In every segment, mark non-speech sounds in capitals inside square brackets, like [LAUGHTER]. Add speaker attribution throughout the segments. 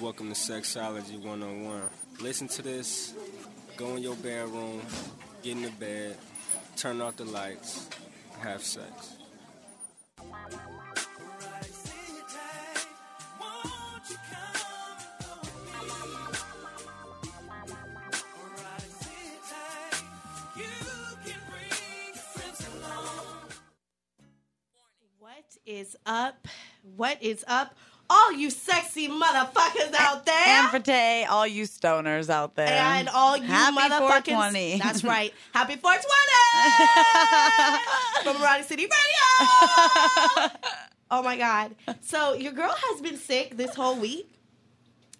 Speaker 1: Welcome to Sexology 101. Listen to this, go in your bedroom, get in the bed, turn off the lights, have sex.
Speaker 2: What is up? What is up? All you sexy motherfuckers out there.
Speaker 3: And for today, all you stoners out there.
Speaker 2: And all you
Speaker 3: Happy
Speaker 2: motherfucking
Speaker 3: 420.
Speaker 2: That's right. Happy 420 from Roddy City Radio. oh my god. So your girl has been sick this whole week.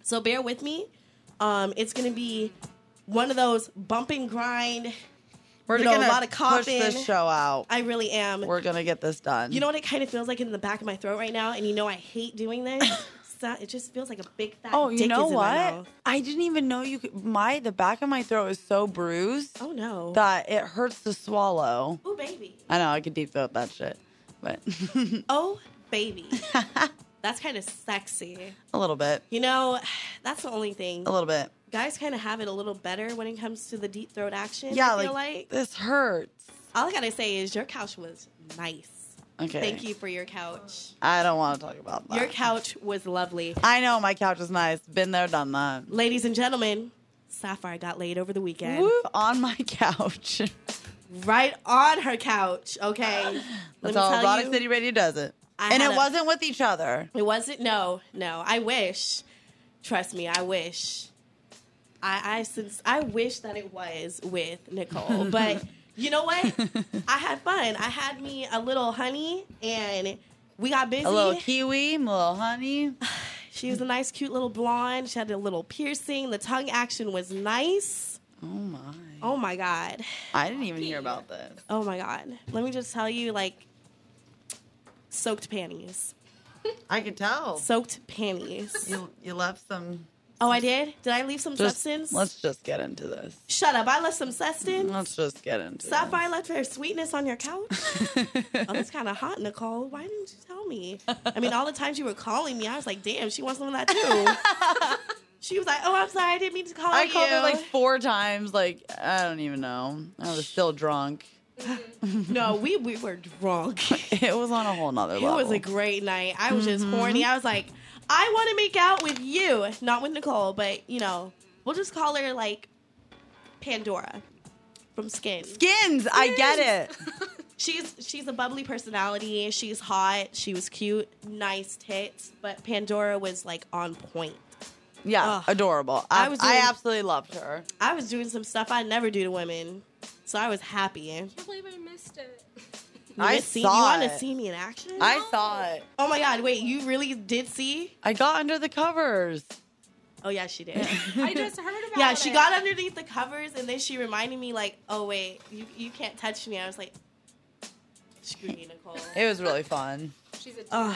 Speaker 2: So bear with me. Um, it's gonna be one of those bump and grind.
Speaker 3: [LAUGHS] We're
Speaker 2: you know, a
Speaker 3: gonna
Speaker 2: lot of
Speaker 3: push
Speaker 2: coughing.
Speaker 3: this show out.
Speaker 2: I really am.
Speaker 3: We're gonna get this done.
Speaker 2: You know what it kind of feels like in the back of my throat right now, and you know I hate doing this.
Speaker 3: [LAUGHS]
Speaker 2: It's not- it just feels like a big fat.
Speaker 3: Oh,
Speaker 2: dick
Speaker 3: you know
Speaker 2: is in my
Speaker 3: what?
Speaker 2: mouth.
Speaker 3: I didn't even know you could. My the back of my throat is so bruised
Speaker 2: Oh no.
Speaker 3: that it hurts to swallow.
Speaker 2: oh baby.
Speaker 3: I know I could deep throat that shit, but [LAUGHS]
Speaker 2: Oh baby. [LAUGHS] That's kind of sexy.
Speaker 3: a little bit,
Speaker 2: You know, [SIGHS] that's the only thing.
Speaker 3: a little bit.
Speaker 2: Guys kind of have it a little better when it comes to the deep throat action.
Speaker 3: Yeah,
Speaker 2: I
Speaker 3: like,
Speaker 2: feel like,
Speaker 3: this hurts.
Speaker 2: all I gotta say is your couch was nice.
Speaker 3: Okay,
Speaker 2: Thank you for your couch.
Speaker 3: I don't want to talk about that.
Speaker 2: Your couch was lovely.
Speaker 3: I know my couch is nice. Been there, done that.
Speaker 2: Ladies and gentlemen, Sapphire got laid over the weekend.
Speaker 3: Woo, on my [LAUGHS] couch.
Speaker 2: Right on her couch.
Speaker 3: [GASPS]
Speaker 2: Okay. Let
Speaker 3: That's
Speaker 2: me
Speaker 3: all
Speaker 2: tell
Speaker 3: Erotic
Speaker 2: you.
Speaker 3: City Radio does it.
Speaker 2: I
Speaker 3: and
Speaker 2: had
Speaker 3: it
Speaker 2: a-
Speaker 3: wasn't with each other.
Speaker 2: It wasn't. No, no. I wish. Trust me, I wish. I, I since I wish that it was with
Speaker 3: [LAUGHS]
Speaker 2: Nicole, but you know what? I had fun. I had me a little honey, and we got busy.
Speaker 3: A little kiwi, a
Speaker 2: [LAUGHS]
Speaker 3: little honey.
Speaker 2: She was a nice, cute little blonde. She had a little piercing. The tongue action was nice.
Speaker 3: Oh my.
Speaker 2: Oh my god.
Speaker 3: I didn't even hear about this.
Speaker 2: Oh my god. Let me just tell you, like, soaked panties.
Speaker 3: I could tell.
Speaker 2: Soaked panties.
Speaker 3: You you left some
Speaker 2: Oh, I did. Did I leave some
Speaker 3: just,
Speaker 2: substance?
Speaker 3: Let's just get into this.
Speaker 2: Shut up. I left some sestin.
Speaker 3: Let's just get into [LAUGHS]
Speaker 2: Sapphire left her sweetness on your couch.
Speaker 3: this.
Speaker 2: Oh, that's kind of hot, Nicole. Why didn't you tell me? I mean, all the times you were calling me, I was like, damn, she wants some of that too. [LAUGHS] she was like, oh, I'm sorry. I didn't mean to call
Speaker 3: I
Speaker 2: you.
Speaker 3: called her like four times. Like I don't even know. I was still drunk. [LAUGHS]
Speaker 2: no, we, we were drunk. [LAUGHS] it Mm-hmm.
Speaker 3: It was on a whole nother level.
Speaker 2: was a great night. I was just horny. I was like, I want to make out with you, not with Nicole, but you know, we'll just call her like Pandora from Skin.
Speaker 3: skins. I get it.
Speaker 2: She's she's a bubbly personality. She's hot. She was cute. Nice tits. But Pandora was like on point.
Speaker 3: Yeah,
Speaker 2: Ugh.
Speaker 3: adorable. I,
Speaker 2: I
Speaker 3: I
Speaker 2: was doing-
Speaker 3: absolutely loved her.
Speaker 2: I was doing some stuff I never do to women, so I was happy. You
Speaker 4: I believe I
Speaker 2: [LAUGHS]
Speaker 4: missed it.
Speaker 3: I
Speaker 2: wanna see,
Speaker 3: saw
Speaker 2: You want to
Speaker 3: it.
Speaker 2: see me in action?
Speaker 3: I saw it.
Speaker 2: oh my god! Wait, you really did see?
Speaker 3: I got under the covers.
Speaker 2: Oh yeah, she
Speaker 3: [LAUGHS]
Speaker 2: did. [LAUGHS]
Speaker 4: I just heard about it.
Speaker 2: yeah, she got underneath the covers, and then she reminded me like, oh wait, you you can't touch me. I was like, screw you, Nicole.
Speaker 3: It was really fun.
Speaker 4: She's a
Speaker 2: Ugh.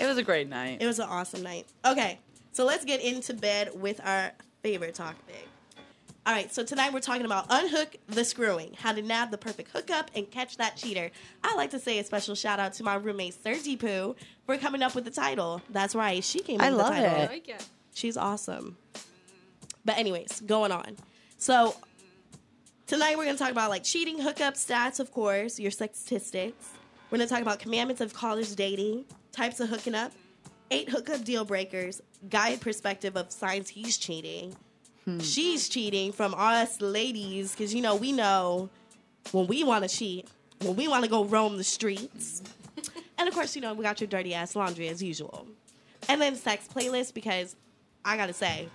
Speaker 3: It was a great night.
Speaker 2: It was an awesome night. Okay, so let's get into bed with our favorite topic. All right, so tonight we're talking about unhook the screwing, how to nab the perfect hookup and catch that cheater. I like to say a special shout out to my roommate Sergi Poo for coming up with the title. That's right, she came up
Speaker 3: I
Speaker 2: with
Speaker 3: love
Speaker 2: the title.
Speaker 4: I
Speaker 3: it.
Speaker 4: like it.
Speaker 2: She's awesome. But anyways, going on. So tonight we're gonna talk about like cheating, hookup stats, of course, your statistics. We're gonna talk about commandments of college dating, types of hooking up, eight hookup deal breakers, guide perspective of signs he's cheating. She's cheating from us ladies, because you know we know when we want to cheat, when we want to go roam the streets, and of course you know we got your dirty ass laundry as usual, and then sex playlist because I gotta say,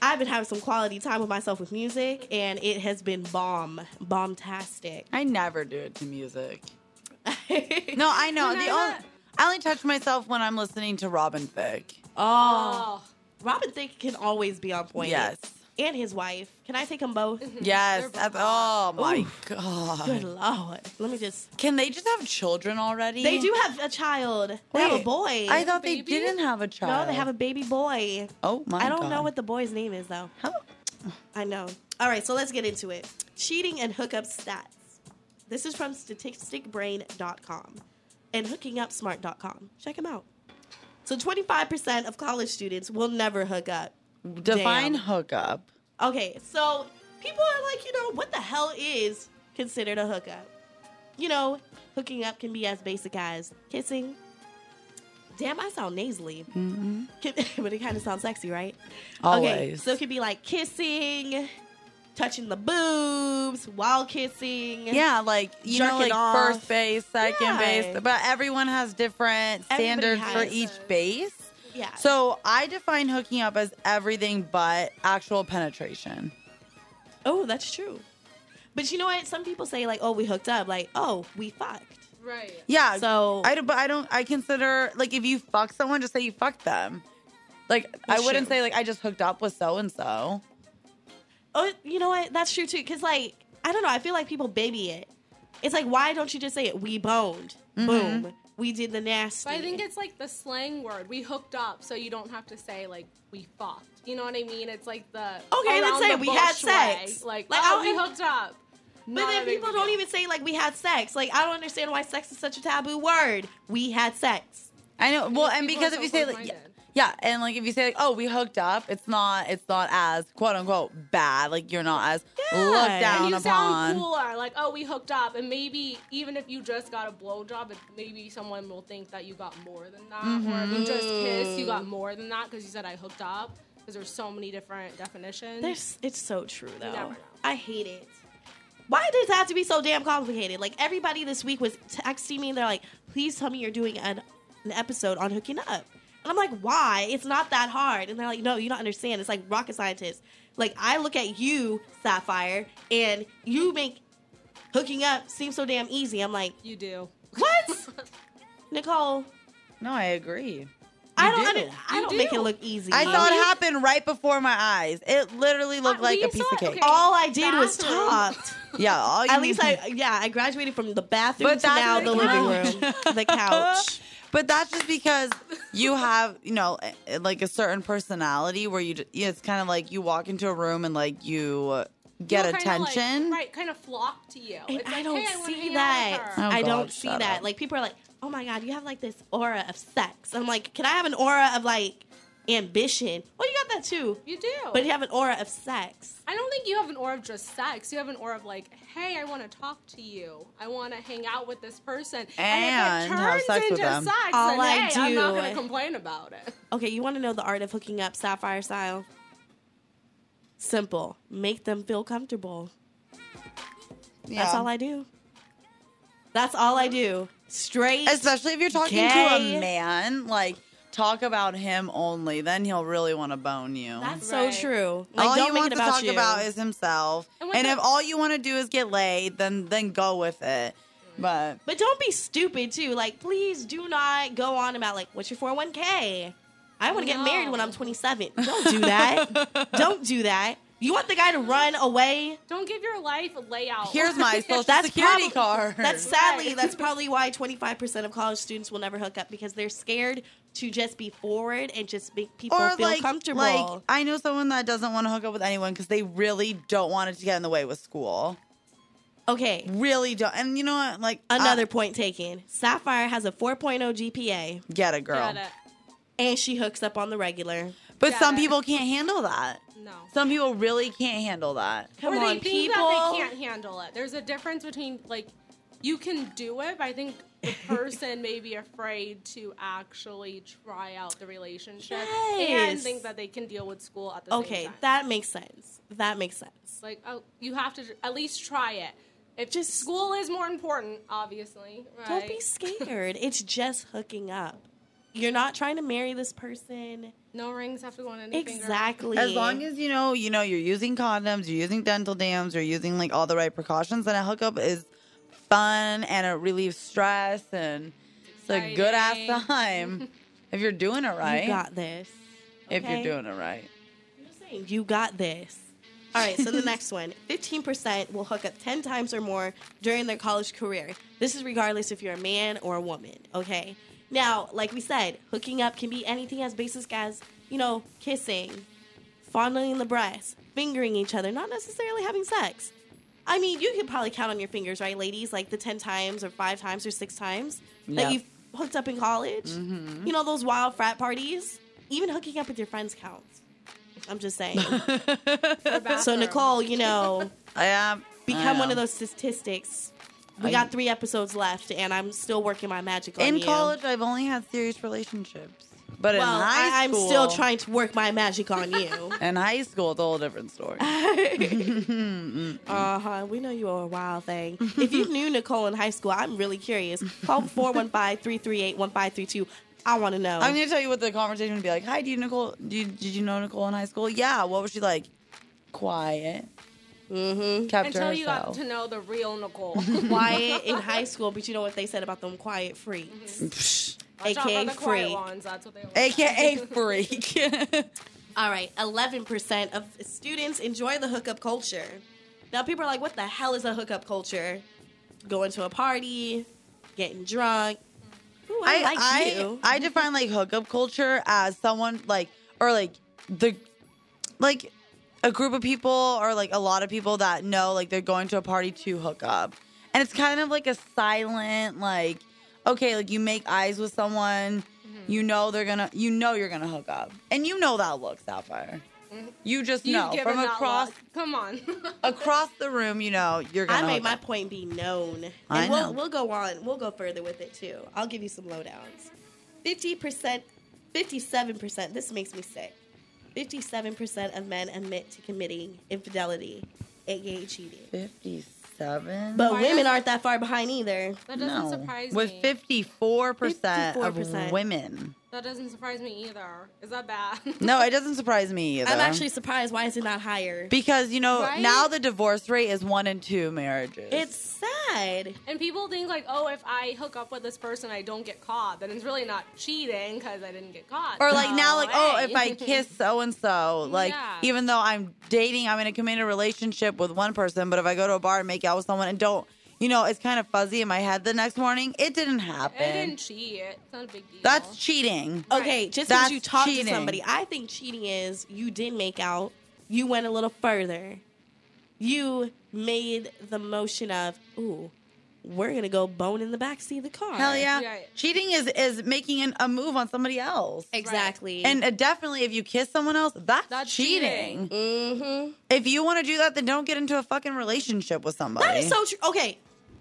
Speaker 2: I've been having some quality time with myself with music, and it has been bomb, [LAUGHS] bombastic.
Speaker 3: I never do it to music. No, I know.
Speaker 4: When
Speaker 3: The only,
Speaker 4: I got-
Speaker 3: I only touch myself when I'm listening to Robin Thicke.
Speaker 2: oh,
Speaker 4: Oh,
Speaker 2: Robin Thicke can always be on point.
Speaker 3: Yes. Mm-hmm.
Speaker 2: and his wife. Can I take them both?
Speaker 3: Yes.
Speaker 4: They're
Speaker 3: that's- oh my god.
Speaker 2: Good lord. Let me just.
Speaker 3: Can they just have children already?
Speaker 2: They do have a child. They have a
Speaker 3: Wait,
Speaker 2: boy.
Speaker 3: I thought they
Speaker 4: Baby?
Speaker 3: didn't have a
Speaker 2: no,
Speaker 3: child.
Speaker 2: they have a baby boy.
Speaker 3: Oh my!
Speaker 2: I don't
Speaker 3: God.
Speaker 2: know what the boy's name is though.
Speaker 3: How,
Speaker 2: I know. All right, so let's get into it. Cheating and hookup stats. This is from statisticbrain.com and hookingupsmart.com. Check them out. So 25% of college students will never hook up.
Speaker 3: Define
Speaker 2: Damn.
Speaker 3: hookup.
Speaker 2: Okay, so people are like, you know, what the hell is considered a hookup? You know, hooking up can be as basic as kissing. Damn, I sound nasally. Can- [LAUGHS] but it kind of sounds sexy, right? Okay,
Speaker 3: Mm-hmm. Always.
Speaker 2: so it could be like kissing, touching the boobs, while kissing.
Speaker 3: Yeah, like you know,
Speaker 2: Jerking
Speaker 3: like
Speaker 2: off.
Speaker 3: first base, second
Speaker 2: Yeah.
Speaker 3: base, but everyone has different
Speaker 2: Everybody
Speaker 3: standards for
Speaker 2: has.
Speaker 3: each base.
Speaker 2: Yeah.
Speaker 3: So I define hooking up as everything but actual penetration.
Speaker 2: oh, that's true. But you know what? Some people say, like, oh, we hooked up. Like, oh, we fucked.
Speaker 4: Right.
Speaker 3: Yeah.
Speaker 2: So-
Speaker 3: I don't. But I don't. I consider like if you fuck someone, just say you fucked them. Like
Speaker 2: That's
Speaker 3: I wouldn't
Speaker 2: true.
Speaker 3: say like I just hooked up with so and so.
Speaker 2: Oh, you know what? That's true too. Because like I don't know. I feel like people baby it. It's like why don't you just say it? We boned. Boom. We did the nasty.
Speaker 4: But I think it's like the slang word. We hooked up, so you don't have to say like we fucked. You know what I mean? It's like the
Speaker 2: Okay, let's
Speaker 4: around
Speaker 2: say
Speaker 4: the
Speaker 2: we
Speaker 4: bush
Speaker 2: had sex.
Speaker 4: way. Like,
Speaker 2: Like,
Speaker 4: oh,
Speaker 2: I'll-
Speaker 4: we hooked up.
Speaker 2: But then people don't even say like we had sex. Like I don't understand why sex is such a taboo word. We had sex.
Speaker 3: I know. Well, and
Speaker 4: people are
Speaker 3: because if
Speaker 4: so
Speaker 3: you say like, yeah,
Speaker 4: close-minded.
Speaker 3: yeah, and like if you say like, oh, we hooked up, it's not, it's not as quote unquote bad. Like you're not as
Speaker 2: Yeah.
Speaker 3: looked
Speaker 4: And
Speaker 3: down
Speaker 4: you
Speaker 3: upon.
Speaker 4: sound cooler, like oh, we hooked up, and maybe even if you just got a blowjob, it- maybe someone will think that you got more than that, or if you just
Speaker 2: Mm-hmm.
Speaker 4: kissed, you got more than that because you said I hooked up. Because there's so many different definitions.
Speaker 2: There's, it's so true though.
Speaker 4: never know.
Speaker 2: I hate it. Why does it have to be so damn complicated? Like everybody this week was texting me and they're like, "Please tell me you're doing an, an episode on hooking up," and I'm like, "Why? It's not that hard." And they're like, "No, you don't understand. It's like rocket scientist. Like I look at you, Sapphire, and you make hooking up seem so damn easy." I'm like,
Speaker 4: you do.
Speaker 2: "What, [LAUGHS] Nicole?
Speaker 3: no, I agree.
Speaker 2: I
Speaker 3: You
Speaker 2: don't.
Speaker 3: do.
Speaker 2: Under- I
Speaker 4: You
Speaker 2: don't make it
Speaker 4: do.
Speaker 2: look easy."
Speaker 3: I saw it
Speaker 4: you-
Speaker 3: happen right before my eyes. It literally looked
Speaker 4: Uh,
Speaker 3: like
Speaker 4: we
Speaker 3: a piece
Speaker 4: saw
Speaker 3: of
Speaker 4: it-
Speaker 3: cake.
Speaker 4: okay.
Speaker 2: all I did was
Speaker 4: Bathroom.
Speaker 2: talked.
Speaker 3: Yeah, all you
Speaker 2: At least
Speaker 3: need-
Speaker 2: I,
Speaker 3: [LAUGHS]
Speaker 2: yeah, I graduated from the bathroom
Speaker 3: But
Speaker 2: to
Speaker 3: that's
Speaker 2: now the,
Speaker 3: the
Speaker 2: living room,
Speaker 3: couch. [LAUGHS]
Speaker 2: the couch.
Speaker 3: But that's just because you have, you know, eh, like a certain personality where you, ju- yeah, it's kind of like you walk into a room and like you uh, get
Speaker 4: People kinda, like,
Speaker 3: attention.
Speaker 4: right, kind of flock to you.
Speaker 2: And
Speaker 4: It's
Speaker 2: I
Speaker 4: like,
Speaker 2: don't
Speaker 4: hey, I wanna
Speaker 2: see
Speaker 4: hang out
Speaker 2: that.
Speaker 4: with her.
Speaker 3: Oh,
Speaker 2: I don't
Speaker 3: God,
Speaker 2: see
Speaker 3: shut
Speaker 2: that.
Speaker 3: up.
Speaker 2: Like people are like, "Oh my god, you have like this aura of sex." I'm like, "Can I have an aura of like ambition?" Well, you got that too,
Speaker 4: You do.
Speaker 2: but you have an aura of sex.
Speaker 4: I don't think you have an aura of just sex. You have an aura of like, hey, I want to talk to you. I want to hang out with this person.
Speaker 3: And
Speaker 4: if it
Speaker 3: have
Speaker 4: turns
Speaker 3: sex with
Speaker 4: into
Speaker 3: them.
Speaker 4: sex,
Speaker 2: All
Speaker 4: then,
Speaker 2: I
Speaker 4: hey, I'm not
Speaker 2: do-
Speaker 4: going to complain about it.
Speaker 2: Okay, you want to know the art of hooking up, Sapphire style? Simple. Make them feel comfortable. That's all I do. That's all I do. Straight.
Speaker 3: Especially if you're talking to
Speaker 2: Gay.
Speaker 3: a man, like talk about him only. Then he'll really want to bone you.
Speaker 2: That's
Speaker 4: Right.
Speaker 2: so true. Like,
Speaker 3: all
Speaker 2: don't
Speaker 3: he
Speaker 2: make it
Speaker 3: wants to
Speaker 2: about
Speaker 3: talk
Speaker 2: you.
Speaker 3: about is himself.
Speaker 4: And
Speaker 3: And,
Speaker 4: when the-
Speaker 3: if all you want to do is get laid, then then go with it. But
Speaker 2: But don't be stupid too. Like, please do not go on about like, what's your 401k? I want to get
Speaker 4: No.
Speaker 2: married when I'm 27. Don't do
Speaker 4: [LAUGHS]
Speaker 2: that. don't do that. You want the guy to run away?
Speaker 4: Don't give your life a layout.
Speaker 3: here's
Speaker 4: [LAUGHS]
Speaker 2: [LAUGHS]
Speaker 3: my social
Speaker 2: That's
Speaker 3: security
Speaker 2: probably-
Speaker 3: card.
Speaker 2: That's sadly
Speaker 4: Right.
Speaker 2: that's probably why 25% of college students will never hook up because they're scared to just be forward and just make people feel comfortable.
Speaker 3: Like I know someone that doesn't want to hook up with anyone because they really don't want it to get in the way with school.
Speaker 2: okay,
Speaker 3: Really don't. And you know what? Like
Speaker 2: another
Speaker 3: uh,
Speaker 2: point taken. Sapphire has a 4.0 GPA
Speaker 3: get a girl.
Speaker 4: Get it.
Speaker 2: and she hooks up on the regular.
Speaker 3: But
Speaker 4: Get
Speaker 3: some
Speaker 4: it.
Speaker 3: people can't handle that.
Speaker 4: No.
Speaker 3: Some people really can't handle that.
Speaker 2: Come
Speaker 4: or
Speaker 2: on,
Speaker 4: they think
Speaker 2: people.
Speaker 4: that they can't handle it. There's a difference between like you can do it, but I think the
Speaker 2: [LAUGHS]
Speaker 4: person may be afraid to actually try out the relationship and
Speaker 2: Yes.
Speaker 4: think that they can deal with school at the
Speaker 2: Okay,
Speaker 4: same time.
Speaker 2: that makes sense. That makes sense.
Speaker 4: like oh, you have to at least try it. If
Speaker 2: Just-
Speaker 4: just school is more important, obviously, right?
Speaker 2: Don't
Speaker 4: [LAUGHS]
Speaker 2: be scared. it's just hooking up. You're not trying to marry this person.
Speaker 4: no rings have to go on any
Speaker 2: Exactly.
Speaker 3: As long as you know, you know, you're using condoms, you're using dental dams, you're using like all the right precautions, then a hookup is fun and it relieves stress and it's a good ass
Speaker 4: Exciting. [LAUGHS]
Speaker 3: time if you're doing it right.
Speaker 2: you got this.
Speaker 3: If
Speaker 2: okay.
Speaker 3: you're doing it right.
Speaker 2: I'm just saying, you got this. All right, so the next one 15% will hook up 10 times or more during their college career. This is regardless if you're a man or a woman, okay? Now, like we said, hooking up can be anything as basic as, you know, kissing, fondling the breast, fingering each other, not necessarily having sex. I mean, you could probably count on your fingers, right, ladies? Like the 10 times or five times or six times that
Speaker 3: Yeah.
Speaker 2: you've hooked up in college. You know those wild frat parties. Even hooking up with your friends counts. I'm just saying. so Nicole, you
Speaker 3: [LAUGHS]
Speaker 2: know,
Speaker 3: Yeah.
Speaker 2: become
Speaker 3: Uh-huh. I
Speaker 2: one of
Speaker 3: know.
Speaker 2: those statistics. We
Speaker 3: I-
Speaker 2: got three episodes left, and I'm still working my magic on
Speaker 3: In
Speaker 2: you.
Speaker 3: college, I've only had serious relationships, but
Speaker 2: well,
Speaker 3: in high
Speaker 2: I, I'm
Speaker 3: school,
Speaker 2: still trying to work my magic on
Speaker 3: [LAUGHS]
Speaker 2: you.
Speaker 3: In high school, it's a whole
Speaker 2: [SIGHS]
Speaker 3: different story.
Speaker 2: Uh huh. We know you are a wild thing. If
Speaker 3: [LAUGHS]
Speaker 2: you knew Nicole in high school, I'm really curious. Call 415 338 1532. I want to know.
Speaker 3: I'm gonna tell you what the conversation would be like. Hi, do you Nicole? Do you, did you know Nicole in high school? Yeah. What was she like? Quiet. Mm-hmm. Kept to
Speaker 4: Until you got
Speaker 3: herself.
Speaker 4: to know the
Speaker 2: [LAUGHS]
Speaker 4: real Nicole.
Speaker 2: quiet in high school, but you know what they said about them quiet freaks,
Speaker 3: [LAUGHS] Psh.
Speaker 4: Watch out for
Speaker 2: aka
Speaker 4: the quiet
Speaker 2: freak.
Speaker 4: ones. That's what they want.
Speaker 3: AKA freak. [LAUGHS]
Speaker 2: All right, 11% of students enjoy the hookup culture. Now, people are like, what the hell is a hookup culture? Going to a party, getting drunk. Ooh, I, like
Speaker 3: I,
Speaker 2: you.
Speaker 3: I define like hookup culture as someone like or like the like a group of people or like a lot of people that know like they're going to a party to hook up. And it's kind of like a silent like okay, like you make eyes with someone,
Speaker 2: Mm-hmm.
Speaker 3: you know they're going to you know you're going to hook up. And you know that look, Sapphire.
Speaker 2: Mm-hmm.
Speaker 3: You just
Speaker 4: [LAUGHS] You
Speaker 3: know
Speaker 4: give
Speaker 3: from
Speaker 4: them that
Speaker 3: across
Speaker 4: look. Come on.
Speaker 2: [LAUGHS]
Speaker 3: across the room, you know you're
Speaker 2: I
Speaker 3: going to
Speaker 2: made
Speaker 3: hook
Speaker 2: my
Speaker 3: up.
Speaker 2: point be known. And
Speaker 3: I
Speaker 2: we'll
Speaker 3: know.
Speaker 2: we'll go on. We'll go further with it too. I'll give you some lowdowns. Fifty percent, fifty-seven percent. This makes me sick. Fifty-seven percent of men admit to committing infidelity, aka cheating.
Speaker 3: 57
Speaker 2: But
Speaker 4: Why
Speaker 2: women
Speaker 4: not?
Speaker 2: aren't that far behind either.
Speaker 4: That doesn't
Speaker 3: No.
Speaker 4: surprise
Speaker 3: With
Speaker 4: me.
Speaker 3: 54% of
Speaker 2: 54%.
Speaker 3: women.
Speaker 4: That doesn't surprise me either. Is that bad? [LAUGHS]
Speaker 3: No, it doesn't surprise me either.
Speaker 2: I'm actually surprised. Why is it not higher?
Speaker 3: because you know
Speaker 4: Right?
Speaker 3: now the divorce rate is one in two marriages.
Speaker 2: It's sad.
Speaker 4: and people think like, oh, if I hook up with this person, I don't get caught. Then it's really not cheating because I didn't get caught.
Speaker 3: or like now,
Speaker 4: No
Speaker 3: like oh,
Speaker 4: way.
Speaker 3: if I
Speaker 4: [LAUGHS]
Speaker 3: kiss so and so, like
Speaker 4: Yeah.
Speaker 3: even though I'm dating, I'm in a committed relationship with one person, but if I go to a bar and make out with someone and don't, you know, it's kind of fuzzy in my head the next morning. It didn't happen.
Speaker 4: I didn't cheat. It's not a big deal.
Speaker 3: That's cheating.
Speaker 2: Okay, just because
Speaker 3: That's
Speaker 2: you talk to
Speaker 3: cheating.
Speaker 2: somebody, I think cheating is you did make out, you went a little further, you made the motion of, ooh, we're gonna go bone in the backseat of the car.
Speaker 3: Hell yeah.
Speaker 4: Yeah.
Speaker 3: Cheating is is making an, a move on somebody else.
Speaker 2: exactly.
Speaker 3: And uh, definitely, if you kiss someone else, that's,
Speaker 4: That's
Speaker 3: cheating.
Speaker 4: cheating.
Speaker 2: mm-hmm.
Speaker 3: If you want to do that, then don't get into a fucking relationship with somebody.
Speaker 2: that is so true. Okay,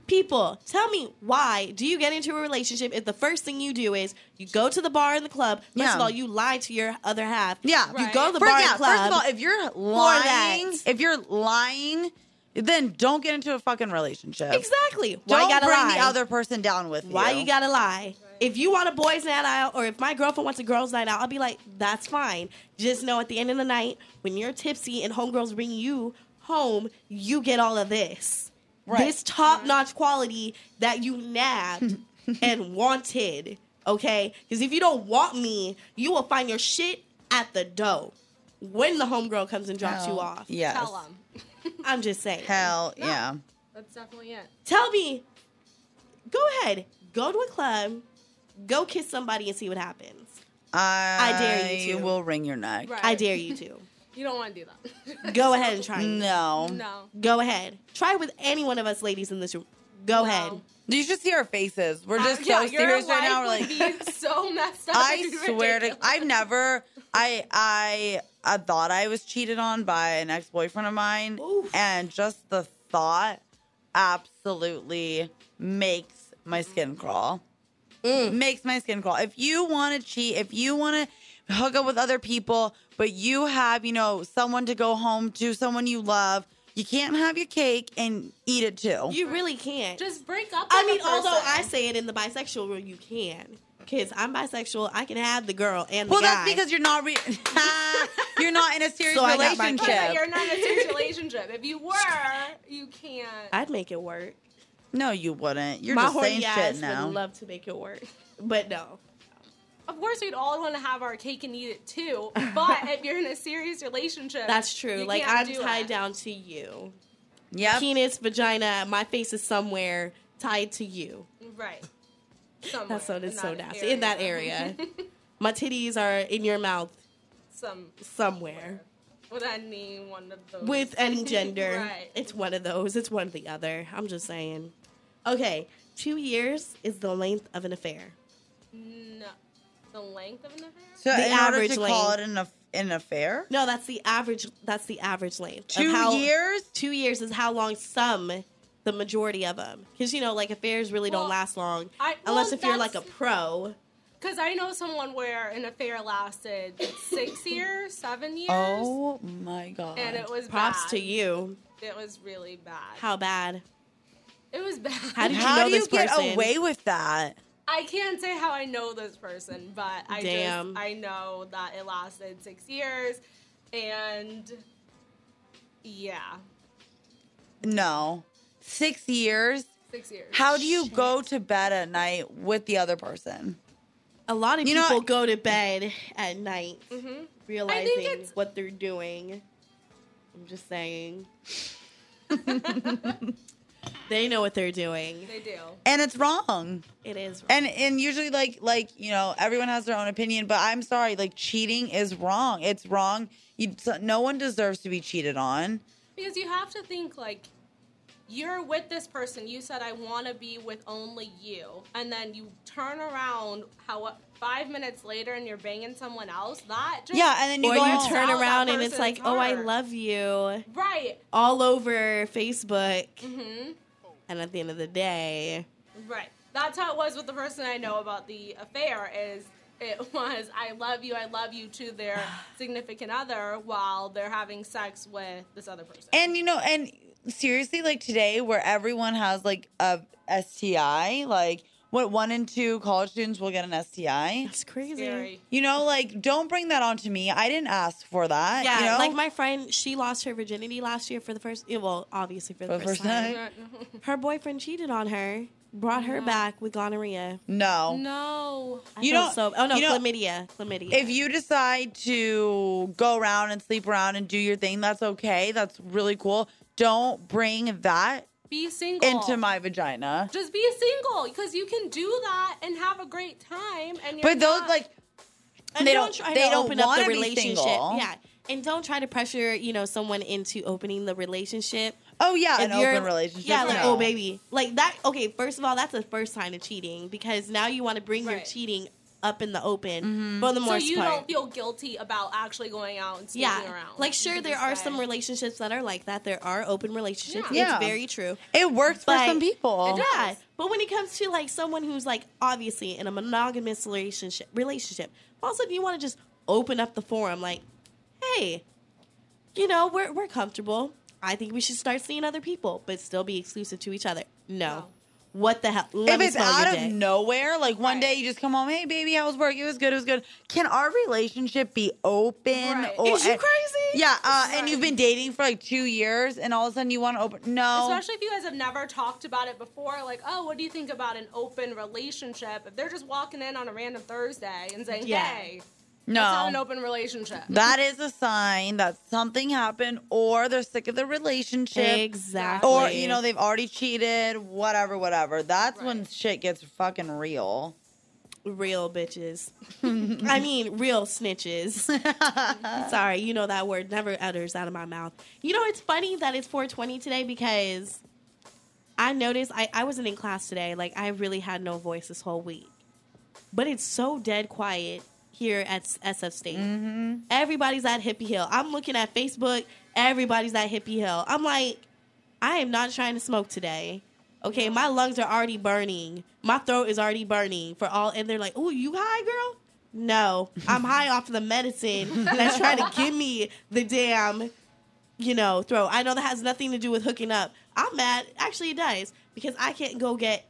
Speaker 2: people, tell me why do you get into a relationship if the first thing you do is you go to the bar and the club? First
Speaker 3: Yeah.
Speaker 2: of all, you lie to your other half.
Speaker 3: Yeah,
Speaker 2: you go to the
Speaker 3: First-
Speaker 2: bar
Speaker 3: yeah,
Speaker 2: and club.
Speaker 3: First of all, if you're
Speaker 2: that.
Speaker 3: lying, if you're lying, then don't get into a fucking relationship.
Speaker 2: exactly. Why
Speaker 3: Don't
Speaker 2: gotta
Speaker 3: bring
Speaker 2: lie?
Speaker 3: the other person down with
Speaker 2: Why
Speaker 3: you.
Speaker 2: you gotta lie? If you want a boys' night out, or if my girlfriend wants a girls' night out, I'll be like, that's fine. Just know at the end of the night, when you're tipsy and homegirls bring you home, you get all of this.
Speaker 3: Right. Mm-hmm.
Speaker 2: This top notch quality that you
Speaker 3: [LAUGHS]
Speaker 2: nabbed and wanted, okay? Because if you don't want me, you will find your shit at the door when the homegirl comes and drops you off.
Speaker 3: Yes.
Speaker 4: Tell them.
Speaker 2: I'm just saying.
Speaker 3: Oh, Hell
Speaker 4: No.
Speaker 3: yeah.
Speaker 4: That's definitely it.
Speaker 2: tell me go ahead go to a club go kiss somebody and see what happens
Speaker 3: I,
Speaker 2: dare you to.
Speaker 3: will wring your neck.
Speaker 4: Right.
Speaker 2: i dare you to
Speaker 4: You don't want to do
Speaker 3: [LAUGHS]
Speaker 4: that.
Speaker 2: go ahead and try it.
Speaker 3: No.
Speaker 4: [LAUGHS] no.
Speaker 2: go ahead try it with any one of us ladies in this room go ahead
Speaker 3: You should see our faces. We're just
Speaker 4: Uh,
Speaker 3: so
Speaker 4: yeah, your
Speaker 3: serious right
Speaker 4: life
Speaker 3: now. We're like,
Speaker 4: would
Speaker 3: [LAUGHS]
Speaker 4: be so messed up.
Speaker 3: I
Speaker 4: It's
Speaker 3: swear to
Speaker 4: ridiculous.
Speaker 3: I've never I I I thought I was cheated on by an ex-boyfriend of mine
Speaker 2: Oof.
Speaker 3: and just the thought absolutely makes my skin crawl. Makes my skin crawl. If you want to cheat, if you want to hook up with other people, but you have, you know, someone to go home to, someone you love, you can't have your cake and eat it too.
Speaker 2: you really can't
Speaker 4: Just break up.
Speaker 2: i
Speaker 4: with
Speaker 2: mean
Speaker 4: the person.
Speaker 2: although i say it in the bisexual room you can because i'm bisexual i can have the girl and the
Speaker 3: well,
Speaker 2: guy
Speaker 3: that's because you're not re- [LAUGHS] you're not in a serious
Speaker 2: So I got my
Speaker 4: But
Speaker 3: relationship.
Speaker 4: you're not in a serious relationship. If you were, you can't.
Speaker 2: i'd make it work
Speaker 3: No, you wouldn't. You're
Speaker 2: my
Speaker 3: just saying
Speaker 2: horny ass
Speaker 3: shit now.
Speaker 2: would love to make it work but no
Speaker 4: Of course, we'd all want to have our cake and eat it too. But if you're in a serious relationship,
Speaker 2: that's true
Speaker 4: you
Speaker 2: like
Speaker 4: can't
Speaker 2: i'm
Speaker 4: do
Speaker 2: tied
Speaker 4: it.
Speaker 2: down to you
Speaker 3: yep.
Speaker 2: penis, vagina, my face is somewhere tied to you.
Speaker 4: Right. Somewhere,
Speaker 2: That sounded
Speaker 4: in
Speaker 2: so
Speaker 4: that
Speaker 2: nasty. In that area. my titties are in your mouth
Speaker 4: [LAUGHS] Some
Speaker 2: somewhere.
Speaker 4: with any one of those.
Speaker 2: With any gender.
Speaker 4: [LAUGHS] right.
Speaker 2: It's one of those. It's one or the other. I'm just saying. Okay. Two years is the length of an affair.
Speaker 4: No, the length of an affair.
Speaker 3: So
Speaker 2: The
Speaker 3: in
Speaker 2: average
Speaker 3: order to call it an, aff- an affair,
Speaker 2: No, that's the average. That's the average length.
Speaker 3: two
Speaker 2: of how,
Speaker 3: years.
Speaker 2: Two years is how long some, the majority of them, because you know, like affairs really
Speaker 4: Well,
Speaker 2: don't last long,
Speaker 4: I-
Speaker 2: unless
Speaker 4: well,
Speaker 2: if you're like
Speaker 4: that's-
Speaker 2: a pro.
Speaker 4: Because I know someone where an affair lasted
Speaker 2: [LAUGHS]
Speaker 4: six years, seven years,
Speaker 3: Oh my god!
Speaker 4: and it was
Speaker 2: Props
Speaker 4: bad.
Speaker 2: to you.
Speaker 4: It was really bad.
Speaker 2: How bad?
Speaker 4: It was bad.
Speaker 2: How did you
Speaker 3: How
Speaker 2: know
Speaker 3: do you
Speaker 2: this
Speaker 3: get
Speaker 2: person?
Speaker 3: away with that?
Speaker 4: I can't say how I know this person, but I
Speaker 2: Damn.
Speaker 4: just I know that it lasted six years, and yeah,
Speaker 3: No, six years.
Speaker 4: six years.
Speaker 3: How do you go to bed at night with the other person?
Speaker 2: A lot of
Speaker 3: You know,
Speaker 2: people
Speaker 3: I-
Speaker 2: go to bed at night
Speaker 4: Mhm.
Speaker 2: realizing
Speaker 4: it's-
Speaker 2: what they're doing. I'm just saying. they know what they're doing.
Speaker 4: They do.
Speaker 3: And it's wrong.
Speaker 2: It is wrong.
Speaker 3: And and usually like like you know everyone has their own opinion, but I'm sorry, like cheating is wrong. It's wrong. You so- no one deserves to be cheated on.
Speaker 4: Because you have to think like you're with this person. You said I want to be with only you, and then you turn around how five minutes later and you're banging someone else. That just
Speaker 3: Yeah, and then you
Speaker 2: or
Speaker 3: go
Speaker 2: you
Speaker 3: home.
Speaker 2: turn
Speaker 4: Tell that
Speaker 2: around and it's
Speaker 4: person's
Speaker 2: like, oh, I
Speaker 4: hurt.
Speaker 2: love you
Speaker 4: right,
Speaker 2: all over Facebook.
Speaker 4: hmm
Speaker 2: And at the end of the day,
Speaker 4: right. That's how it was with the person I know about the affair. Is it [LAUGHS] was I love you, I love you to their significant other while they're having sex with this other person.
Speaker 3: And you know, and seriously, like today, where everyone has like a STI, like what one in two college students will get an STI.
Speaker 2: it's crazy. [LAUGHS]
Speaker 4: Scary.
Speaker 3: You know, like don't bring that onto me. I didn't ask for that.
Speaker 2: Yeah,
Speaker 3: you know?
Speaker 2: like my friend, she lost her virginity last year for the first. yeah, Well, obviously for the first, time. Her boyfriend cheated on her, brought her back with gonorrhea.
Speaker 3: no.
Speaker 4: no.
Speaker 2: I
Speaker 3: You
Speaker 2: felt
Speaker 3: don't-
Speaker 2: So, oh no,
Speaker 3: you don't-
Speaker 2: chlamydia, chlamydia.
Speaker 3: If you decide to go around and sleep around and do your thing, that's okay. That's really cool. Don't bring that
Speaker 4: Be single.
Speaker 3: into my vagina.
Speaker 4: Just be single because you can do that and have a great time. And you're
Speaker 3: But those
Speaker 4: not-
Speaker 3: like
Speaker 2: and
Speaker 3: they
Speaker 2: don't,
Speaker 3: don't-
Speaker 2: try
Speaker 3: they
Speaker 2: to
Speaker 3: don't
Speaker 2: open up
Speaker 3: wanna
Speaker 2: the
Speaker 3: be
Speaker 2: relationship.
Speaker 3: single.
Speaker 2: Yeah, and don't try to pressure you know someone into opening the relationship.
Speaker 3: oh yeah,
Speaker 2: If
Speaker 3: an
Speaker 2: you're-
Speaker 3: open relationship.
Speaker 2: Yeah, like
Speaker 3: no.
Speaker 2: oh baby, like that. Okay, first of all, that's the first sign of cheating because now you want to bring your
Speaker 4: Right.
Speaker 2: cheating up in the open
Speaker 3: Mm-hmm.
Speaker 2: for the
Speaker 4: so
Speaker 2: most
Speaker 4: you
Speaker 2: part.
Speaker 4: don't feel guilty about actually going out and sleeping
Speaker 2: yeah,
Speaker 4: around.
Speaker 2: like
Speaker 4: You
Speaker 2: sure,
Speaker 4: can
Speaker 2: there
Speaker 4: just
Speaker 2: are
Speaker 4: say-
Speaker 2: some relationships that are like that. There are open relationships.
Speaker 4: Yeah.
Speaker 3: Yeah.
Speaker 2: It's very true.
Speaker 3: It works for
Speaker 2: But-
Speaker 3: some people.
Speaker 4: It does.
Speaker 2: Yeah, but when it comes to like someone who's like obviously in a monogamous relationship, relationship, also do you want to just open up the forum? Like, hey, you know, we're we're comfortable. I think we should start seeing other people, but still be exclusive to each other. No,
Speaker 4: No.
Speaker 2: what the hell? Let
Speaker 3: if
Speaker 2: me
Speaker 3: it's
Speaker 2: smell your
Speaker 3: out of
Speaker 2: dick.
Speaker 3: nowhere, like one
Speaker 4: Right.
Speaker 3: day you just come home, hey baby, how was work? It was good. It was good. Can our relationship be open?
Speaker 4: Right.
Speaker 2: Is you
Speaker 3: and-
Speaker 2: crazy?
Speaker 3: Yeah, uh, and
Speaker 4: Right.
Speaker 3: you've been dating for like two years, and all of a sudden you want to open? No,
Speaker 4: Especially if you guys have never talked about it before, like, oh, what do you think about an open relationship? If they're just walking in on a random Thursday and saying,
Speaker 2: Yeah.
Speaker 4: hey,
Speaker 3: no.
Speaker 4: that's not an open [LAUGHS] relationship.
Speaker 3: That is a sign that something happened, or they're sick of the relationship,
Speaker 2: exactly.
Speaker 3: or you know they've already cheated. Whatever, whatever. That's when
Speaker 4: Right.
Speaker 3: shit gets fucking real.
Speaker 2: real bitches. I mean, real snitches. [LAUGHS] Sorry, you know that word never utters out of my mouth. You know, it's funny that it's 420 today because I noticed I, I wasn't in class today. Like, I really had no voice this whole week. But it's so dead quiet here at S- SF State. Everybody's at Hippie Hill. I'm looking at Facebook. Everybody's at Hippie Hill. I'm like, I am not trying to smoke today. Okay, my lungs are already burning. My throat is already burning for all. And they're like, "Oh, you high, girl?" No, I'm high off the medicine that's trying to give me the damn, you know, throat. I know that has nothing to do with hooking up. I'm mad. Actually, it does because I can't go get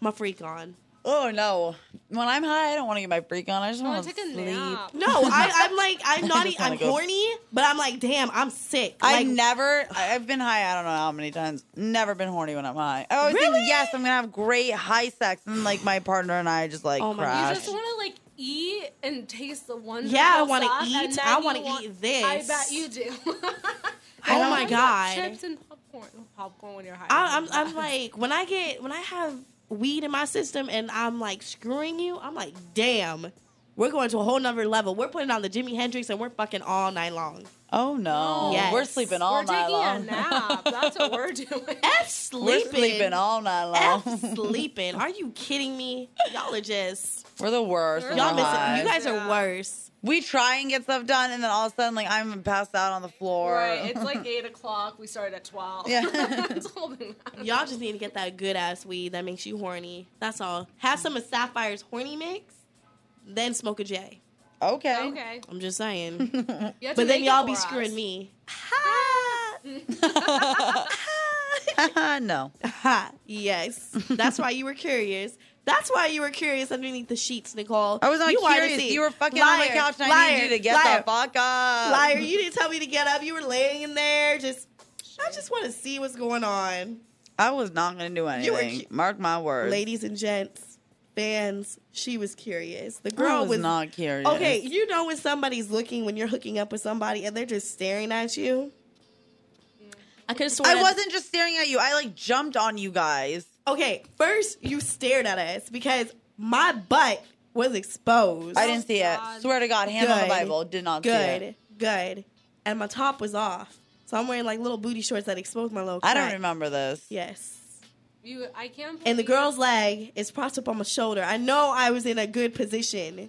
Speaker 2: my freak on.
Speaker 3: Oh no! When I'm high, I don't want to get my freak on. I just
Speaker 4: I
Speaker 3: want
Speaker 4: want
Speaker 3: to
Speaker 4: to take a
Speaker 3: sleep.
Speaker 4: nap.
Speaker 2: No, I, I'm like, I'm
Speaker 3: I
Speaker 2: naughty.
Speaker 3: just wanna
Speaker 2: I'm
Speaker 3: go-
Speaker 2: horny, but I'm like, damn, I'm sick.
Speaker 3: I
Speaker 2: Like,
Speaker 3: never. I- I've been high. I don't know how many times. Never been horny when I'm high. I always
Speaker 2: Really?
Speaker 3: think yes, I'm gonna have great high sex, and like my partner and I just like
Speaker 2: Oh my- you
Speaker 4: You
Speaker 3: crash.
Speaker 4: just want to like eat and taste the one.
Speaker 2: Yeah, I wanna
Speaker 4: want to
Speaker 2: eat. I wanna eat this.
Speaker 4: I bet
Speaker 2: [LAUGHS]
Speaker 4: you do.
Speaker 2: Oh
Speaker 4: I
Speaker 2: my
Speaker 4: want
Speaker 2: God.
Speaker 4: Chips and popcorn. Popcorn when you're high.
Speaker 2: I, I'm, I'm like, when I get, when I have weed in my system and I'm like screwing you, I'm like, damn, we're going to a whole nother level. We're putting on the Jimi Hendrix and we're fucking all night long.
Speaker 3: Oh no,
Speaker 2: Yes.
Speaker 3: we're sleeping all
Speaker 4: [LAUGHS] we're
Speaker 3: night
Speaker 4: taking
Speaker 3: long.
Speaker 4: a nap. That's what
Speaker 2: [LAUGHS]
Speaker 4: we're doing.
Speaker 2: F
Speaker 3: [LAUGHS] We're
Speaker 2: sleeping.
Speaker 3: sleeping all night
Speaker 2: F [LAUGHS]
Speaker 3: long.
Speaker 2: sleeping. Are you kidding me? Y'all are just
Speaker 3: [LAUGHS] We're the worst.
Speaker 4: We're
Speaker 3: in
Speaker 4: the
Speaker 2: y'all
Speaker 3: our
Speaker 2: miss
Speaker 4: Lies.
Speaker 2: You
Speaker 3: lives.
Speaker 2: guys are worse.
Speaker 3: we try and get stuff done, and then all of a sudden, like I'm passed out on the floor.
Speaker 4: Right. It's like eight o'clock. We started at twelve.
Speaker 3: Yeah.
Speaker 4: [LAUGHS] It's all been-
Speaker 2: [LAUGHS] Y'all just need to get that good ass weed that makes you horny. That's all. Have some of Sapphire's horny mix, then smoke a J.
Speaker 3: [LAUGHS] okay.
Speaker 4: okay.
Speaker 2: I'm just saying. [LAUGHS]
Speaker 3: [LAUGHS]
Speaker 4: You have to
Speaker 2: But then
Speaker 4: make it
Speaker 2: y'all be
Speaker 4: for us.
Speaker 2: screwing [LAUGHS] me. Ha!
Speaker 3: [LAUGHS]
Speaker 2: [LAUGHS]
Speaker 3: no.
Speaker 2: ha! Yes. That's why you were curious. That's why you were curious underneath the sheets, Nicole.
Speaker 3: I was not
Speaker 2: you wanted to
Speaker 3: curious.
Speaker 2: see.
Speaker 3: You were fucking
Speaker 2: liar,
Speaker 3: on my couch, and
Speaker 2: liar,
Speaker 3: I need you to get
Speaker 2: liar,
Speaker 3: the fuck up.
Speaker 2: Liar, you didn't tell me to get up. You were laying in there. Just, I just want to see what's going on.
Speaker 3: I was not going to do anything.
Speaker 2: were cu-
Speaker 3: Mark my words.
Speaker 2: Ladies and gents, fans, she was curious. The
Speaker 3: girl
Speaker 2: girl
Speaker 3: I was, not curious.
Speaker 2: Okay, you know when somebody's looking when you're hooking up with somebody and they're just staring at you. I could have sworn
Speaker 3: I wasn't just staring at you. I like jumped on you guys.
Speaker 2: Okay, first you stared at us because my butt was exposed.
Speaker 3: I didn't see it.
Speaker 4: God.
Speaker 3: Swear to God, hand on the
Speaker 2: Oh Good.
Speaker 3: Bible, did not
Speaker 2: good,
Speaker 3: see it.
Speaker 2: good, and my top was off, so I'm wearing like little booty shorts that expose my little.
Speaker 3: I don't
Speaker 2: crack.
Speaker 3: remember this.
Speaker 2: Yes.
Speaker 4: You, I can't.
Speaker 2: And the
Speaker 4: believe-
Speaker 2: girl's leg is propped up on my shoulder. I know I was in a good position.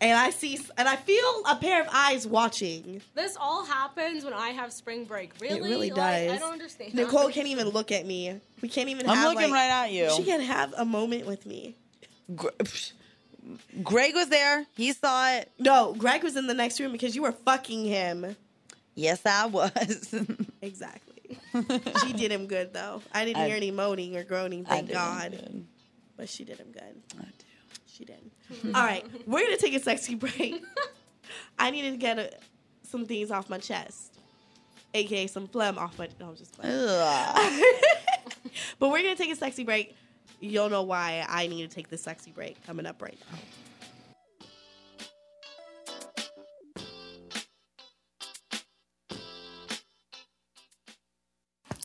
Speaker 2: And I see, and I feel a pair of eyes watching.
Speaker 4: This all happens when I have spring break. Really?
Speaker 2: It really
Speaker 4: Like,
Speaker 2: does.
Speaker 4: I don't understand.
Speaker 2: Nicole can't even look at me. We can't even.
Speaker 3: I'm
Speaker 2: have,
Speaker 3: looking
Speaker 2: like-
Speaker 3: right at you.
Speaker 2: She can't have a moment with me.
Speaker 3: Gr- psh. Greg was there. He saw it.
Speaker 2: No, Greg was in the next room because you were fucking him.
Speaker 3: Yes,
Speaker 2: [LAUGHS]
Speaker 3: I was. [LAUGHS]
Speaker 2: Exactly. she did him good though. I didn't
Speaker 3: I-
Speaker 2: hear any moaning or groaning.
Speaker 3: I
Speaker 2: Thank
Speaker 3: did.
Speaker 2: God.
Speaker 3: I did.
Speaker 2: But she did him good.
Speaker 3: I did.
Speaker 2: She did. All right, we're gonna take a sexy [LAUGHS] break. I needed to get uh some things off my chest, aka some phlegm off my. No, I'm just playing.
Speaker 3: Ugh.
Speaker 2: but we're gonna take a sexy break. You'll know why I need to take this sexy break coming up right now.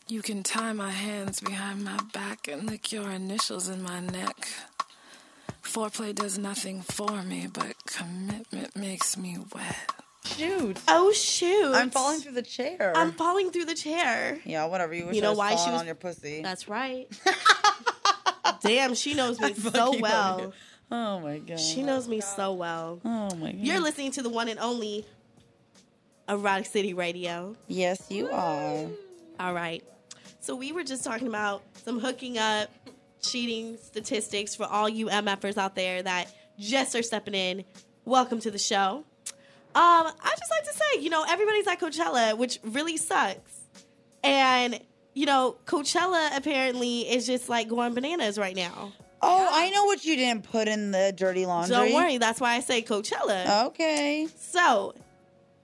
Speaker 5: You can tie my hands behind my back and lick your initials in my neck. Foreplay does nothing for me, but commitment makes me wet.
Speaker 3: Shoot.
Speaker 2: Oh shoot!
Speaker 3: I'm falling through the chair.
Speaker 2: I'm falling through the chair.
Speaker 3: yeah, whatever. You wish
Speaker 2: You
Speaker 3: you
Speaker 2: know
Speaker 3: know
Speaker 2: why
Speaker 3: I was
Speaker 2: she
Speaker 3: falling
Speaker 2: was-
Speaker 3: on your pussy.
Speaker 2: That's [LAUGHS] right. Damn, she knows me so
Speaker 3: Fuck you,
Speaker 2: well.
Speaker 3: Olivia. Oh my god.
Speaker 2: She knows me so well.
Speaker 3: Oh my god.
Speaker 2: You're listening to the one and only Erotic City Radio.
Speaker 3: yes, you are.
Speaker 2: All right. So we were just talking about some hooking up, cheating statistics for all you MFers out there that just are stepping in. Welcome to the show. Um, I just like to say, you know, everybody's at Coachella, which really sucks. And you know, Coachella apparently is just like going bananas right now.
Speaker 3: Oh, I know what you didn't put in the dirty laundry.
Speaker 2: Don't worry, that's why I say Coachella.
Speaker 3: Uh, Okay,
Speaker 2: So,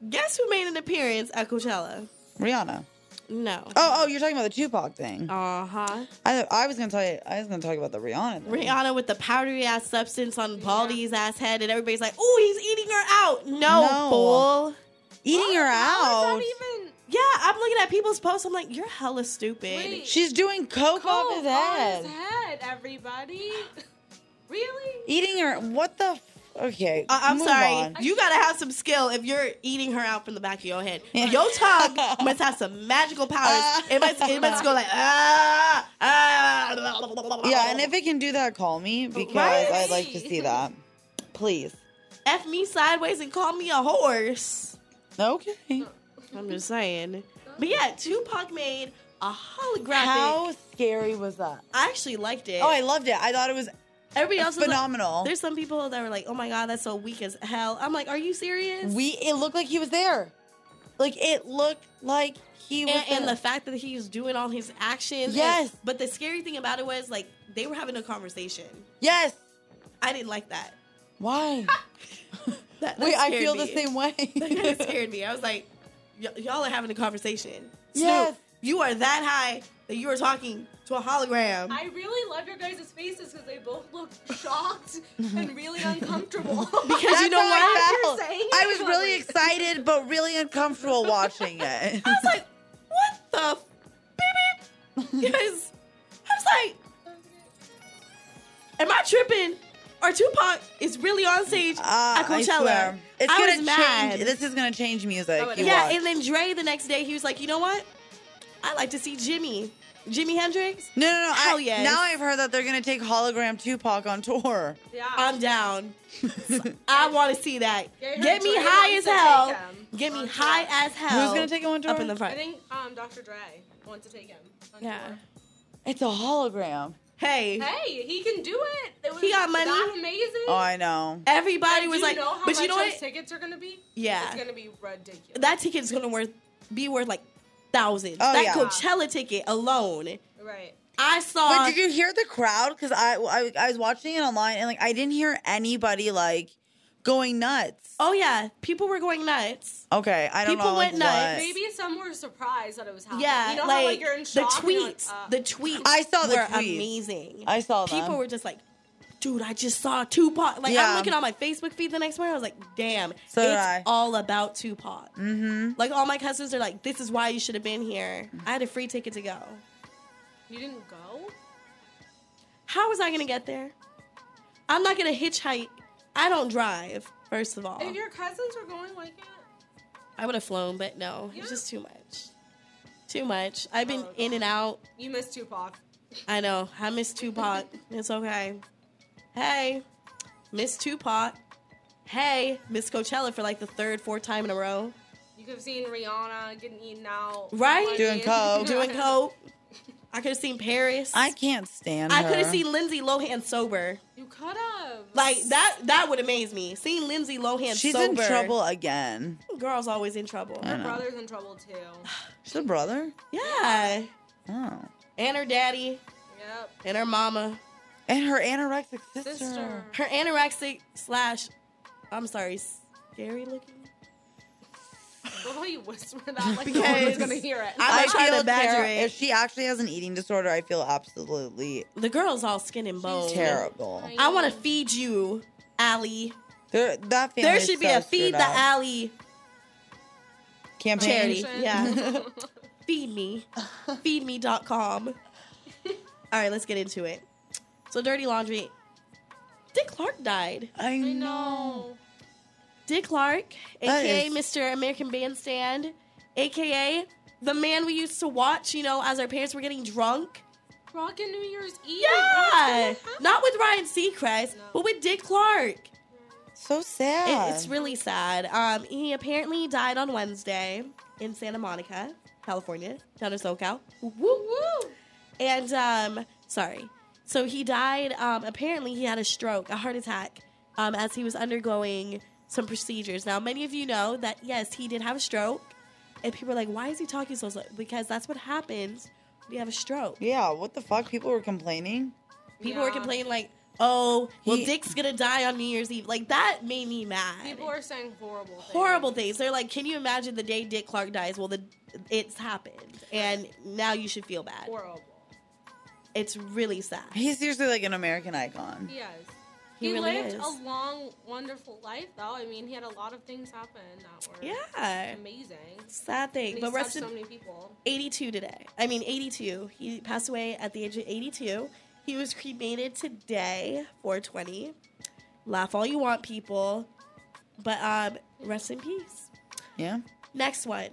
Speaker 2: guess who made an appearance at Coachella?
Speaker 3: Rihanna.
Speaker 2: No.
Speaker 3: Oh, oh, you're talking about the Tupac thing.
Speaker 2: Uh huh.
Speaker 3: I, I was gonna tell you. I was gonna talk about the Rihanna. Thing.
Speaker 2: Rihanna with the powdery ass substance on Baldy's ass head, and everybody's like, "Oh, he's eating her out." No,
Speaker 3: No.
Speaker 2: fool.
Speaker 3: eating her
Speaker 4: How
Speaker 3: out.
Speaker 4: is that even?
Speaker 2: Yeah, I'm looking at people's posts. I'm like, "You're hella stupid."
Speaker 4: Wait.
Speaker 3: She's doing coke off his
Speaker 4: Coke on
Speaker 3: head.
Speaker 4: his head, everybody. really?
Speaker 3: Eating her. What the? F- okay.
Speaker 2: I- Uh, I'm
Speaker 3: move
Speaker 2: sorry.
Speaker 3: on.
Speaker 2: You gotta have some skill if you're eating her out from the back of your head. Your
Speaker 3: [LAUGHS]
Speaker 2: tongue must have some magical powers. It must, it must go like ah ah.
Speaker 3: Yeah, and if it can do that, call me because
Speaker 2: Right?
Speaker 3: I'd like to see that. Please.
Speaker 2: f me sideways and call me a horse.
Speaker 3: Okay.
Speaker 2: I'm just saying. But yeah, Tupac made a holographic.
Speaker 3: How scary was that?
Speaker 2: I actually liked it.
Speaker 3: Oh, I loved it. I thought it was
Speaker 2: Everybody else was like-
Speaker 3: phenomenal.
Speaker 2: there's some people that were like, "Oh my god, that's so weak as hell." I'm like, "Are you serious?"
Speaker 3: we it looked like he was there. Like it looked like he was
Speaker 2: and, and
Speaker 3: there.
Speaker 2: the fact that he's doing all his actions. and-
Speaker 3: Yes.
Speaker 2: but the scary thing about it was like they were having a conversation.
Speaker 3: Yes.
Speaker 2: I didn't like that.
Speaker 3: Why?
Speaker 2: that, [LAUGHS] that
Speaker 3: Wait, I
Speaker 2: scared
Speaker 3: feel
Speaker 2: me.
Speaker 3: the same way.
Speaker 2: [LAUGHS] That
Speaker 3: [LAUGHS]
Speaker 2: kind of scared me. I was like, y- "Y'all are having a conversation."
Speaker 3: Yes.
Speaker 2: Snoop, you are that high that you are talking to a hologram.
Speaker 4: I really love your guys' faces because they both look shocked and
Speaker 2: [LAUGHS]
Speaker 4: really uncomfortable.
Speaker 2: Because you know
Speaker 3: how
Speaker 2: what?
Speaker 3: I, felt. [LAUGHS]
Speaker 4: You're saying
Speaker 3: I
Speaker 4: it,
Speaker 3: was
Speaker 4: but
Speaker 3: really
Speaker 4: like-
Speaker 3: excited but really uncomfortable watching it.
Speaker 2: [LAUGHS] I was
Speaker 3: [LAUGHS]
Speaker 2: like, "What the f- beep beep?" Because I was like, "Am I tripping?" or Tupac is really on stage
Speaker 3: Ah,
Speaker 2: at
Speaker 3: I
Speaker 2: Coachella.
Speaker 3: swear. It's
Speaker 2: I
Speaker 3: gonna
Speaker 2: was
Speaker 3: change.
Speaker 2: mad.
Speaker 3: This is gonna change music.
Speaker 4: Oh, it
Speaker 3: you
Speaker 4: is.
Speaker 2: yeah,
Speaker 3: watch.
Speaker 2: and then Dre the next day he was like, you know what? I like to see Jimmy, Jimi Hendrix.
Speaker 3: no, no, no.
Speaker 2: Hell
Speaker 3: I,
Speaker 2: yes.
Speaker 3: Now I've heard that they're gonna take hologram Tupac on tour.
Speaker 4: [LAUGHS]
Speaker 3: [LAUGHS]
Speaker 4: Yeah.
Speaker 2: I'm down. [LAUGHS] I want to see that.
Speaker 4: Yeah,
Speaker 2: Get,
Speaker 4: you heard
Speaker 2: me
Speaker 4: Dre
Speaker 2: high as
Speaker 4: wants to
Speaker 2: hell.
Speaker 4: take him
Speaker 2: Get me
Speaker 4: on
Speaker 2: high
Speaker 4: tour.
Speaker 2: as hell.
Speaker 3: Who's gonna take him on tour?
Speaker 2: up in the
Speaker 4: I
Speaker 2: front?
Speaker 4: think um, Dr. Dre wants to take him. on
Speaker 2: Yeah.
Speaker 4: tour.
Speaker 3: It's a hologram.
Speaker 2: Hey,
Speaker 4: Hey, he can do it. it was
Speaker 2: He got money.
Speaker 4: That amazing.
Speaker 3: Oh, I know.
Speaker 2: everybody
Speaker 4: Do
Speaker 2: was
Speaker 4: you
Speaker 2: like,
Speaker 4: know how
Speaker 2: but
Speaker 4: much
Speaker 2: you know
Speaker 4: those
Speaker 2: what?
Speaker 4: tickets are gonna be?
Speaker 2: Yeah.
Speaker 4: It's gonna be ridiculous.
Speaker 2: that ticket's gonna worth be worth like thousands.
Speaker 3: Oh,
Speaker 2: that
Speaker 3: yeah.
Speaker 2: Coachella ticket alone.
Speaker 4: right.
Speaker 2: I saw.
Speaker 3: But did you hear the crowd? Because I, I I was watching it online and like I didn't hear anybody like going nuts.
Speaker 2: oh yeah, people were going nuts.
Speaker 3: Okay, I don't
Speaker 2: People
Speaker 3: know. like,
Speaker 2: went nuts.
Speaker 3: what-
Speaker 4: Maybe some were surprised that it was happening.
Speaker 2: Yeah,
Speaker 4: Uh, You know
Speaker 2: like,
Speaker 4: how like you're in shock.
Speaker 2: the
Speaker 4: and you're like,
Speaker 2: tweets,
Speaker 4: uh,
Speaker 2: the tweets.
Speaker 3: I saw the
Speaker 2: were
Speaker 3: tweets.
Speaker 2: amazing.
Speaker 3: I saw them.
Speaker 2: people were just like, dude, I just saw Tupac. Like
Speaker 3: Yeah.
Speaker 2: I'm looking on my Facebook feed the next morning. I was like, damn,
Speaker 3: So did
Speaker 2: it's
Speaker 3: I.
Speaker 2: all about Tupac. Mm-hmm. Like all my cousins are like, this is why you should have been here. I had a free ticket to go.
Speaker 4: you didn't go.
Speaker 2: How was I gonna get there? I'm not gonna hitchhike. I don't drive. First of all,
Speaker 4: If your cousins were going, why can't?
Speaker 2: I would have flown, but no,
Speaker 4: Yeah.
Speaker 2: it's just too much. Too much. I've been
Speaker 4: Oh,
Speaker 2: in and out.
Speaker 4: You missed Tupac.
Speaker 2: I know. I miss Tupac. It's okay. Hey, Miss Tupac. Hey, Miss Coachella for like the third, fourth time in a row.
Speaker 4: You could have seen Rihanna getting eaten out.
Speaker 2: Right?
Speaker 4: Money. [LAUGHS]
Speaker 3: Doing coke.
Speaker 2: Doing coke. I could have seen Paris.
Speaker 3: I can't stand.
Speaker 2: I could have
Speaker 3: her.
Speaker 2: seen Lindsay Lohan sober.
Speaker 4: You could have.
Speaker 2: Like that. That would amaze me. Seeing Lindsay Lohan
Speaker 3: She's
Speaker 2: sober.
Speaker 3: in trouble again.
Speaker 2: Girls always in trouble.
Speaker 4: Her brother's in trouble too.
Speaker 3: She's a brother.
Speaker 2: Yeah.
Speaker 3: Oh,
Speaker 2: And her daddy
Speaker 4: Yep.
Speaker 2: and her mama.
Speaker 3: and her anorexic sister.
Speaker 4: Sister.
Speaker 2: Her anorexic slash, I'm sorry, scary looking.
Speaker 4: Love how you whisper that like no one
Speaker 2: Because
Speaker 4: was gonna hear it.
Speaker 2: I'm
Speaker 3: I
Speaker 2: not trying
Speaker 3: feel
Speaker 2: to badger
Speaker 3: terri-
Speaker 2: it.
Speaker 3: If she actually has an eating disorder, I feel absolutely
Speaker 2: The girl's all skin and bone.
Speaker 3: terrible.
Speaker 4: I-
Speaker 2: I want to feed you, Allie.
Speaker 3: There, that family
Speaker 2: There
Speaker 3: is
Speaker 2: should be
Speaker 3: so
Speaker 2: a feed
Speaker 3: screwed
Speaker 2: the
Speaker 3: up.
Speaker 2: Allie charity.
Speaker 3: campaign.
Speaker 4: Mansion.
Speaker 2: Yeah. feed me. [LAUGHS] Feedme.com.
Speaker 3: [LAUGHS]
Speaker 2: All right, let's get into it. So, Dirty Laundry. Dick Clark died.
Speaker 3: I
Speaker 4: [LAUGHS] I
Speaker 3: know.
Speaker 4: know.
Speaker 2: Dick Clark,
Speaker 3: That
Speaker 2: aka
Speaker 3: is-
Speaker 2: Mr. American Bandstand, aka the man we used to watch, you know, as our parents were getting drunk.
Speaker 4: Rockin' New Year's Eve.
Speaker 2: Yeah,
Speaker 4: That's gonna
Speaker 2: not with Ryan Seacrest,
Speaker 4: No.
Speaker 2: but with Dick Clark.
Speaker 3: So sad.
Speaker 2: It, it's really sad. Um, he apparently died on Wednesday in Santa Monica, California, down in SoCal.
Speaker 4: happen. Woo woo.
Speaker 2: And um, sorry. So he died. Um, apparently, he had a stroke, a heart attack, um, as he was undergoing some procedures. Now, many of you know that yes, he did have a stroke, and people are like, "Why is he talking so slow?" Because that's what happens when you have a stroke.
Speaker 3: yeah. What the fuck? People were complaining.
Speaker 2: People were
Speaker 4: Yeah.
Speaker 2: complaining like, "Oh, well,
Speaker 3: He-
Speaker 2: Dick's gonna die on New Year's Eve." Like that made me mad.
Speaker 4: People are saying horrible. Things.
Speaker 2: Horrible things. They're like, "Can you imagine the day Dick Clark dies?" Well, the it's happened, and now you should feel bad.
Speaker 4: Horrible.
Speaker 2: It's really sad.
Speaker 3: He's seriously like an American icon.
Speaker 4: He is.
Speaker 2: He
Speaker 4: He,
Speaker 2: really
Speaker 4: lived
Speaker 2: is.
Speaker 4: a long, wonderful life, though. I mean, he had a lot of things happen that were
Speaker 2: Yeah.
Speaker 4: amazing.
Speaker 2: Sad
Speaker 4: And
Speaker 2: thing,
Speaker 4: he
Speaker 2: but
Speaker 4: touched
Speaker 2: rest
Speaker 4: so
Speaker 2: in
Speaker 4: many people.
Speaker 2: 82 today. I mean, 82. He passed away at the age of 82. He was cremated today, 420. Laugh all you want, people, but um, rest in peace.
Speaker 3: Yeah.
Speaker 2: Next one.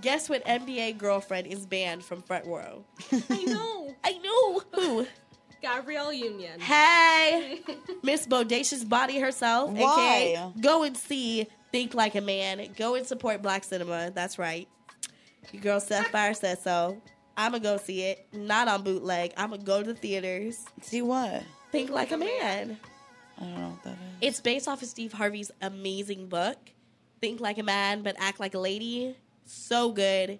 Speaker 2: Guess what NBA girlfriend is banned from front row?
Speaker 4: I know.
Speaker 2: [LAUGHS] I know who.
Speaker 4: Gabrielle Union. [LAUGHS]
Speaker 2: Hey, Miss Bodacious Body herself. aka
Speaker 3: Why?
Speaker 2: go and see Think Like a Man. Go and support Black cinema. That's right. Your girl Seth Fire said so. I'ma go see it. Not on bootleg. I'ma go to the theaters.
Speaker 3: See what?
Speaker 2: Think Like a Man.
Speaker 3: I don't know what that is.
Speaker 2: It's based off of Steve Harvey's amazing book, Think Like a Man but Act Like a Lady. So good.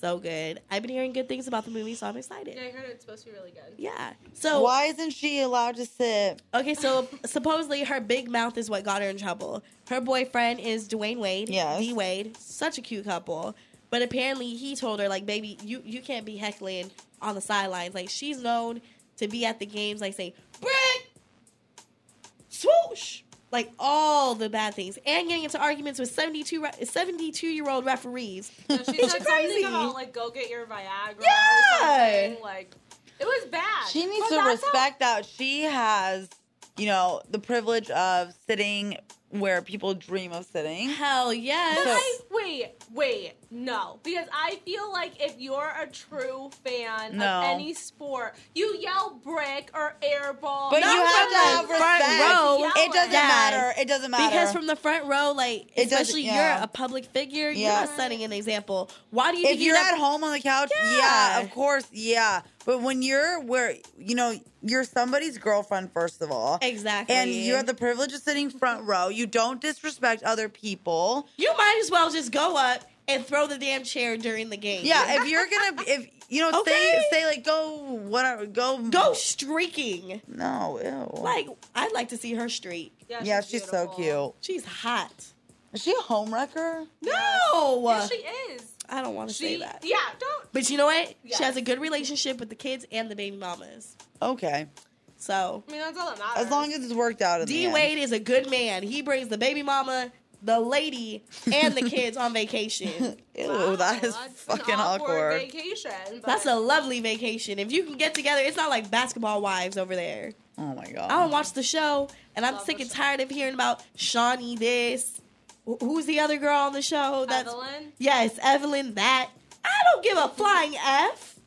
Speaker 2: So good. I've been hearing good things about the movie, so I'm
Speaker 4: Yeah,
Speaker 2: excited.
Speaker 4: I heard it's supposed to be really good.
Speaker 2: [LAUGHS] Yeah. So
Speaker 3: Why isn't she allowed to sit?
Speaker 2: Okay, so [LAUGHS] supposedly her big mouth is what got her in trouble. Her boyfriend is Dwayne Wade.
Speaker 3: Yes.
Speaker 2: D Wade. Such a cute couple. But apparently he told her, like, baby, you, you can't be heckling on the sidelines. Like, she's known to be at the games, like, say, brick, swoosh, like, all the bad things. And getting into arguments with 72 re- 72 year old referees.
Speaker 4: So she
Speaker 2: It's
Speaker 4: said
Speaker 2: crazy.
Speaker 4: something about like go get your Viagra
Speaker 2: Yeah.
Speaker 4: or something. Like it was is bad.
Speaker 3: She needs
Speaker 4: But
Speaker 3: to
Speaker 4: that's how-
Speaker 3: respect that she has, you know, the privilege of sitting where people dream of sitting.
Speaker 2: Hell yes.
Speaker 3: So-
Speaker 4: I, wait, wait, no. Because I feel like if you're a true fan
Speaker 3: No.
Speaker 4: of any sport, you yell brick or airball.
Speaker 3: But
Speaker 4: No,
Speaker 3: you have to
Speaker 4: no,
Speaker 3: have
Speaker 4: no.
Speaker 2: front
Speaker 3: respect.
Speaker 2: row,
Speaker 3: it doesn't
Speaker 2: Yes.
Speaker 3: matter. It doesn't matter.
Speaker 2: Because from the front row, like
Speaker 3: It doesn't-
Speaker 2: especially
Speaker 3: yeah.
Speaker 2: you're a public figure,
Speaker 3: Yeah.
Speaker 2: you're setting an example. Why do you?
Speaker 3: if
Speaker 2: think you
Speaker 3: you're
Speaker 2: never-
Speaker 3: at home on the couch, yeah.
Speaker 2: Yeah.
Speaker 3: of course, yeah. But when you're where you know you're somebody's girlfriend, first of all,
Speaker 2: exactly,
Speaker 3: and you have the privilege of sitting front row, you don't disrespect other people.
Speaker 2: you might as well just go up and throw the damn chair during the game.
Speaker 3: Yeah, if you're gonna, if you know,
Speaker 2: Okay.
Speaker 3: say say like go whatever, go
Speaker 2: go streaking.
Speaker 3: No, ew.
Speaker 2: Like I'd like to see her streak.
Speaker 3: yeah, she's, so
Speaker 4: beautiful.
Speaker 3: cute.
Speaker 2: She's hot.
Speaker 3: Is she a homewrecker?
Speaker 2: No,
Speaker 4: Yeah, she is.
Speaker 2: I don't want to say
Speaker 4: She,
Speaker 2: that.
Speaker 4: yeah, don't.
Speaker 2: But you know what?
Speaker 4: Yes.
Speaker 2: She has a good relationship with the kids and the baby mamas.
Speaker 3: Okay,
Speaker 2: So
Speaker 4: I mean, that's all that matters.
Speaker 3: as long as it's worked out. in the
Speaker 2: D
Speaker 3: end.
Speaker 2: Wade is a good man. He brings the baby mama, the lady, and the kids on
Speaker 3: [LAUGHS]
Speaker 2: vacation.
Speaker 3: Ew,
Speaker 4: Wow,
Speaker 3: that is
Speaker 4: that's an
Speaker 3: fucking awkward.
Speaker 4: Vacation, but-
Speaker 2: That's a lovely vacation. If you can get together, it's not like basketball wives over there.
Speaker 3: Oh my god.
Speaker 2: I don't watch the show, and I'm
Speaker 4: Love
Speaker 2: sick
Speaker 4: the
Speaker 2: and
Speaker 4: show.
Speaker 2: tired of hearing about Shawnee this. Wh- Who's the other girl on the show? That's
Speaker 4: Evelyn.
Speaker 2: yes, Evelyn. That I don't give a flying f.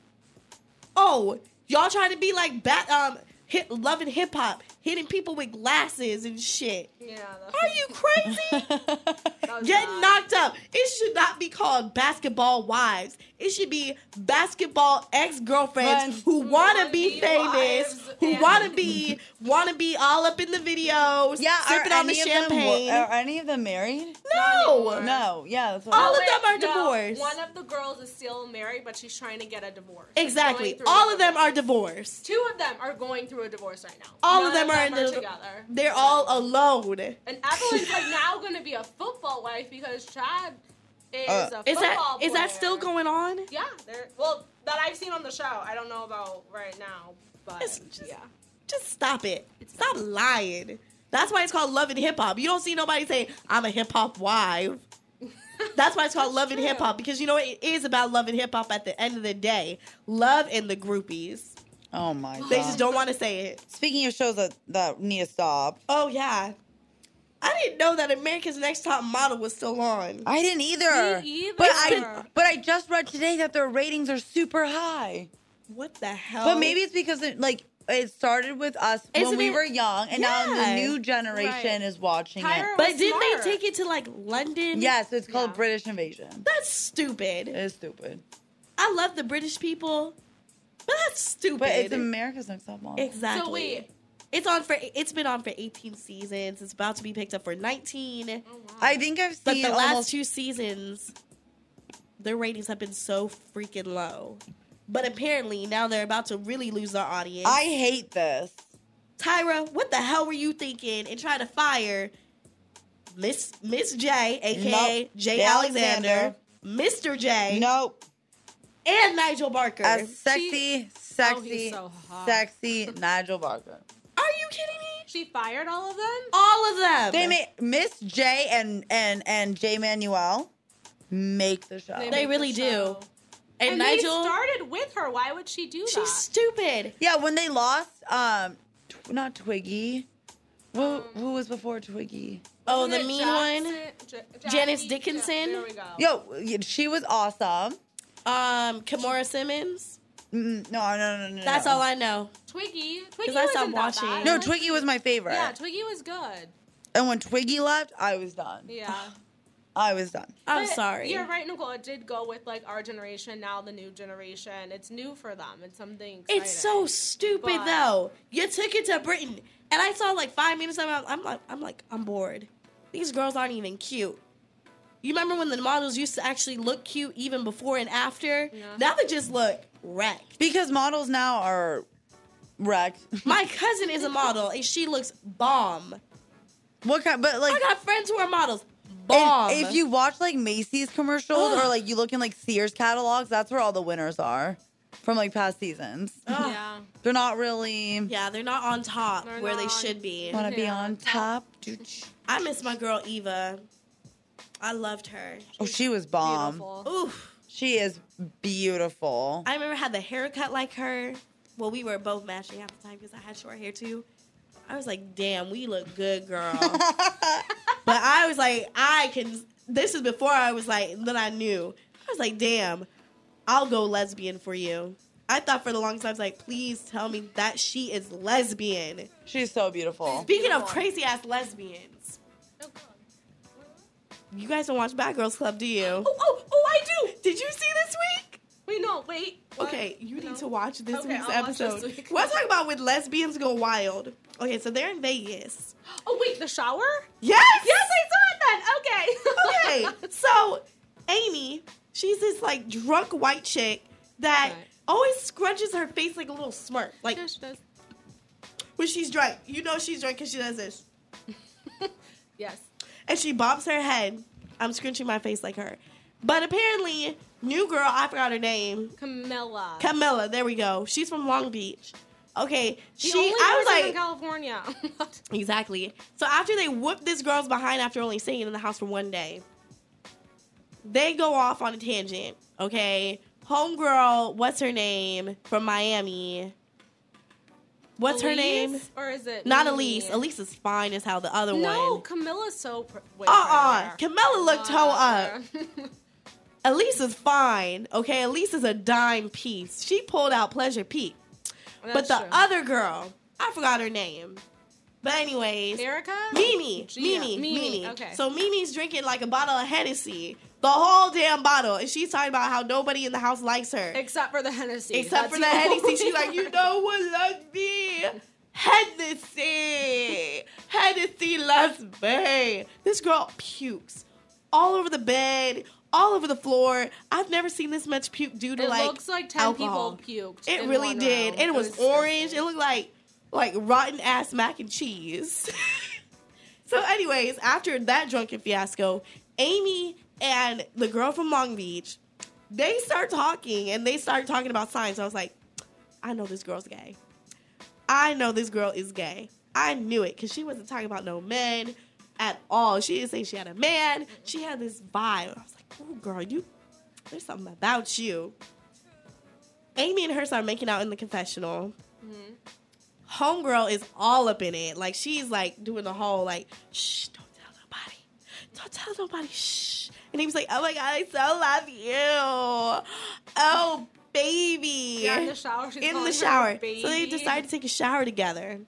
Speaker 2: Oh, y'all trying to be like bat um hit loving hip hop, hitting people with glasses and shit.
Speaker 4: Yeah, that,
Speaker 2: Are you crazy?
Speaker 4: [LAUGHS] that was
Speaker 2: Get
Speaker 4: bad.
Speaker 2: knocked up. It should not be called basketball wives. It should be basketball ex girlfriends
Speaker 3: Friends.
Speaker 2: who want to
Speaker 4: Wanna
Speaker 2: be
Speaker 4: be
Speaker 2: famous,
Speaker 4: wives
Speaker 2: who
Speaker 4: and-
Speaker 2: want to be want to be all up in the videos,
Speaker 3: [LAUGHS] yeah,
Speaker 2: sipping
Speaker 3: are
Speaker 2: on the
Speaker 3: any of them wa-
Speaker 2: champagne.
Speaker 3: are any of them married?
Speaker 2: no,
Speaker 3: No, yeah, that's what
Speaker 2: All
Speaker 4: No,
Speaker 2: of them
Speaker 4: wait,
Speaker 2: are
Speaker 4: no,
Speaker 2: divorced.
Speaker 4: One of the girls is still married, but she's trying to get a divorce. She's going
Speaker 2: exactly.
Speaker 4: through
Speaker 2: All
Speaker 4: a
Speaker 2: of them
Speaker 4: divorce.
Speaker 2: are divorced.
Speaker 4: Two of them are going through a divorce right now.
Speaker 2: All of
Speaker 4: None
Speaker 2: them are in the-
Speaker 4: together.
Speaker 2: They're all alone. [LAUGHS]
Speaker 4: And Evelyn's like now going to be a football wife because Chad is
Speaker 3: Uh,
Speaker 4: a football
Speaker 2: Is that is
Speaker 4: player.
Speaker 2: that still going on?
Speaker 4: Yeah, they're well that I've seen on the show. I don't know about right now, but
Speaker 2: It's just-
Speaker 4: yeah.
Speaker 2: [LAUGHS] Just stop it. Stop lying. That's why it's called Love and Hip Hop. You don't see nobody say, I'm a hip hop wife. That's why it's called Love and
Speaker 4: true.
Speaker 2: Hip Hop because you know what? It is about love and hip hop at the end of the day. Love and the groupies.
Speaker 3: Oh my god.
Speaker 2: They just don't want to say it.
Speaker 3: Speaking of shows that, that need to stop,
Speaker 2: Oh, yeah. I didn't know that America's Next Top Model was still on.
Speaker 3: I didn't either.
Speaker 4: Me either.
Speaker 3: But I but I just read today that their ratings are super high.
Speaker 2: What the hell?
Speaker 4: Oh.
Speaker 3: But maybe it's because it, like it started with us when
Speaker 2: Isn't
Speaker 3: we
Speaker 2: it-
Speaker 3: were young, and now the
Speaker 2: Yeah.
Speaker 3: new generation
Speaker 4: Right.
Speaker 3: is watching
Speaker 4: Tyra
Speaker 3: it.
Speaker 2: But
Speaker 4: was
Speaker 2: didn't
Speaker 4: smart.
Speaker 2: they take it to like London?
Speaker 3: Yes, it's called
Speaker 4: Yeah.
Speaker 3: British Invasion.
Speaker 2: That's stupid.
Speaker 3: It's stupid,
Speaker 2: I love the British people, but that's stupid.
Speaker 3: but it's America's Next Top Model.
Speaker 2: Exactly.
Speaker 4: So wait.
Speaker 2: It's on for. It's been on for 18 seasons. It's about to be picked up for 19.
Speaker 4: Oh, wow.
Speaker 3: I think I've
Speaker 2: But
Speaker 3: seen
Speaker 2: the last
Speaker 3: almost-
Speaker 2: two seasons, their ratings have been so freaking low. But apparently now they're about to really lose their audience.
Speaker 3: I hate this.
Speaker 2: Tyra, what the hell were you thinking and trying to fire Miss Miss J, aka
Speaker 3: Nope.
Speaker 2: J
Speaker 3: Jay
Speaker 2: Alexander, Mr. J,
Speaker 3: Nope.
Speaker 2: and Nigel Barker?
Speaker 3: A sexy,
Speaker 4: She- Oh,
Speaker 3: sexy,
Speaker 4: he's so hot.
Speaker 3: sexy Nigel Barker.
Speaker 2: Are you kidding me?
Speaker 4: She fired all of them?
Speaker 2: All of them.
Speaker 3: They made Miss J and and and J Manuel make the show.
Speaker 4: They,
Speaker 2: They
Speaker 4: make
Speaker 2: really
Speaker 4: the show.
Speaker 2: do.
Speaker 4: And,
Speaker 2: and, Nigel.
Speaker 4: they started with her. Why would she do that?
Speaker 2: she's stupid.
Speaker 3: yeah, when they lost, um, tw- not Twiggy. Who who was before Twiggy?
Speaker 2: Oh,
Speaker 4: Isn't
Speaker 2: the
Speaker 4: it
Speaker 2: mean
Speaker 4: Jackson-
Speaker 2: one.
Speaker 4: Ja-
Speaker 2: Janice
Speaker 4: Jackie-
Speaker 2: Dickinson?
Speaker 4: Yeah, there we go.
Speaker 3: Yo, y- she was awesome.
Speaker 2: Um, Kimora Simmons.
Speaker 3: Mm, No, no, no, no, no.
Speaker 2: That's all I know.
Speaker 4: Twiggy. Twiggy
Speaker 2: I
Speaker 4: wasn't
Speaker 2: stopped
Speaker 4: that
Speaker 2: watching.
Speaker 4: bad.
Speaker 3: No, Twiggy was my favorite.
Speaker 4: Yeah, Twiggy was good.
Speaker 3: and when Twiggy left, I was done.
Speaker 2: [LAUGHS]
Speaker 4: Yeah.
Speaker 3: I was done.
Speaker 2: I'm
Speaker 4: But
Speaker 2: sorry.
Speaker 4: You're right, Nicole. It did go with like our generation, now the new generation. It's new for them. It's something. Exciting.
Speaker 2: It's so stupid
Speaker 4: But-
Speaker 2: though. You took it to Britain, and I saw like five minutes of it. I'm like, I'm like, I'm bored. These girls aren't even cute. You remember when the models used to actually look cute even before and after?
Speaker 4: Yeah.
Speaker 2: Now they just look wrecked.
Speaker 3: Because models now are wrecked. [LAUGHS]
Speaker 2: My cousin is a model, and she looks bomb.
Speaker 3: what kind? But like,
Speaker 2: I got friends who are models. Bomb.
Speaker 3: And if you watch like Macy's commercials or
Speaker 2: Ugh.
Speaker 3: like you look in like Sears catalogs, that's where all the winners are from like past seasons.
Speaker 2: Ugh.
Speaker 3: [LAUGHS]
Speaker 4: Yeah.
Speaker 3: They're not really
Speaker 2: yeah, they're not on top
Speaker 4: They're
Speaker 2: where they
Speaker 4: not.
Speaker 2: should be.
Speaker 3: want to be
Speaker 4: Yeah.
Speaker 3: on top.
Speaker 2: I miss my girl Eva. I loved her.
Speaker 3: Oh, she was
Speaker 2: Um,
Speaker 3: bomb.
Speaker 2: Oh.
Speaker 4: Beautiful.
Speaker 2: Oof.
Speaker 3: She is beautiful.
Speaker 2: I remember had the haircut like her. well, we were both matching at the time because I had short hair too. I was like, damn, we look good, [LAUGHS] girl. but I was like, I can. This is before I was like, then I knew. I was like, damn, I'll go lesbian for you. I thought for the longest time, I was like, please tell me that she is lesbian.
Speaker 3: She's so beautiful.
Speaker 2: Speaking of crazy ass lesbians,
Speaker 4: Oh, God.
Speaker 2: you guys don't watch Bad Girls Club, do you?
Speaker 4: oh, oh, oh, I do.
Speaker 2: Did you see this week?
Speaker 4: Wait, no, wait. What?
Speaker 2: Okay, you
Speaker 4: No.
Speaker 2: need to watch this
Speaker 4: Okay,
Speaker 2: week's
Speaker 4: I'll watch this
Speaker 2: episode.
Speaker 4: week.
Speaker 2: We're talking about when lesbians go wild. Okay, so they're in Vegas.
Speaker 4: Oh, wait, the shower?
Speaker 2: Yes,
Speaker 4: Yes, I saw it
Speaker 2: Okay,
Speaker 4: [LAUGHS] then. Okay.
Speaker 2: so Amy, she's this like drunk white chick that
Speaker 4: Right.
Speaker 2: always scrunches her face like a little smirk, like
Speaker 4: Yes, she does.
Speaker 2: when she's drunk. You know she's drunk because she does this,
Speaker 4: Yes.
Speaker 2: and she bobs her head. I'm scrunching my face like her, but apparently, new girl, I forgot her name,
Speaker 4: Camilla.
Speaker 2: Camilla. There we go. She's from Long Beach. Okay,
Speaker 4: The
Speaker 2: she.
Speaker 4: only
Speaker 2: I was
Speaker 4: person
Speaker 2: like,
Speaker 4: in California. [LAUGHS]
Speaker 2: Exactly. So after they whoop this girl's behind after only staying in the house for one day, they go off on a tangent. Okay. Homegirl, what's her name from Miami? What's her name?
Speaker 4: Elise? Or is it
Speaker 2: Not
Speaker 4: me?
Speaker 2: Elise. Elise is fine as how the other
Speaker 4: No,
Speaker 2: one.
Speaker 4: Camilla's so. Pr-
Speaker 2: Uh uh Camilla looked toe
Speaker 4: [LAUGHS]
Speaker 2: up. Elise is fine. Okay. Elise is a dime piece. She pulled out Pleasure Pete. but the other girl, I forgot her name. But, anyways.
Speaker 4: Erica?
Speaker 2: Mimi,
Speaker 4: Gia.
Speaker 2: Mimi, Mimi,
Speaker 4: Okay.
Speaker 2: So Mimi's drinking like a bottle of Hennessy, the whole damn bottle, and she's talking about how nobody in the house likes her
Speaker 4: except for the Hennessy.
Speaker 2: except
Speaker 4: That's
Speaker 2: for the Hennessy. She's like,
Speaker 4: [LAUGHS]
Speaker 2: you know what loves me? Hennessy, Hennessy loves me. This girl pukes all over the bed, all over the floor. I've never seen this much puke due to
Speaker 4: It
Speaker 2: like
Speaker 4: looks like ten
Speaker 2: alcohol.
Speaker 4: people puked.
Speaker 2: It
Speaker 4: in
Speaker 2: really
Speaker 4: one
Speaker 2: did.
Speaker 4: room.
Speaker 2: And it was, orange. It looked like like rotten ass mac and cheese. [LAUGHS] so, anyways, after that drunken fiasco, Amy and the girl from Long Beach, they start talking and they start talking about science. I was like, I know this girl's gay. I know this girl is gay. I knew it because she wasn't talking about no men at all. She didn't say she had a man. She had this vibe. I was like, oh, girl, you, there's something about you. Amy and her start making out in the confessional. Homegirl is all up in it. Like she's like doing the whole like, shh, don't tell nobody, don't tell nobody, shh. And he was like, oh my god, I so love you. Oh baby,
Speaker 4: Yeah, in the shower. She's
Speaker 2: in
Speaker 4: calling
Speaker 2: the
Speaker 4: her
Speaker 2: shower.
Speaker 4: baby.
Speaker 2: So they decide to take a shower together.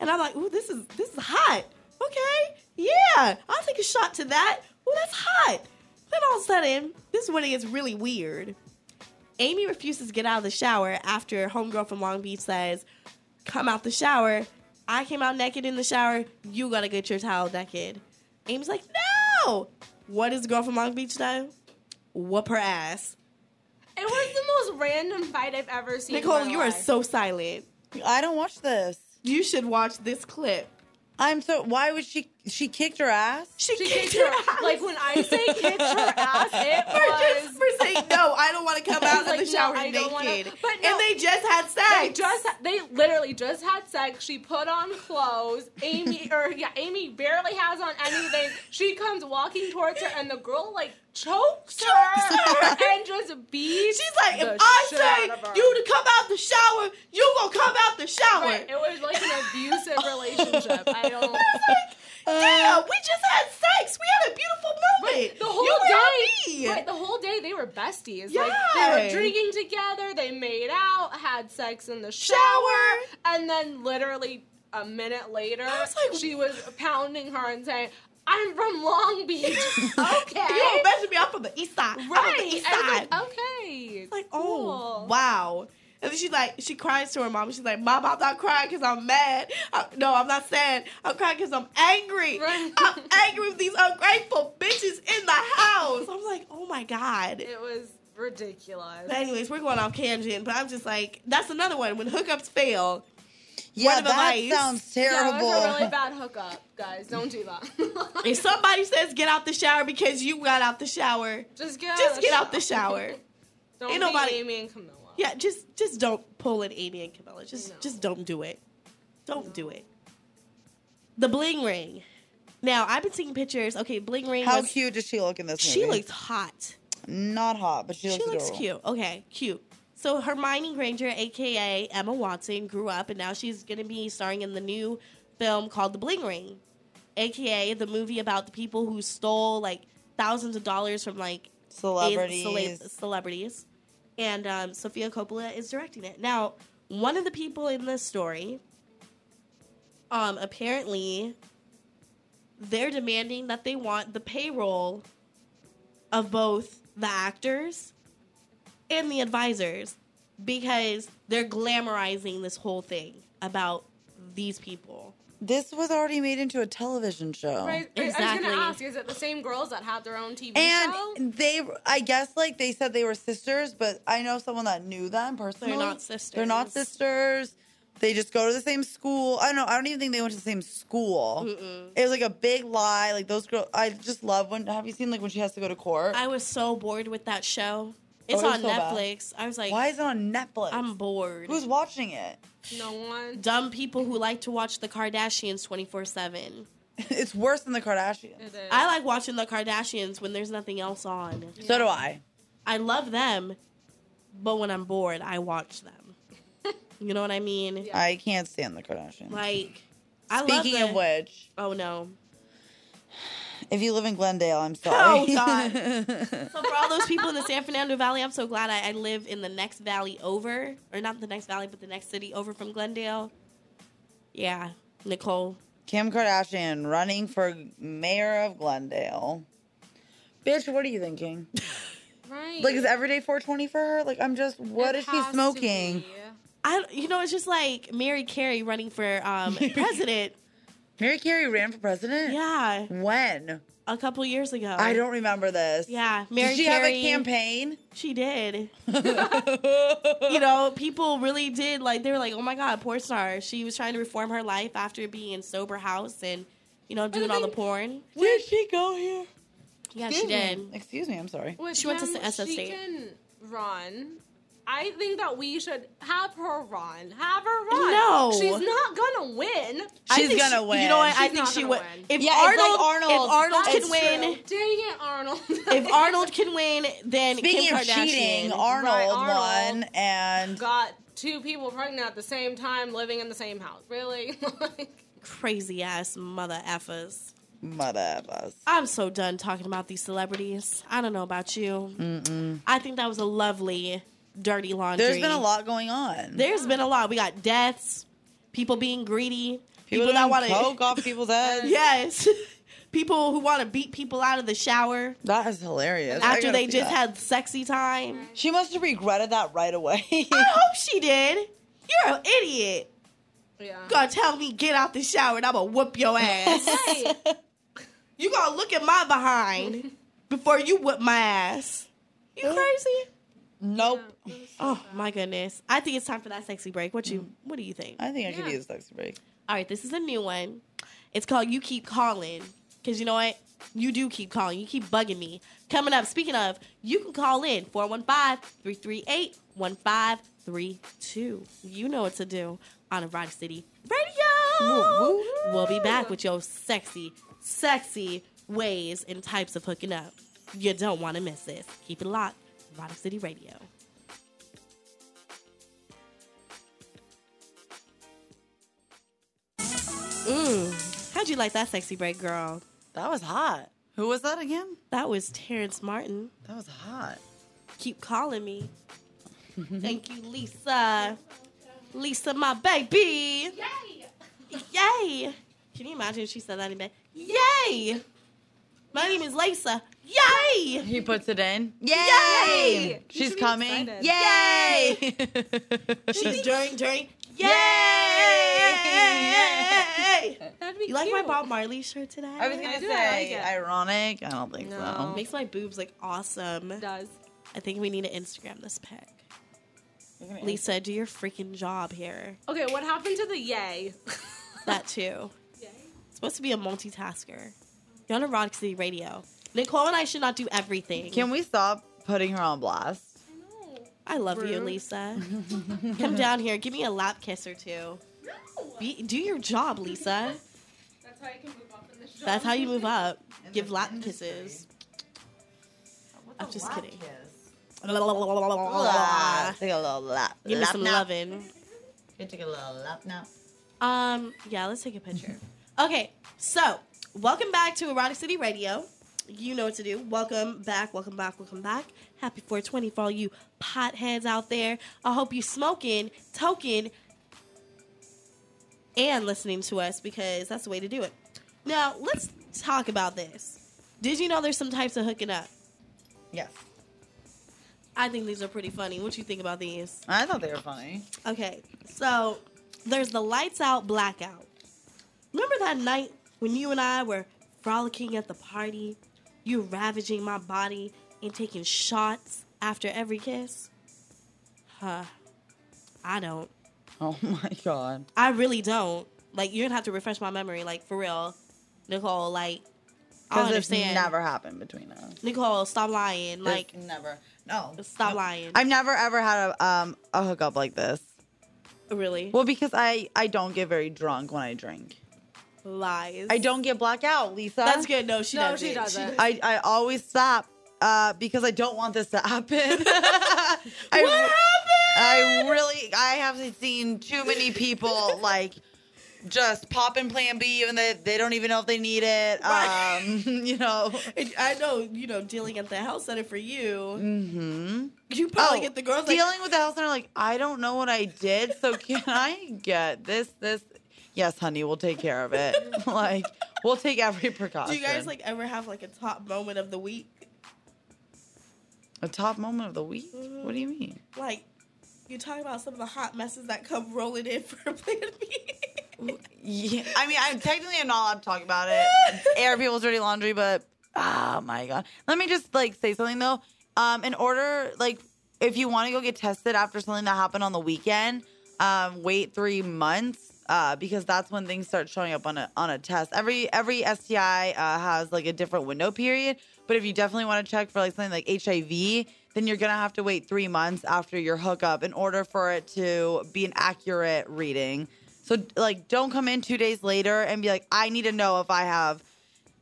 Speaker 2: And I'm like, ooh, this is this is hot. Okay. Yeah. I'll take a shot to that. Ooh, that's hot. Then all of a sudden, this is when it gets really weird. Amy refuses to get out of the shower after homegirl from Long Beach says, Come out the shower. I came out naked in the shower. You gotta get your towel naked. Amy's like, No! What does the girl from Long Beach do? Whoop her ass.
Speaker 4: It was the most random fight I've ever seen. in
Speaker 2: Nicole,
Speaker 4: my
Speaker 2: you are
Speaker 4: life.
Speaker 2: so silent.
Speaker 3: I don't watch this.
Speaker 2: You should watch this clip.
Speaker 3: I'm so. Why would she? She kicked her ass.
Speaker 2: She,
Speaker 4: She
Speaker 2: kicked,
Speaker 4: kicked
Speaker 2: her
Speaker 4: her
Speaker 2: ass.
Speaker 4: like when I say
Speaker 2: [LAUGHS]
Speaker 4: kicked her ass, it
Speaker 2: for just
Speaker 4: was.
Speaker 2: for saying no, I don't want to
Speaker 4: [LAUGHS]
Speaker 2: come out of
Speaker 4: Like,
Speaker 2: the
Speaker 4: no,
Speaker 2: shower
Speaker 4: I
Speaker 2: naked.
Speaker 4: don't wanna- but no.
Speaker 2: and they just had
Speaker 4: They
Speaker 2: sex.
Speaker 4: just they literally just had sex. She put on clothes.
Speaker 2: [LAUGHS]
Speaker 4: Amy or yeah, Amy barely has on anything. She comes walking towards her and the girl like chokes her and just beats.
Speaker 2: She's like,
Speaker 4: the
Speaker 2: if I
Speaker 4: shit out of
Speaker 2: say
Speaker 4: her.
Speaker 2: you to come out the shower, you gonna come out the shower.
Speaker 4: Right, it was like an
Speaker 2: [LAUGHS]
Speaker 4: abusive relationship. I don't.
Speaker 2: Damn, we just had sex. We had a beautiful moment.
Speaker 4: The whole
Speaker 2: you were
Speaker 4: day,
Speaker 2: on me.
Speaker 4: right, the whole day they were besties.
Speaker 2: Yeah.
Speaker 4: Like they were drinking together, they made out, had sex in the shower,
Speaker 2: Shower.
Speaker 4: and then literally a minute later,
Speaker 2: I was like-
Speaker 4: she was pounding her and saying, "I'm from
Speaker 2: [LAUGHS]
Speaker 4: Long Beach."
Speaker 2: oh,
Speaker 4: okay,
Speaker 2: [LAUGHS] You don't mess with me. I'm from the east side. I'm from
Speaker 4: [LAUGHS] right?
Speaker 2: the east
Speaker 4: I was
Speaker 2: side.
Speaker 4: like, okay,
Speaker 2: like, oh
Speaker 4: cool.
Speaker 2: wow. And then she's like, she cries to her mom. She's like, Mom, I'm not crying because I'm mad. I- no, I'm not sad. I'm crying because I'm angry.
Speaker 4: Right.
Speaker 2: I'm angry with these ungrateful bitches in the house. I'm like, oh my God.
Speaker 4: It was ridiculous.
Speaker 2: But anyways, we're going off tangent, but I'm just like, that's another one. When hookups fail,
Speaker 3: [LAUGHS] Yeah,
Speaker 2: of
Speaker 3: that
Speaker 2: advice.
Speaker 3: sounds
Speaker 4: Yeah, it
Speaker 3: terrible.
Speaker 4: was a really bad hookup, guys. Don't
Speaker 2: [LAUGHS]
Speaker 4: do that.
Speaker 2: if somebody says get out the shower because you got out the shower,
Speaker 4: [LAUGHS] just get
Speaker 2: just
Speaker 4: out
Speaker 2: get
Speaker 4: [LAUGHS]
Speaker 2: out the shower.
Speaker 4: Don't
Speaker 2: Ain't
Speaker 4: be
Speaker 2: nobody-
Speaker 4: Amy and Camilla.
Speaker 2: Yeah, just just don't pull an Amy and Camilla. Just
Speaker 4: No.
Speaker 2: just don't do it. Don't do it. The bling ring. Now I've been seeing pictures. Okay, bling ring.
Speaker 3: How
Speaker 2: was-
Speaker 3: cute does she look in this movie?
Speaker 2: She looks hot.
Speaker 3: not hot, but she
Speaker 2: She
Speaker 3: looks
Speaker 2: looks
Speaker 3: adorable.
Speaker 2: cute. Okay, cute. So Hermione Granger, aka Emma Watson, grew up and now she's going to be starring in the new film called The Bling Ring, aka the movie about the people who stole like thousands of dollars from like
Speaker 3: Celebrities.
Speaker 2: cele- celebrities. And um, Sophia Coppola is directing it. Now, one of the people in this story, um, apparently, they're demanding that they want the payroll of both the actors and the advisors because they're glamorizing this whole thing about these people.
Speaker 3: This was already made into a television show.
Speaker 4: Right, I was
Speaker 2: Exactly.
Speaker 4: gonna ask, is it the same girls that have their own TV show?
Speaker 2: [LAUGHS]
Speaker 3: And they, I guess, like they said they were sisters, but I know someone that knew them personally.
Speaker 2: not sisters.
Speaker 3: They're not sisters. They just go to the same school. I don't know. I don't even think they went to the same school. It was like a big lie. Like those girls. I just love when. Have you seen like when she has to go to court?
Speaker 2: I was so bored with that show. It's
Speaker 3: Oh, it was
Speaker 2: on
Speaker 3: so bad.
Speaker 2: Netflix. I was like,
Speaker 3: Why is it on Netflix?
Speaker 2: I'm bored.
Speaker 3: Who's watching it? [LAUGHS]
Speaker 4: no one.
Speaker 2: Dumb people who like to watch the Kardashians 24 7.
Speaker 3: it's worse than the Kardashians.
Speaker 4: It is.
Speaker 2: I like watching the Kardashians when there's nothing else on.
Speaker 3: So do I.
Speaker 2: I love them, but when I'm bored, I watch them.
Speaker 3: [LAUGHS]
Speaker 2: you know what I mean?
Speaker 3: I can't stand the Kardashians.
Speaker 2: Like, I love
Speaker 3: Speaking
Speaker 2: them.
Speaker 3: of which,
Speaker 2: Oh no.
Speaker 3: if you live in Glendale, I'm
Speaker 2: [LAUGHS]
Speaker 3: sorry.
Speaker 2: Oh,
Speaker 3: [LAUGHS]
Speaker 2: God. So for all those people in the San Fernando Valley, I'm so glad I, I live in the next valley over, or not the next valley, but the next city over from Glendale. Yeah, Nicole.
Speaker 3: Kim Kardashian running for mayor of Glendale. Bitch, what are you thinking? [LAUGHS]
Speaker 4: right.
Speaker 3: Like, is every day 420 for her? Like, I'm just, what
Speaker 4: It
Speaker 3: is she
Speaker 4: has to
Speaker 3: smoking?
Speaker 4: be.
Speaker 2: I, you know, it's just like Mary Carey running for
Speaker 3: [LAUGHS]
Speaker 2: um, president.
Speaker 3: Mary Carey ran for president?
Speaker 2: Yeah,
Speaker 3: When?
Speaker 2: a couple years ago.
Speaker 3: I don't remember this.
Speaker 2: Yeah, Mary
Speaker 3: Did she
Speaker 2: Carey.
Speaker 3: have a
Speaker 2: [LAUGHS]
Speaker 3: campaign? [LAUGHS]
Speaker 2: She did. you know, people really did like they were like, "Oh my god, porn star." She was trying to reform her life after being in sober house and you know doing all the
Speaker 4: thing-
Speaker 2: porn.
Speaker 3: Where'd she go here?
Speaker 2: Yeah, she did.
Speaker 3: Excuse me, I'm sorry.
Speaker 4: With
Speaker 2: She went to
Speaker 4: them,
Speaker 2: SF
Speaker 4: She
Speaker 2: State.
Speaker 4: can run. I think that we should have her run. Have her run.
Speaker 2: No.
Speaker 4: she's not gonna win.
Speaker 2: I
Speaker 3: She's
Speaker 2: think
Speaker 3: gonna
Speaker 2: she-
Speaker 3: win.
Speaker 2: You know what? I
Speaker 4: She's
Speaker 2: think
Speaker 4: not
Speaker 2: she
Speaker 4: gonna
Speaker 2: would.
Speaker 4: win.
Speaker 2: If
Speaker 3: Yeah,
Speaker 2: Arnold,
Speaker 3: it's like Arnold.
Speaker 2: if Arnold
Speaker 4: That's
Speaker 2: can win,
Speaker 4: true. Dang it, Arnold. [LAUGHS]
Speaker 2: if Arnold can win, then
Speaker 3: Speaking
Speaker 2: Kim
Speaker 3: of
Speaker 2: Kardashian.
Speaker 3: cheating, Arnold,
Speaker 4: Right, Arnold.
Speaker 3: won, and
Speaker 4: got two people pregnant at the same time, living in the same house, really? [LAUGHS] like,
Speaker 2: crazy ass mother effers.
Speaker 3: mother of us.
Speaker 2: I'm so done talking about these celebrities. I don't know about you. I think that was a lovely dirty laundry.
Speaker 3: There's been a lot going on.
Speaker 2: There's been a lot. We got deaths, people being greedy, people,
Speaker 3: people,
Speaker 2: that want
Speaker 3: want [LAUGHS] coke
Speaker 2: to
Speaker 3: off people's heads.
Speaker 2: yes, [LAUGHS] people who want to beat people out of the shower
Speaker 3: That is hilarious. I
Speaker 2: after
Speaker 3: gotta
Speaker 2: they
Speaker 3: see
Speaker 2: just
Speaker 3: that.
Speaker 2: had sexy time.
Speaker 3: She must have regretted that right away.
Speaker 2: I
Speaker 3: [LAUGHS]
Speaker 2: hope she did. You're an idiot.
Speaker 4: yeah.
Speaker 2: Gonna tell me get out the shower and I'ma whoop your
Speaker 3: [LAUGHS]
Speaker 2: ass.
Speaker 4: Right.
Speaker 2: you gonna look at my behind before you whip my ass. You crazy?
Speaker 3: nope.
Speaker 2: Oh my goodness. I think it's time for that sexy break. What you what do you think?
Speaker 3: I think I could
Speaker 4: Yeah.
Speaker 3: use a sexy break.
Speaker 2: All right, this is a new one. It's called You Keep Calling. Because you know what? You do keep calling. You keep bugging me. Coming up, speaking of, you can call in 415 338 1532. You know what to do on Erotic City Radio.
Speaker 3: Woo, woo,
Speaker 2: We'll be back with your sexy, sexy ways and types of hooking up. You don't want to miss this. Keep it locked. Erotic City Radio. Mm. How'd you like that sexy break, girl?
Speaker 3: That was hot. Who was that again?
Speaker 2: That was Terrence Martin.
Speaker 3: That was hot.
Speaker 2: Keep calling me. Thank you, Lisa. Lisa, my baby. Yay! Can you imagine if she said that in bed? Yay! My name is Lisa. Yay!
Speaker 3: He puts it in. Yay!
Speaker 2: Yay!
Speaker 4: You
Speaker 3: She's
Speaker 4: should be
Speaker 3: coming.
Speaker 4: excited.
Speaker 3: Yay! [LAUGHS]
Speaker 2: She's during, during. Yay!
Speaker 3: Yay!
Speaker 4: That'd be
Speaker 2: You like my
Speaker 4: cute.
Speaker 2: Bob Marley shirt today?
Speaker 3: I was
Speaker 4: I
Speaker 3: gonna
Speaker 4: do, I
Speaker 3: say
Speaker 4: like it.
Speaker 3: ironic. I don't think
Speaker 4: No.
Speaker 2: Makes my boobs look awesome.
Speaker 4: Does
Speaker 2: I think we need to Instagram this pic.
Speaker 3: so.
Speaker 2: Lisa, do your freaking job here.
Speaker 4: okay. What happened to the yay? [LAUGHS]
Speaker 2: That too. Supposed to be a multitasker. You're on Erotic City Radio. Nicole and I should not do everything.
Speaker 3: Can we stop putting her on blast?
Speaker 2: I love you,
Speaker 4: [LAUGHS]
Speaker 2: Lisa. Come down here. Give me a lap kiss or two. Be, do your job, Lisa.
Speaker 4: That's how I can move up in this show.
Speaker 2: That's how
Speaker 4: [LAUGHS]
Speaker 2: you move up.
Speaker 3: In
Speaker 2: Give
Speaker 3: the
Speaker 2: lap
Speaker 3: industry. Oh,
Speaker 2: kisses. I'm just kidding.
Speaker 3: Take a little lap.
Speaker 2: Give me
Speaker 3: lap
Speaker 2: some
Speaker 3: nap.
Speaker 2: loving.
Speaker 3: You take a little lap now.
Speaker 2: Um, yeah, let's take a picture. okay, so welcome back to Erotic City Radio. You know what to do. Welcome back, welcome back, welcome back. Happy 420 for all you potheads out there. I hope you smoking, toking, and listening to us because that's the way to do it. Now, let's talk about this. Did you know there's some types of hooking up?
Speaker 3: Yes.
Speaker 2: I think these are pretty funny. What you think about these?
Speaker 3: I thought they were funny.
Speaker 2: [LAUGHS] Okay, so there's the lights out blackout. Remember that night when you and I were frolicking at the party? You ravaging my body and taking shots after every kiss? Huh. I don't.
Speaker 3: Oh my god.
Speaker 2: I really don't. Like, you're gonna have to refresh my memory, like, for real. Nicole, like, I don't
Speaker 3: Because it's
Speaker 2: understand.
Speaker 3: never happened between us.
Speaker 2: Nicole, stop lying. Like,
Speaker 3: It's never. No.
Speaker 2: stop lying.
Speaker 3: I've never ever had a um a hookup like this.
Speaker 2: really?
Speaker 3: Well, because I I don't get very drunk when I drink.
Speaker 2: Lies.
Speaker 3: I don't get blackout, Lisa.
Speaker 2: That's good. No, she
Speaker 4: No,
Speaker 2: doesn't.
Speaker 4: she doesn't.
Speaker 3: I, I always stop uh, because I don't want this to happen. [LAUGHS] I, what happened? I really I haven't seen too many people like just pop in Plan B even they they don't even know if they need it.
Speaker 2: Right.
Speaker 3: Um, [LAUGHS]
Speaker 2: [LAUGHS]
Speaker 3: you know.
Speaker 2: And I know, you know, dealing at the health center for you,
Speaker 3: Mm-hmm.
Speaker 2: you probably get the girls like,
Speaker 3: dealing with the health center. Like I don't know what I did, so can I get this? This? Yes, honey, we'll take care of it. [LAUGHS] like we'll take every precaution.
Speaker 2: do you guys like ever have like a top moment of the week?
Speaker 3: a top moment of the week? What do you mean?
Speaker 2: Like, you talk about some of the hot messes that come rolling in [LAUGHS] for Plan B.
Speaker 3: Yeah, I mean, I'm technically I'm not allowed to talk about it. Air people's dirty laundry, but oh my god. Let me just like say something though. Um, in order, like, if you want to go get tested after something that happened on the weekend, um, wait three months. Uh, because that's when things start showing up on a on a test. Every every STI uh, has like a different window period, but if you definitely want to check for like something like HIV, then you're gonna have to wait three months after your hookup in order for it to be an accurate reading. So like don't come in 2 days later and be like I need to know if I have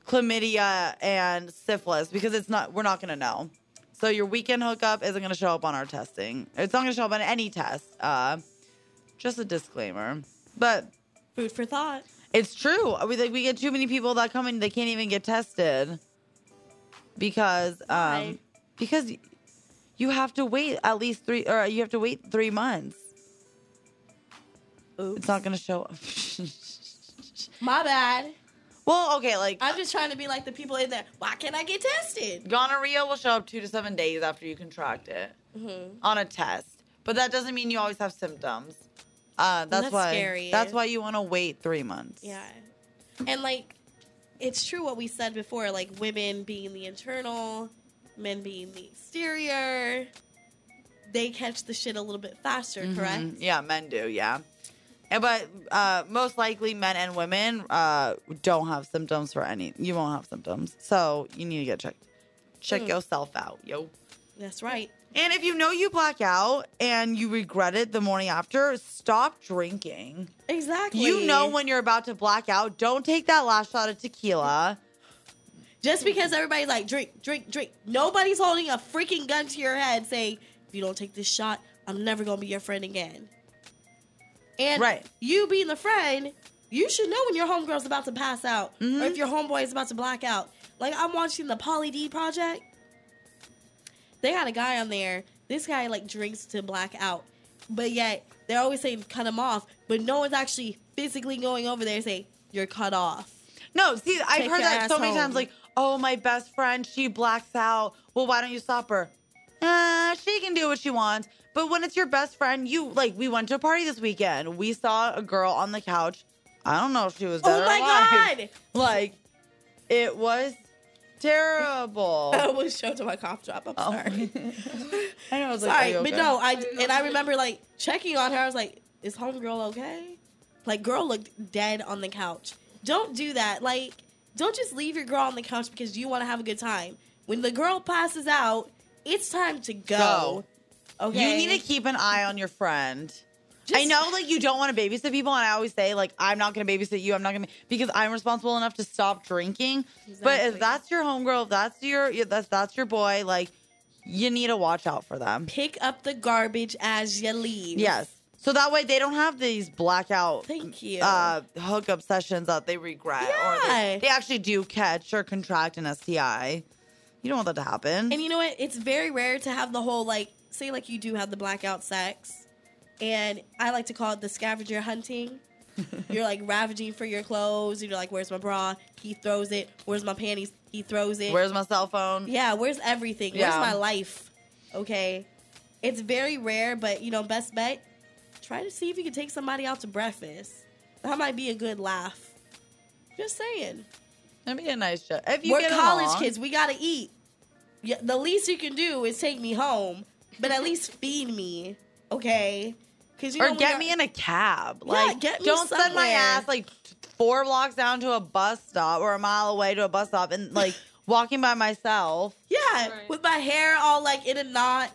Speaker 3: chlamydia and syphilis because it's not we're not going to know. So your weekend hookup isn't going to show up on our testing. It's not going to show up on any test. Uh just a disclaimer. But
Speaker 2: Food for thought.
Speaker 3: it's true. We like we get too many people that come in they can't even get tested because um
Speaker 2: Why?
Speaker 3: because you have to wait at least 3 or you have to wait 3 months. It's
Speaker 2: Oops.
Speaker 3: not going to show up. [LAUGHS]
Speaker 2: My bad.
Speaker 3: well, okay, like
Speaker 2: I'm just trying to be like the people in there. Why can't I get tested?
Speaker 3: Gonorrhea will show up two to seven days after you contract it
Speaker 2: Mm-hmm.
Speaker 3: on a test, but that doesn't mean you always have symptoms. Uh, that's,
Speaker 2: That's
Speaker 3: why.
Speaker 2: scary.
Speaker 3: That's why you want to wait three months.
Speaker 2: Yeah. And like, it's true what we said before like, women being the internal, men being the exterior. They catch the shit a little bit faster, correct?
Speaker 3: Mhm. Yeah, men do. Yeah, and, but uh, most likely men and women uh, don't have symptoms for any. You won't have symptoms, so you need to get checked.
Speaker 2: Mm.
Speaker 3: Check yourself out, yo.
Speaker 2: That's right.
Speaker 3: And if you know you black out and you regret it the morning after, stop drinking.
Speaker 2: Exactly.
Speaker 3: You know when you're about to black out. Don't take that last shot of tequila.
Speaker 2: Just because everybody's like, drink, drink, drink. Nobody's holding a freaking gun to your head saying, if you don't take this shot, I'm never going to be your friend again. And
Speaker 3: Right.
Speaker 2: you being the friend, you should know when your homegirl's about to pass out
Speaker 3: Mhm.
Speaker 2: or if your homeboy is about to black out. Like, I'm watching the Poly D Project. They had a guy on there. This guy, like, drinks to black out. But yet, they're always saying, cut him off. But no one's actually physically going over there saying, you're cut off.
Speaker 3: No, see, I've
Speaker 2: Take
Speaker 3: heard
Speaker 2: your
Speaker 3: that so
Speaker 2: ass
Speaker 3: many times.
Speaker 2: home.
Speaker 3: Like, oh, my best friend, she blacks out. Well, why don't you stop her? Uh, she can do what she wants. But when it's your best friend, you like, we went to a party this weekend. We saw a girl on the couch. I don't know if she was dead
Speaker 2: Oh
Speaker 3: or
Speaker 2: my
Speaker 3: alive.
Speaker 2: God!
Speaker 3: [LAUGHS] Like, it was
Speaker 2: [LAUGHS] I
Speaker 3: terrible.
Speaker 2: almost choked on my cough drop. I'm
Speaker 3: Oh.
Speaker 2: sorry.
Speaker 3: [LAUGHS] I know, I was like,
Speaker 2: sorry,
Speaker 3: are you
Speaker 2: but
Speaker 3: okay?
Speaker 2: no, I and I remember like checking on her. I was like, "Is homegirl okay?" Like, girl looked dead on the couch. Don't do that. Like, don't just leave your girl on the couch because you want to have a good time. When the girl passes out, it's time to go. Okay,
Speaker 3: You need to keep an eye on your friend. I
Speaker 2: Just-
Speaker 3: know, like you don't want to babysit people, and I always say, like, I'm not going to babysit you. I'm not going to because I'm responsible enough to stop drinking. But
Speaker 2: Exactly.
Speaker 3: if that's your homegirl, if that's your if that's that's your boy, like, you need to watch out for them.
Speaker 2: Pick up the garbage as you leave.
Speaker 3: Yes. So that way they don't have these blackout
Speaker 2: Thank you.
Speaker 3: uh, hookup sessions that they regret or
Speaker 2: Yeah.
Speaker 3: they, they actually do catch or contract an STI. You don't want that to happen.
Speaker 2: And you know what? It's very rare to have the whole like say like you do have the blackout sex, and I like to call it the scavenger
Speaker 3: [LAUGHS]
Speaker 2: hunting. You're like ravaging for your clothes. You're like, where's my bra? He throws it. Where's my panties? He throws it.
Speaker 3: Where's my cell phone?
Speaker 2: yeah? Where's everything?
Speaker 3: Yeah.
Speaker 2: Where's my life? Okay, it's very rare, but you know, best bet. Try to see if you can take somebody out to breakfast. That might be a good laugh. Just saying.
Speaker 3: That'd be a nice show. If you
Speaker 2: We're
Speaker 3: get
Speaker 2: college
Speaker 3: along-
Speaker 2: kids. We gotta eat. Yeah, the least you can do is take me home, but at least feed me, okay? Because you
Speaker 3: or
Speaker 2: know,
Speaker 3: get me in a cab. Like,
Speaker 2: get me
Speaker 3: don't send my
Speaker 2: somewhere.
Speaker 3: ass like four blocks down to a bus stop or a mile away to a bus stop and like [LAUGHS] walking by myself.
Speaker 2: yeah,
Speaker 4: Right.
Speaker 2: with my hair all like in a knot,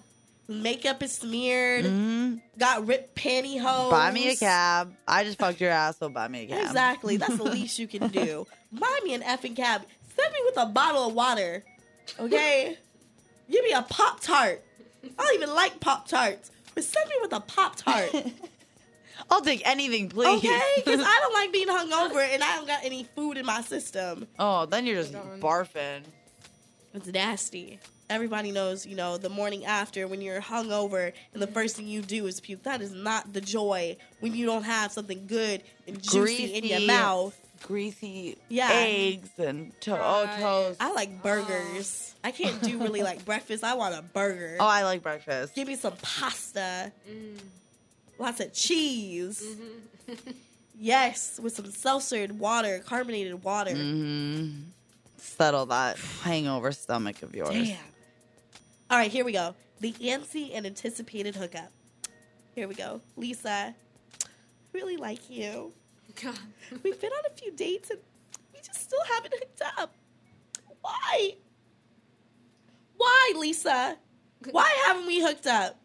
Speaker 2: makeup is smeared,
Speaker 3: Mhm.
Speaker 2: got ripped pantyhose.
Speaker 3: Buy me a cab. I just fucked your ass, so buy me a cab.
Speaker 2: Exactly. That's the least you can
Speaker 3: [LAUGHS]
Speaker 2: do. Buy me an effing cab. Send me with a bottle of water, okay? Give me a pop tart. I don't even like pop tarts, but send me with a pop tart.
Speaker 3: I'll take anything, please.
Speaker 2: Okay, because I don't like being hungover and I don't got any food in my system.
Speaker 3: [LAUGHS] oh, then you're just
Speaker 4: Darn.
Speaker 3: barfing.
Speaker 2: It's nasty. Everybody knows, you know, the morning after when you're hungover and the first thing you do is puke. That is not the joy when you don't have something good and juicy in your
Speaker 3: Greasy.
Speaker 2: mouth.
Speaker 3: Greasy
Speaker 2: Yeah.
Speaker 3: eggs and to- oh,
Speaker 4: Right.
Speaker 3: toast.
Speaker 2: I like burgers. I can't do really like breakfast. I want a burger.
Speaker 3: Oh, I like breakfast.
Speaker 2: Give me some pasta, lots of cheese. yes, with some seltzered water, carbonated water.
Speaker 3: hmm Settle that hangover stomach of yours.
Speaker 2: Damn. All right, here we go. The antsy and anticipated hookup. Here we go. Lisa, really like you.
Speaker 4: [LAUGHS] God.
Speaker 2: We've been on a few dates and we just still haven't hooked up. Why? Why, Lisa? Why haven't we hooked up?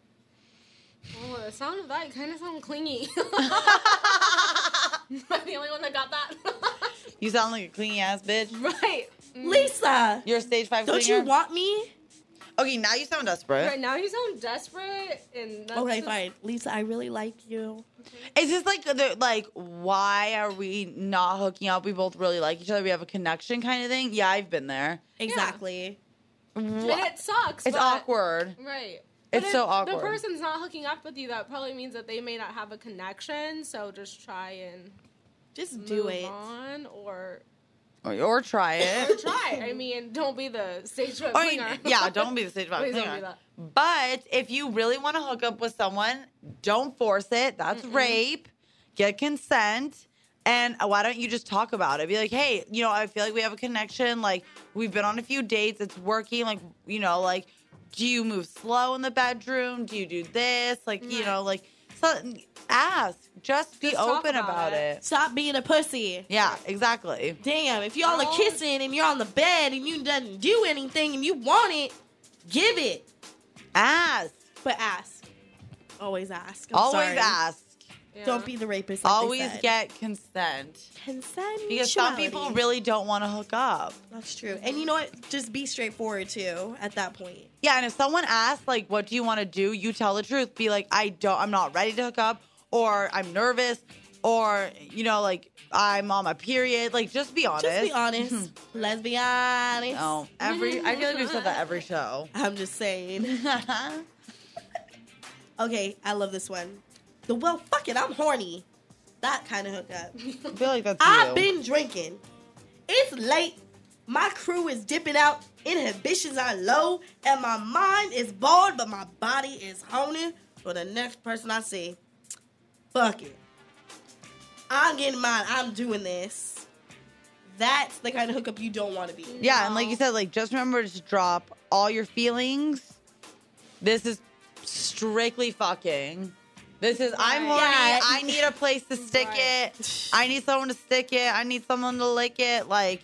Speaker 4: Oh, the sound of that kind of
Speaker 3: [LAUGHS]
Speaker 4: sound clingy. [LAUGHS] Am I the only one that got that? [LAUGHS]
Speaker 3: You sound like a clingy ass bitch.
Speaker 4: right.
Speaker 2: Lisa,
Speaker 3: You're a stage five
Speaker 2: don't you
Speaker 3: clinger?
Speaker 2: want me?
Speaker 3: Okay, now you sound desperate.
Speaker 4: Right now you sound desperate and that's
Speaker 2: Okay,
Speaker 4: just-
Speaker 2: fine. Lisa, I really like you.
Speaker 3: It's just like the, like why are we not hooking up? We both really like each other. We have a connection kind of thing. Yeah, I've been there.
Speaker 2: Exactly.
Speaker 4: And it sucks.
Speaker 3: It's
Speaker 4: but- [LAUGHS]
Speaker 3: awkward.
Speaker 4: Right.
Speaker 3: It's
Speaker 4: But
Speaker 3: so
Speaker 4: if
Speaker 3: awkward.
Speaker 4: The person's not hooking up with you. That probably means that they may not have a connection. So just try and
Speaker 2: Just do
Speaker 4: move
Speaker 2: it.
Speaker 4: on or
Speaker 3: Or, or try
Speaker 4: or
Speaker 3: it.
Speaker 4: try.
Speaker 3: [LAUGHS]
Speaker 4: I mean, don't be the stage right
Speaker 3: I mean, yeah,
Speaker 4: [LAUGHS]
Speaker 3: don't be the stage five
Speaker 4: Please don't do
Speaker 3: clinger.
Speaker 4: that.
Speaker 3: But if you really want to hook up with someone, don't force it. That's rape. Get consent. And uh, why don't you just talk about it? Be like, hey, you know, I feel like we have a connection. Like, we've been on a few dates. It's working. Like, you know, like, do you move slow in the bedroom? Do you do this? Like, you know, like, so, ask. Just be
Speaker 4: Just talk
Speaker 3: open
Speaker 4: about
Speaker 3: about
Speaker 4: it.
Speaker 3: it.
Speaker 2: Stop being a pussy.
Speaker 3: Yeah, exactly.
Speaker 2: Damn, if y'all are
Speaker 4: No.
Speaker 2: kissing and you're on the bed and you doesn't do anything and you want it, give it.
Speaker 3: Ask.
Speaker 2: But ask. Always ask. I'm
Speaker 3: Always
Speaker 2: sorry.
Speaker 3: ask.
Speaker 4: Yeah.
Speaker 2: Don't be the rapist. like they
Speaker 3: Always
Speaker 2: said.
Speaker 3: get consent.
Speaker 2: consent.
Speaker 3: Because some people really don't want to hook up.
Speaker 2: That's true. And you know what? Just be straightforward too at that point.
Speaker 3: Yeah, and if someone asks, like, what do you want to do? You tell the truth. Be like, I don't, I'm not ready to hook up, or I'm nervous, or, you know, like, I'm on my period. Like, just be honest.
Speaker 2: Just be honest. Let's be honest.
Speaker 3: [LAUGHS] No, every, I feel like we've said that every show.
Speaker 2: [LAUGHS]
Speaker 3: [LAUGHS]
Speaker 2: I'm just saying.
Speaker 3: That's
Speaker 2: Okay, I love this one. The well, fuck it, I'm horny. That kind of hookup.
Speaker 3: I feel like that's
Speaker 2: I've
Speaker 3: you.
Speaker 2: been drinking. It's late. My crew is dipping out. Inhibitions are low, and my mind is bored, but my body is honing for the next person I see. Fuck it. I'm getting mine. I'm doing this. That's the kind of hookup you don't want to be.
Speaker 3: Yeah, and like you said, like just remember to just drop all your feelings. This is strictly fucking. This is I'm horny.
Speaker 2: Right.
Speaker 3: I need a place to stick
Speaker 4: Right.
Speaker 3: it. I need someone to stick it. I need someone to lick it. Like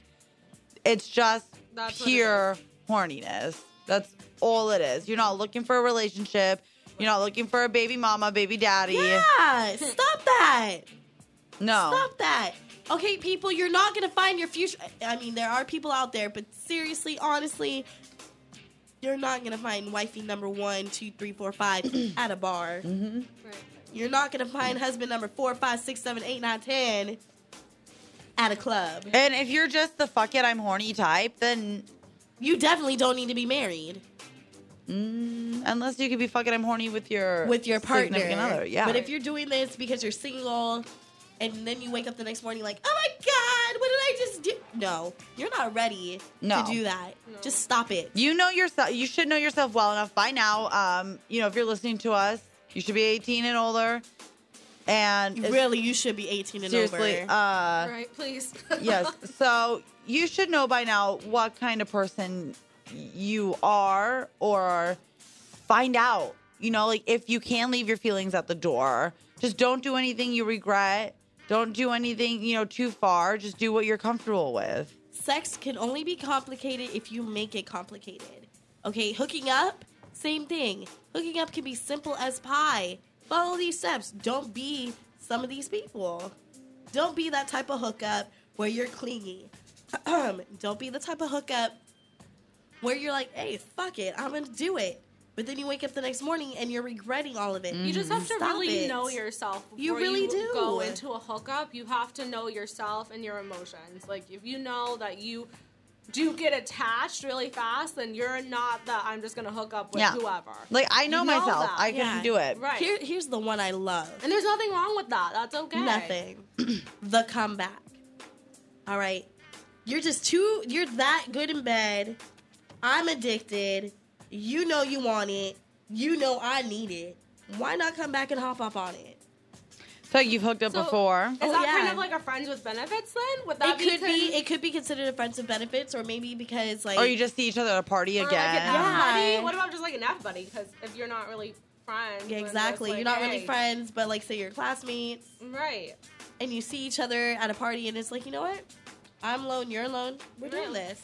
Speaker 3: it's just
Speaker 4: That's what it
Speaker 3: pure horniness. That's all it is. You're not looking for a relationship. You're not looking for a baby mama, baby daddy.
Speaker 2: Yeah, stop that.
Speaker 3: No.
Speaker 2: Stop that. Okay, people, you're not gonna find your future. I mean, there are people out there, but seriously, honestly, You're not gonna find wifey number one, two, three, four,
Speaker 3: [CLEARS THROAT]
Speaker 2: five at a bar.
Speaker 3: Mm-hmm.
Speaker 2: You're not gonna find husband number four, five, six, seven, eight, nine, ten at a club.
Speaker 3: And if you're just the fuck it, I'm horny type, then
Speaker 2: You definitely don't need to be married
Speaker 3: unless you could be fucking I'm horny with your
Speaker 2: with your partner.
Speaker 3: significant other, yeah.
Speaker 2: But if you're doing this because you're single, and then you wake up the next morning like, oh my god, what did I just do? No, you're not ready
Speaker 3: No.
Speaker 2: to do that. Just stop it.
Speaker 3: you know yourself, you should know yourself well enough by now. Um, you know, if you're listening to us, you should be 18 and older. And
Speaker 2: You really, you should be 18 and
Speaker 3: seriously,
Speaker 2: over.
Speaker 3: uh,
Speaker 4: right, please. [LAUGHS]
Speaker 3: yes. [LAUGHS] So you should know by now what kind of person you are, or find out. You know, like if you can leave your feelings at the door, just don't do anything you regret. Don't do anything, you know, too far. Just do what you're comfortable with.
Speaker 2: Sex can only be complicated if you make it complicated. Okay, hooking up, same thing. Hooking up can be simple as pie. Follow these steps. Don't be some of these people. Don't be that type of hookup where you're clingy. [CLEARS THROAT] Don't be the type of hookup where you're like, hey, fuck it, I'm gonna do it. But then you wake up the next morning and you're regretting all of it.
Speaker 4: You just have to
Speaker 2: Mm-hmm. Stop
Speaker 4: really
Speaker 2: it.
Speaker 4: know yourself. Before
Speaker 2: You really do.
Speaker 4: go into a hookup. You have to know yourself and your emotions. Like if you know that you do get attached really fast, then you're not that I'm just gonna hook up with
Speaker 3: Yeah.
Speaker 4: whoever.
Speaker 3: Like I know,
Speaker 4: You
Speaker 3: myself.
Speaker 4: that.
Speaker 3: I
Speaker 2: Yeah.
Speaker 3: couldn't do it.
Speaker 4: right.
Speaker 2: Here, here's the one I love.
Speaker 4: and there's nothing wrong with that. That's okay.
Speaker 2: Nothing. [CLEARS THROAT] the comeback. All right. You're just too, you're that good in bed. I'm addicted. You know you want it. You know I need it. Why not come back and hop up on it?
Speaker 3: So you've hooked up
Speaker 4: So,
Speaker 3: before.
Speaker 4: Is
Speaker 2: Oh,
Speaker 4: that kind
Speaker 2: yeah.
Speaker 4: of like a friends with benefits then? Would that
Speaker 2: it could
Speaker 4: con-
Speaker 2: be it could be considered offensive benefits, or maybe because like
Speaker 3: Or you just see each other at a party
Speaker 4: or
Speaker 3: again.
Speaker 4: Like an F
Speaker 2: Yeah.
Speaker 4: buddy? What about just like an F buddy? Because if you're not really friends,
Speaker 2: Yeah,
Speaker 4: then it's
Speaker 2: exactly.
Speaker 4: like,
Speaker 2: you're not really
Speaker 4: hey.
Speaker 2: friends, but like say you're classmates,
Speaker 4: Right.
Speaker 2: and you see each other at a party, and it's like you know what, I'm alone, you're alone. We're doing
Speaker 4: Yeah.
Speaker 2: this.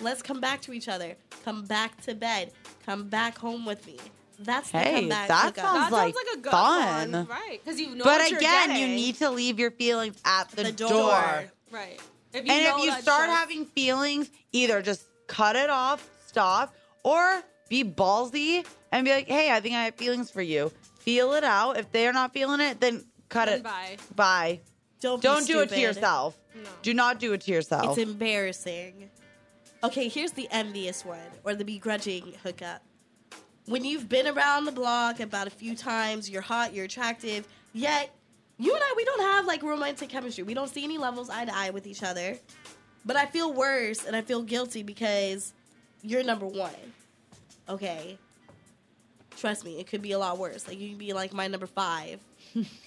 Speaker 2: Let's come back to each other. Come back to bed. Come back home with me. That's the
Speaker 3: Hey,
Speaker 2: comeback.
Speaker 3: that
Speaker 2: hookup.
Speaker 3: sounds
Speaker 4: That
Speaker 3: like
Speaker 4: sounds like a good
Speaker 3: fun.
Speaker 4: one, right? Because you know.
Speaker 3: But
Speaker 4: what you're
Speaker 3: again, you
Speaker 4: getting.
Speaker 3: need to leave your feelings at the,
Speaker 2: The door.
Speaker 3: door.
Speaker 4: right. If
Speaker 3: and
Speaker 4: know
Speaker 3: if you
Speaker 4: that
Speaker 3: start
Speaker 4: shit-
Speaker 3: having feelings, either just cut it off, stop, or be ballsy and be like, "Hey, I think I have feelings for you." Feel it out. If they're not feeling it, then cut
Speaker 4: Then
Speaker 3: it.
Speaker 4: bye.
Speaker 3: Bye.
Speaker 2: don't be
Speaker 3: Don't do it to
Speaker 2: stupid.
Speaker 3: yourself.
Speaker 4: No.
Speaker 3: Do not do it to yourself.
Speaker 2: It's embarrassing. Okay, here's the envious one or the begrudging hookup. When you've been around the block about a few times, you're hot, you're attractive, yet you and I, we don't have like romantic chemistry. We don't see any levels eye to eye with each other. But I feel worse and I feel guilty because you're number one. Okay. Trust me, it could be a lot worse. Like, you can be like my number five,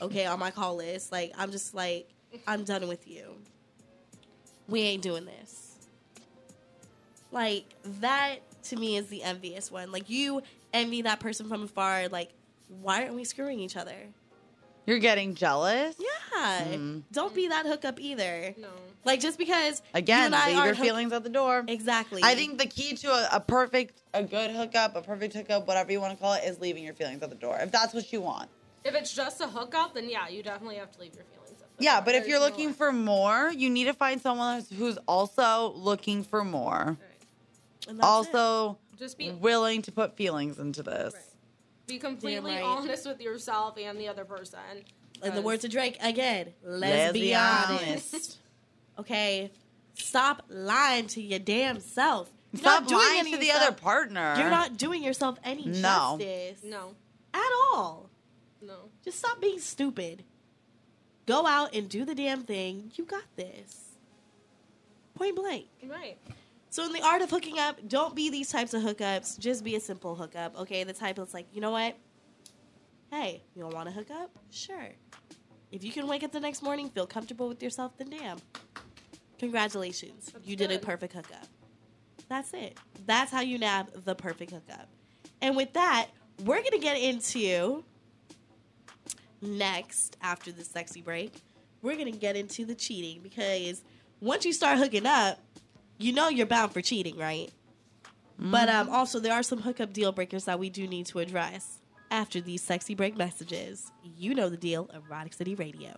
Speaker 2: okay, on my call list. Like, I'm just like, I'm done with you we ain't doing this. Like that to me is the envious one. Like you envy that person from afar. Like why aren't we screwing each other?
Speaker 3: You're getting jealous.
Speaker 2: Yeah,
Speaker 3: Mm-hmm.
Speaker 2: don't be that hookup either.
Speaker 4: No.
Speaker 2: Like just because you
Speaker 3: Again,
Speaker 2: and I
Speaker 3: leave
Speaker 2: aren't
Speaker 3: your
Speaker 2: hook-
Speaker 3: feelings at the door.
Speaker 2: exactly.
Speaker 3: I think the key to a, a perfect, a good hookup, a perfect hookup, whatever you want to call it, is leaving your feelings at the door. If that's what you want.
Speaker 4: If it's just a hookup, then yeah, you definitely have to leave your feelings. Up
Speaker 3: Yeah, but if you're looking for more, you need to find someone who's- who's also looking for more.
Speaker 2: And that's
Speaker 3: Also,
Speaker 4: Just be-
Speaker 3: willing to put feelings into this.
Speaker 4: be completely
Speaker 2: right.
Speaker 4: honest with yourself and the other person.
Speaker 2: it. in the words of Drake again. Let's,
Speaker 3: Let's
Speaker 2: be
Speaker 3: be
Speaker 2: honest. okay, stop lying to your damn self. You're
Speaker 3: Stop
Speaker 2: not doing
Speaker 3: lying
Speaker 2: any
Speaker 3: to the
Speaker 2: yourself-
Speaker 3: other partner.
Speaker 2: You're not doing yourself any
Speaker 3: No.
Speaker 2: justice
Speaker 4: No,
Speaker 2: at all.
Speaker 4: no.
Speaker 2: Just stop being stupid. Go out and do the damn thing. You got this. Point blank.
Speaker 4: Right.
Speaker 2: So in the art of hooking up, don't be these types of hookups. Just be a simple hookup, okay? The type that's like, you know what? Hey, you don't want to hook up? Sure. If you can wake up the next morning, feel comfortable with yourself, then damn. Congratulations. you did a
Speaker 4: good.
Speaker 2: perfect hookup. That's it. That's how you nab the perfect hookup. And with that, we're going to get into next after the sexy break. We're going to get into the cheating because once you start hooking up, you know you're bound for cheating, right? But um, also, there are some hookup deal breakers that we do need to address after these sexy break messages. You know the deal, Erotic City Radio.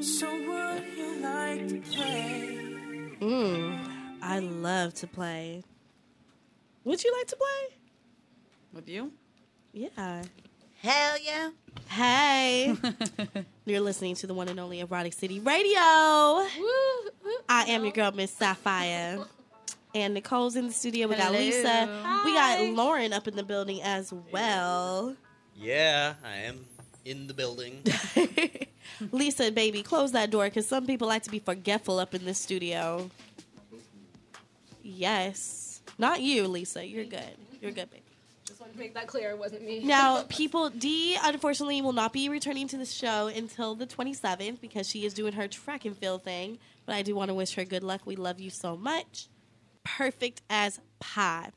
Speaker 6: So would you like to play?
Speaker 2: Mm, I love to play. Would you like to play?
Speaker 3: With you?
Speaker 2: Yeah.
Speaker 3: Hell yeah.
Speaker 2: [LAUGHS] Hey, you're listening to the one and only Erotic City Radio. I
Speaker 4: Woo, woo.
Speaker 2: am your girl, Miss Sapphire. And Nicole's in the studio. We got
Speaker 3: Hello.
Speaker 2: Lisa. We
Speaker 4: Hi.
Speaker 2: got Lauren up in the building as well.
Speaker 7: Yeah, I am in the building.
Speaker 2: [LAUGHS] Lisa, baby, close that door because some people like to be forgetful up in this studio. Yes. Not you, Lisa. You're good. You're good, baby.
Speaker 4: Just wanted to make that clear. It wasn't me.
Speaker 2: Now, people, Dee unfortunately will not be returning to the show until the 27th because she is doing her track and field thing. But I do want to wish her good luck. We love you so much. Perfect as pie.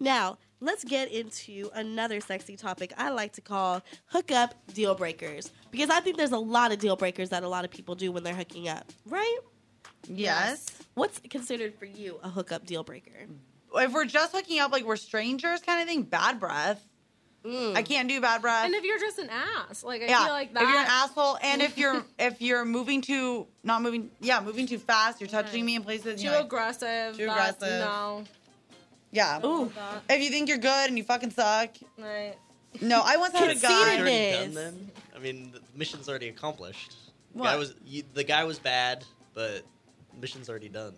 Speaker 2: Now, let's get into another sexy topic I like to call hookup deal breakers because I think there's a lot of deal breakers that a lot of people do when they're hooking up, right?
Speaker 3: Yes.
Speaker 2: What's considered for you a hookup deal breaker?
Speaker 3: Mm. If we're just hooking up, like we're strangers kind of thing, bad breath. I can't do bad breath.
Speaker 4: and if you're just an ass, like I
Speaker 3: yeah.
Speaker 4: feel like that.
Speaker 3: If you're an asshole and if
Speaker 4: [LAUGHS]
Speaker 3: you're if you're moving too not moving yeah, moving too fast, you're touching me in places
Speaker 4: too
Speaker 3: you know, like,
Speaker 4: aggressive.
Speaker 3: Too
Speaker 4: that's-
Speaker 3: aggressive.
Speaker 4: No.
Speaker 3: Yeah.
Speaker 2: Ooh,
Speaker 4: That,
Speaker 3: If you think you're good and you fucking suck.
Speaker 4: right.
Speaker 3: No, I once had a
Speaker 2: Conceited.
Speaker 3: guy.
Speaker 7: already
Speaker 2: is.
Speaker 7: done then? I mean, the mission's already accomplished. The guy
Speaker 3: What?
Speaker 7: was you, the guy was bad, but mission's already done.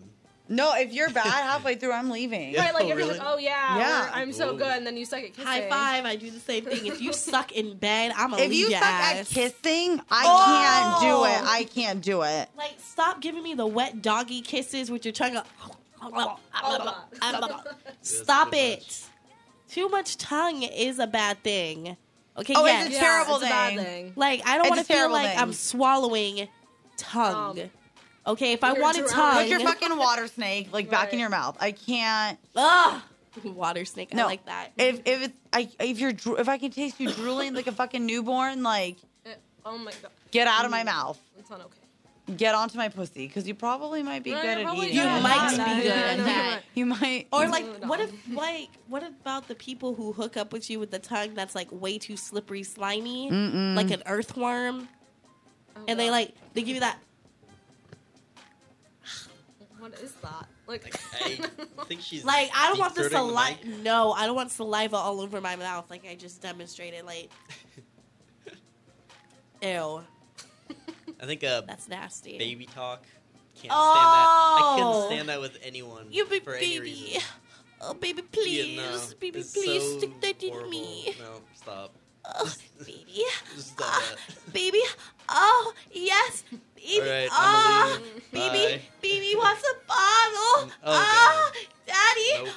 Speaker 3: No, if you're bad halfway through, I'm leaving.
Speaker 7: Yeah.
Speaker 4: Right, like
Speaker 7: Oh,
Speaker 4: if you're
Speaker 7: really?
Speaker 4: like, oh yeah,
Speaker 3: Yeah.
Speaker 4: or I'm so
Speaker 7: Ooh.
Speaker 4: good, and then you suck at kissing.
Speaker 2: high five. I do the same thing. If you suck in bed, I'm going to
Speaker 3: If
Speaker 2: leave
Speaker 3: you
Speaker 2: your
Speaker 3: suck at
Speaker 2: ass.
Speaker 3: kissing, I
Speaker 2: Oh.
Speaker 3: can't do it. I can't do it.
Speaker 2: Like, stop giving me the wet doggy kisses with your tongue. Stop
Speaker 7: too
Speaker 2: it. Too much tongue is a bad thing. Okay,
Speaker 3: Oh,
Speaker 2: yes.
Speaker 3: it's a terrible
Speaker 4: it's a
Speaker 3: thing.
Speaker 4: bad thing.
Speaker 2: Like, I don't
Speaker 3: It's
Speaker 2: want to
Speaker 3: a
Speaker 2: feel
Speaker 3: terrible
Speaker 2: like
Speaker 3: thing.
Speaker 2: I'm swallowing tongue.
Speaker 4: Um,
Speaker 2: okay, if I
Speaker 4: you're
Speaker 2: want a
Speaker 4: drowning.
Speaker 2: tongue.
Speaker 3: Put your fucking water snake like back in
Speaker 4: Right.
Speaker 3: your mouth. I can't.
Speaker 2: Ugh. Water snake. I
Speaker 3: No.
Speaker 2: like that.
Speaker 3: If if it's, I if you're dro- if I can taste you drooling like a fucking newborn, like
Speaker 4: Eh, Oh my god,
Speaker 3: get out
Speaker 4: Mm.
Speaker 3: of my mouth,
Speaker 4: it's not okay.
Speaker 3: get onto my pussy, because you probably might be
Speaker 4: No,
Speaker 3: good
Speaker 4: you're
Speaker 3: at
Speaker 4: probably
Speaker 3: eating.
Speaker 4: good
Speaker 3: it.
Speaker 4: at
Speaker 2: might
Speaker 4: that.
Speaker 2: be
Speaker 4: Yeah,
Speaker 2: good
Speaker 4: yeah,
Speaker 2: at
Speaker 4: no, you're
Speaker 2: that.
Speaker 4: right.
Speaker 3: [LAUGHS] You might.
Speaker 2: Or
Speaker 4: Mm,
Speaker 2: like,
Speaker 4: no.
Speaker 2: what if like, what about the people who hook up with you with the tongue that's like way too slippery, slimy,
Speaker 3: Mm.
Speaker 2: like an earthworm,
Speaker 4: Oh,
Speaker 2: and they
Speaker 4: God.
Speaker 2: like they give you that.
Speaker 4: what is that? Like,
Speaker 7: Like,
Speaker 4: [LAUGHS]
Speaker 7: I think she's
Speaker 2: Like I don't want the
Speaker 7: deep-throating
Speaker 2: saliva.
Speaker 7: mic.
Speaker 2: no, I don't want saliva all over my mouth. Like I just demonstrated. Like,
Speaker 7: [LAUGHS]
Speaker 2: ew,
Speaker 7: I think uh,
Speaker 2: that's nasty.
Speaker 7: baby talk. Can't
Speaker 2: Oh.
Speaker 7: stand that. I couldn't stand that with anyone.
Speaker 2: You be
Speaker 7: for any
Speaker 2: baby.
Speaker 7: reason.
Speaker 2: Oh baby,
Speaker 7: Yeah,
Speaker 2: please,
Speaker 7: no,
Speaker 2: baby,
Speaker 7: it's
Speaker 2: please
Speaker 7: so
Speaker 2: stick that in
Speaker 7: horrible.
Speaker 2: me.
Speaker 7: No, stop. [LAUGHS]
Speaker 2: Oh, baby, [LAUGHS]
Speaker 7: Just stop
Speaker 2: Ah,
Speaker 7: that.
Speaker 2: baby, oh yes, baby,
Speaker 7: All right,
Speaker 2: oh.
Speaker 7: I'm gonna leave.
Speaker 2: Baby,
Speaker 7: Bye.
Speaker 2: baby wants a
Speaker 7: [LAUGHS]
Speaker 2: bottle.
Speaker 7: Oh,
Speaker 2: Oh, daddy.
Speaker 7: Nope.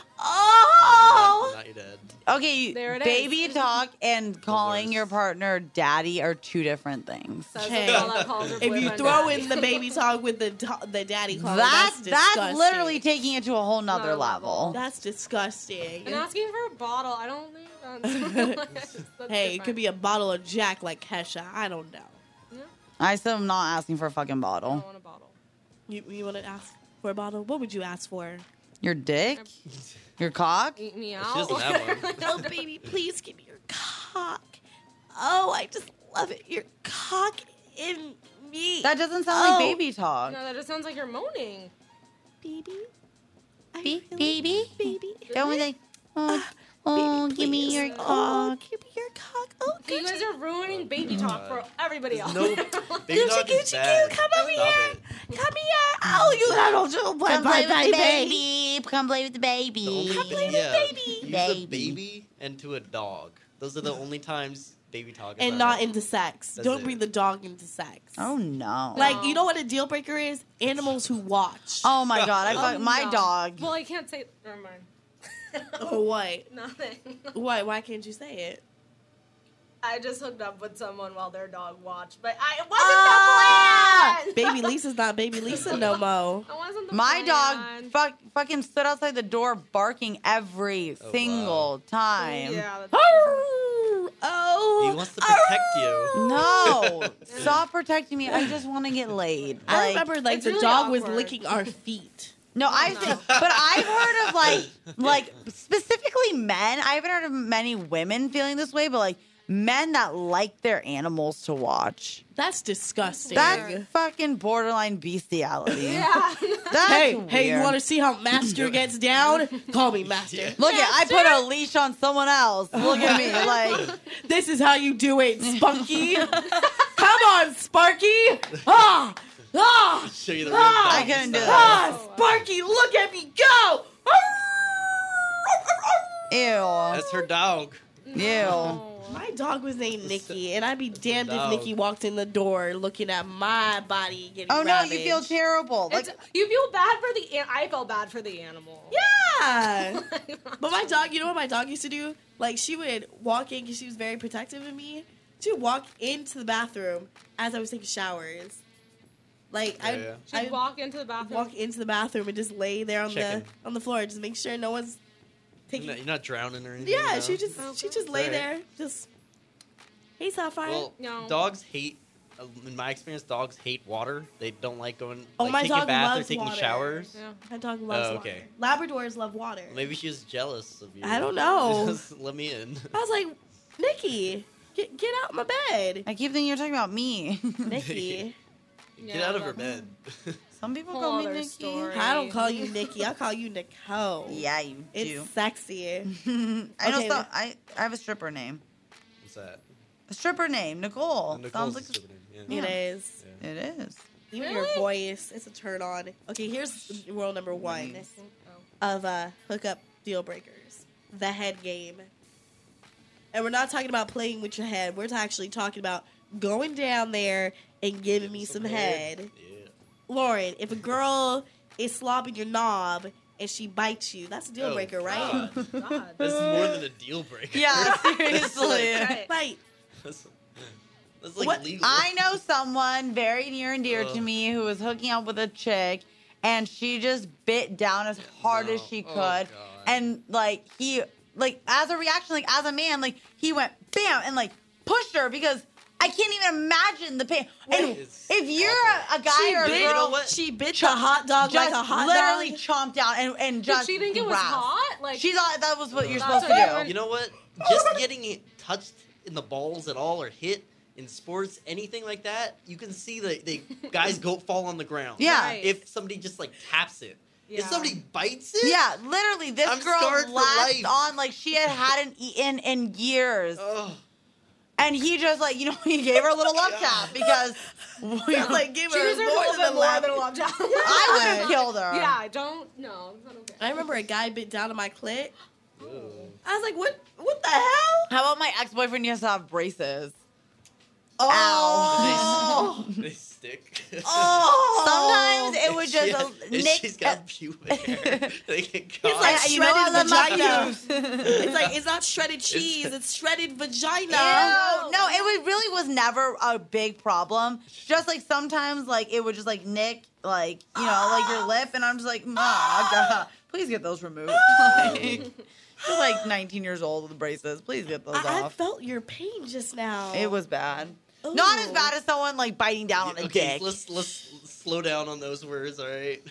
Speaker 2: Oh.
Speaker 7: Not your dad.
Speaker 3: okay, you-
Speaker 4: There it is.
Speaker 3: baby talk and calling
Speaker 7: worst.
Speaker 3: your partner daddy are two different things.
Speaker 4: says
Speaker 2: Okay.
Speaker 4: the girl that calls her
Speaker 2: If you
Speaker 4: boyfriend
Speaker 2: throw
Speaker 4: daddy.
Speaker 2: in the
Speaker 4: [LAUGHS]
Speaker 2: baby talk with the do- the
Speaker 3: [LAUGHS]
Speaker 2: daddy call,
Speaker 3: That's
Speaker 2: that's
Speaker 3: that's,
Speaker 2: disgusting.
Speaker 3: literally taking it to a whole nother
Speaker 4: Another
Speaker 3: level.
Speaker 4: level.
Speaker 2: that's disgusting.
Speaker 4: and asking for a bottle, I don't think
Speaker 2: [LAUGHS]
Speaker 4: that's. [LAUGHS] that's
Speaker 2: Hey, it could be a bottle of Jack like Kesha. I don't know.
Speaker 3: I still am not asking for a fucking
Speaker 4: I don't
Speaker 3: bottle.
Speaker 4: want a bottle.
Speaker 2: You you want to ask for a bottle? What would you ask for?
Speaker 3: Your dick, your cock.
Speaker 4: Eat me
Speaker 7: She
Speaker 4: out.
Speaker 7: doesn't have one.
Speaker 2: oh baby, please give me your cock. Oh, I just love it. Your cock in me.
Speaker 3: That doesn't sound
Speaker 2: Oh.
Speaker 3: like baby talk.
Speaker 4: [LAUGHS] No, that just sounds like you're moaning.
Speaker 2: baby. I
Speaker 3: Be-
Speaker 2: feel-
Speaker 3: baby?
Speaker 2: Baby.
Speaker 3: That was like,
Speaker 2: [SIGHS]
Speaker 3: oh, oh, give me your
Speaker 2: cock.
Speaker 3: cock.
Speaker 2: give me your cock. Oh,
Speaker 4: You guys are ruining baby talk for everybody else.
Speaker 7: Uh, No,
Speaker 4: [LAUGHS]
Speaker 7: baby
Speaker 2: Gucci,
Speaker 7: talk
Speaker 2: Gucci,
Speaker 7: is bad.
Speaker 2: Goo, come over
Speaker 7: Stop
Speaker 2: here.
Speaker 7: It.
Speaker 2: Come here. Oh, you little Jew. Play my baby.
Speaker 3: Come play with the
Speaker 7: The only
Speaker 3: baby.
Speaker 7: thing-
Speaker 2: play with
Speaker 7: yeah,
Speaker 2: baby.
Speaker 7: Use
Speaker 3: Baby.
Speaker 7: a baby and to a dog. Those are the only times baby talk. is
Speaker 2: And
Speaker 7: allowed.
Speaker 2: not into sex.
Speaker 7: That's
Speaker 2: Don't
Speaker 7: it.
Speaker 2: bring the dog into sex.
Speaker 3: Oh no!
Speaker 2: Like, you know what a deal breaker is? Animals who watch.
Speaker 3: oh my god! I
Speaker 7: Oh,
Speaker 3: fuck my
Speaker 4: No.
Speaker 3: dog.
Speaker 4: Well, I can't say. Never mind.
Speaker 7: [LAUGHS]
Speaker 2: Or what?
Speaker 4: Nothing. [LAUGHS]
Speaker 2: What? Why can't you say it?
Speaker 4: I just hooked up with someone while their dog watched, but I, it wasn't
Speaker 2: Ah!
Speaker 4: the
Speaker 2: [LAUGHS]
Speaker 4: plan.
Speaker 2: Baby
Speaker 4: [LAUGHS]
Speaker 2: Lisa's not Baby Lisa no more.
Speaker 4: It wasn't the
Speaker 3: My
Speaker 4: plan.
Speaker 3: dog fuck, fucking stood outside the door barking every
Speaker 7: wow.
Speaker 3: single time.
Speaker 4: Yeah, that's-
Speaker 2: Oh, oh.
Speaker 7: He wants to protect you.
Speaker 4: Oh.
Speaker 3: No, stop protecting me. I just want to get laid.
Speaker 2: I
Speaker 3: Like,
Speaker 2: remember like
Speaker 4: It's
Speaker 2: the
Speaker 4: really
Speaker 2: dog was
Speaker 4: awkward.
Speaker 2: licking our feet.
Speaker 3: No, I've seen- but I've heard of like like specifically men. I haven't heard of many women feeling this way, but like men that like their animals to watch.
Speaker 2: That's disgusting.
Speaker 3: That's fucking borderline bestiality.
Speaker 4: Yeah.
Speaker 3: That's
Speaker 2: hey,
Speaker 3: weird.
Speaker 2: hey, you want to see how Master gets down? Call me Master.
Speaker 3: Look at I put a leash on someone else. Look at me, like
Speaker 2: This is how you do it, [LAUGHS] Spunky. Come on, Sparky. Ah, ah,
Speaker 7: Show you the real
Speaker 2: Ah,
Speaker 3: I
Speaker 7: doggy
Speaker 3: couldn't do that.
Speaker 7: style.
Speaker 2: ah, Sparky, look at me go. Ah!
Speaker 3: Ew,
Speaker 7: That's her dog.
Speaker 3: ew.
Speaker 2: My dog was named Nikki, and I'd be damned if
Speaker 7: Dog.
Speaker 2: Nikki walked in the door looking at my body getting
Speaker 3: Oh no, you
Speaker 2: ravaged.
Speaker 3: feel terrible. Like
Speaker 4: It's, you feel bad for the an- I felt bad for the animal. [LAUGHS]
Speaker 2: Yeah. but my dog, you know what my dog used to do? Like she would walk in because she was very protective of me. She would walk into the bathroom as I was taking showers. Like I,
Speaker 7: Yeah,
Speaker 4: She'd
Speaker 2: I walk,
Speaker 4: walk into the bathroom.
Speaker 2: walk into the bathroom and just lay there on
Speaker 7: Checking.
Speaker 2: the on the floor, just make sure no one's
Speaker 7: You're
Speaker 2: taking.
Speaker 7: not, you're not drowning or anything.
Speaker 2: yeah,
Speaker 7: no?
Speaker 2: she just she just lay
Speaker 7: Right.
Speaker 2: there, just. Hey, Sapphire.
Speaker 7: Well,
Speaker 4: No.
Speaker 7: dogs hate. uh, In my experience, dogs hate water. They don't like going.
Speaker 2: Oh,
Speaker 7: like,
Speaker 2: my
Speaker 7: taking
Speaker 2: dog
Speaker 7: baths or
Speaker 2: loves
Speaker 7: taking
Speaker 2: water.
Speaker 7: showers.
Speaker 4: yeah.
Speaker 2: my dog loves
Speaker 7: Oh, okay.
Speaker 2: water. Labradors love water.
Speaker 7: Maybe she's jealous of you.
Speaker 2: I
Speaker 7: [LAUGHS]
Speaker 2: don't know.
Speaker 7: Just let me in.
Speaker 2: I was like, Nikki, get get out my bed,
Speaker 3: I keep thinking you're talking about me.
Speaker 2: Nikki.
Speaker 7: [LAUGHS] Get out of her
Speaker 4: but-
Speaker 7: bed.
Speaker 3: [LAUGHS]
Speaker 7: [LAUGHS]
Speaker 3: Some people
Speaker 4: Whole
Speaker 3: call me
Speaker 4: other
Speaker 3: Nikki.
Speaker 4: story.
Speaker 2: I don't call you Nikki. I call you Nicole.
Speaker 3: Yeah, you
Speaker 2: It's
Speaker 3: do.
Speaker 2: sexy.
Speaker 3: [LAUGHS] I know.
Speaker 2: Okay.
Speaker 3: some- I I have a stripper name.
Speaker 7: What's that?
Speaker 3: A stripper name,
Speaker 2: Oh,
Speaker 3: Nicole.
Speaker 7: Nicole's
Speaker 3: Sounds like
Speaker 7: a stupid name, yeah.
Speaker 2: It is.
Speaker 3: it is.
Speaker 2: Even
Speaker 4: Really?
Speaker 2: your voice, it's a turn on. Okay, here's rule number one
Speaker 4: Mm-hmm. Oh,
Speaker 2: of uh, hookup deal breakers the head game. And we're not talking about playing with your head, we're actually talking about going down there and giving me some head.
Speaker 7: Yeah.
Speaker 2: Lauren, if a girl is slobbing your knob and she bites you, that's a deal
Speaker 7: Oh,
Speaker 2: breaker, right?
Speaker 3: [LAUGHS]
Speaker 7: God.
Speaker 4: God.
Speaker 7: That's more than a deal breaker.
Speaker 3: Yeah,
Speaker 7: seriously.
Speaker 4: Right.
Speaker 2: Like,
Speaker 7: [LAUGHS] that's, that's like
Speaker 2: What?
Speaker 7: legal.
Speaker 3: I know someone very near and dear to
Speaker 7: Ugh.
Speaker 3: me who was hooking up with a chick, and she just bit down as hard as
Speaker 7: No.
Speaker 3: she could,
Speaker 7: Oh, God.
Speaker 3: and like he, like as a reaction, like as a man, like he went bam and like pushed her because. I can't even imagine the pain. And
Speaker 7: It's
Speaker 3: if you're a, a guy or a girl,
Speaker 7: bit- You know what?
Speaker 2: she bit the hot dog
Speaker 3: just
Speaker 2: like a hot
Speaker 3: literally
Speaker 2: dog.
Speaker 3: chomped out and, and
Speaker 4: Did
Speaker 3: just
Speaker 4: she think it was
Speaker 3: grasped.
Speaker 4: hot? Like
Speaker 3: She thought that was what you're
Speaker 4: That's
Speaker 3: supposed
Speaker 4: what
Speaker 3: to
Speaker 4: everyone-
Speaker 7: You know what? Just getting it touched in the balls at all or hit in sports, anything like that, you can see
Speaker 3: [LAUGHS]
Speaker 7: that the guys go fall on the ground.
Speaker 3: Yeah.
Speaker 4: Right.
Speaker 7: If somebody just like taps it, if
Speaker 4: Yeah.
Speaker 7: somebody bites
Speaker 3: do.
Speaker 7: it,
Speaker 3: Yeah, literally, this
Speaker 7: I'm scarred
Speaker 3: girl
Speaker 7: for
Speaker 3: latched
Speaker 7: life.
Speaker 3: on like she had hadn't eaten in years,
Speaker 7: Oh,
Speaker 3: and he just like you know [LAUGHS] he gave her a little lub tap
Speaker 7: [LAUGHS]
Speaker 3: because we, like
Speaker 2: like, give
Speaker 4: she
Speaker 2: her
Speaker 4: deserves a
Speaker 2: more
Speaker 4: little
Speaker 2: than
Speaker 4: bit
Speaker 2: love.
Speaker 4: more than a love job.
Speaker 3: I would have killed her.
Speaker 4: [LAUGHS] Yeah, I don't know. It's not okay.
Speaker 2: I remember a guy bit down on my clit. I was like, "What? What the hell?"
Speaker 3: How about my ex boyfriend used to have braces?
Speaker 7: Ow. they stick. [LAUGHS]
Speaker 3: Sometimes Oh, it was
Speaker 7: If
Speaker 3: just
Speaker 7: she has-
Speaker 3: a
Speaker 7: if
Speaker 3: nick.
Speaker 7: she's got pubic hair. [LAUGHS]
Speaker 3: [LAUGHS]
Speaker 7: they get caught.
Speaker 2: like,
Speaker 3: you know I love my
Speaker 2: shredded
Speaker 3: boobs.
Speaker 2: It's like it's not shredded cheese; it's, shredded vagina.
Speaker 3: No, no, it was, really was never a big problem. Just like sometimes, like it would just like nick, like you know, like your lip, and I'm just like, Ma, God, please get those removed. [LAUGHS] Like, you're like 19 years old with braces. Please get those
Speaker 2: I, I
Speaker 3: off.
Speaker 2: felt your pain just now.
Speaker 3: It was bad. Not as
Speaker 2: Ooh.
Speaker 3: bad as someone like biting down on a
Speaker 7: okay,
Speaker 3: dick.
Speaker 7: let's let's slow down on those words. All right.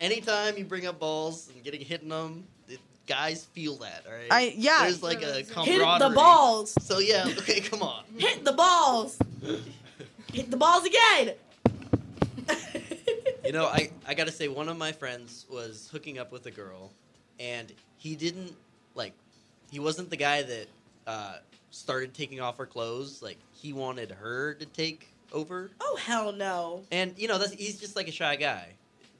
Speaker 7: Anytime you bring up balls and getting hitting them, it, guys feel that. All right.
Speaker 3: I- yeah.
Speaker 7: There's like a
Speaker 2: Hit
Speaker 7: camaraderie.
Speaker 2: the balls.
Speaker 7: So yeah. Okay, [LAUGHS] come on.
Speaker 2: Hit the balls. Hit the balls again.
Speaker 7: You know, I I gotta say, one of my friends was hooking up with a girl, and he didn't like. He wasn't the guy that uh, started taking off her clothes. Like he wanted her to take over,
Speaker 2: [LAUGHS] oh hell no!
Speaker 7: and you know that's he's just like a shy guy.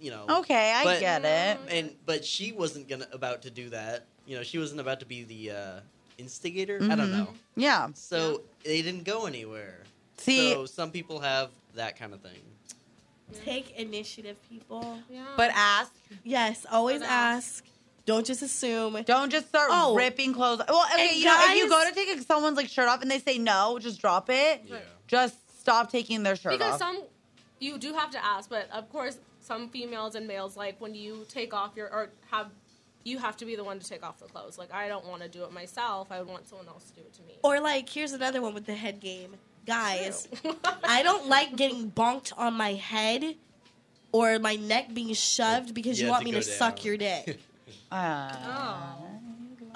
Speaker 7: You know.
Speaker 3: okay, I
Speaker 7: But- Mm-hmm.
Speaker 3: get it.
Speaker 7: and but she wasn't gonna about to do that. You know, she wasn't about to be the uh, instigator. I don't
Speaker 3: Mhm.
Speaker 7: know.
Speaker 3: Yeah.
Speaker 7: So they didn't go anywhere.
Speaker 3: See,
Speaker 7: so some people have that kind of thing.
Speaker 2: Take initiative, people.
Speaker 4: Yeah.
Speaker 3: but ask.
Speaker 2: Yes, always
Speaker 4: But
Speaker 2: ask.
Speaker 4: ask.
Speaker 2: Don't just assume.
Speaker 3: Don't just start
Speaker 2: Oh.
Speaker 3: ripping clothes. Well, okay,
Speaker 2: And
Speaker 3: you know, if you go
Speaker 2: guys-
Speaker 3: to take someone's like shirt off and they say no, just drop it.
Speaker 7: Yeah.
Speaker 3: Just stop taking their shirt
Speaker 4: because
Speaker 3: off.
Speaker 4: some you do have to ask, but of course some females and males like when you take off your or have you have to be the one to take off the clothes. Like I don't want to do it myself. I would want someone else to do it to me.
Speaker 2: Or like, here's another one with the head game, guys. I don't like getting bonked on my head or my neck being shoved because you
Speaker 7: Yeah,
Speaker 2: want
Speaker 7: to [LAUGHS]
Speaker 2: me to
Speaker 7: go
Speaker 2: suck [LAUGHS]
Speaker 7: down.
Speaker 2: your dick.
Speaker 3: Uh,
Speaker 4: [LAUGHS] oh.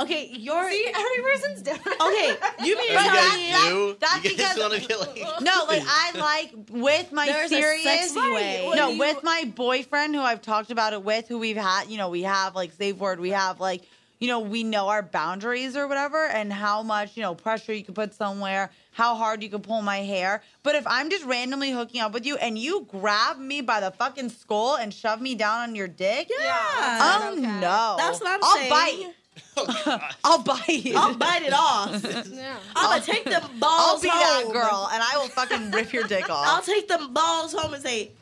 Speaker 2: Okay, you're
Speaker 4: See, every person's different.
Speaker 2: okay. You mean
Speaker 7: You
Speaker 2: to tell me
Speaker 7: guys do?
Speaker 3: that's
Speaker 7: you guys
Speaker 3: because-
Speaker 7: want to
Speaker 3: [LAUGHS]
Speaker 7: get like?
Speaker 3: No, like I like with my
Speaker 2: there's a
Speaker 3: serious.
Speaker 2: sexy
Speaker 4: Right,
Speaker 2: way?
Speaker 4: what
Speaker 3: no,
Speaker 4: do you-
Speaker 3: with my boyfriend who I've talked about it with, who we've had, you know, we have like safe word, we have like, you know, we know our boundaries or whatever and how much, you know, pressure you can put somewhere, how hard you can pull my hair. But if I'm just randomly hooking up with you and you grab me by the fucking skull and shove me down on your dick,
Speaker 4: Yeah.
Speaker 3: oh no.
Speaker 2: That's what I'm
Speaker 3: I'll
Speaker 2: saying.
Speaker 3: Bite.
Speaker 7: Oh, God.
Speaker 3: I'll bite.
Speaker 2: I'll bite it off.
Speaker 4: [LAUGHS] Yeah.
Speaker 2: I'm gonna take the balls
Speaker 3: [LAUGHS] I'll be that
Speaker 2: home.
Speaker 3: girl and I will fucking rip
Speaker 2: [LAUGHS]
Speaker 3: your dick off.
Speaker 2: I'll take the balls home and say,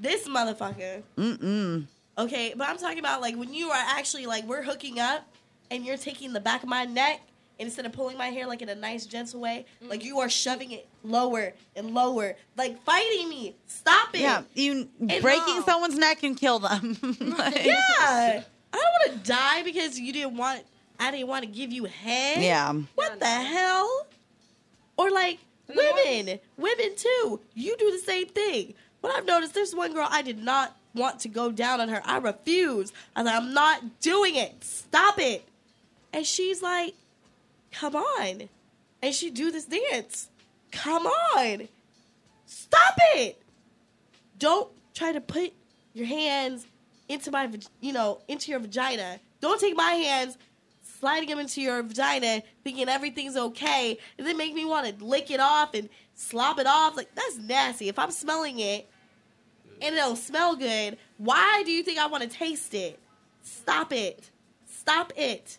Speaker 2: "This motherfucker."
Speaker 3: Mm-mm.
Speaker 2: Okay, but I'm talking about like when you are actually like we're hooking up, and you're taking the back of my neck and instead of pulling my hair like in a nice gentle way,
Speaker 3: Mm.
Speaker 2: like you are shoving it lower and lower, like fighting me. Stop it.
Speaker 3: Yeah, you
Speaker 2: It's
Speaker 3: breaking
Speaker 2: wrong.
Speaker 3: someone's neck can kill them. [LAUGHS] Like-
Speaker 2: Yeah. I don't want to die because you didn't want. I didn't want to give you head.
Speaker 3: Yeah.
Speaker 2: What the hell? Or like women, women too. You do the same thing. What I've noticed, there's one girl I did not want to go down on her. I refused. I was like, I'm not doing it. Stop it. And she's like, Come on. And she do this dance. Come on. Stop it. Don't try to put your hands into my, vag- you know, into your vagina. Don't take my hands sliding them into your vagina, thinking everything's okay, and then make me want to lick it off and slop it off. Like that's nasty. If I'm smelling it and it don't smell good, why do you think I want to taste it? Stop it. Stop it.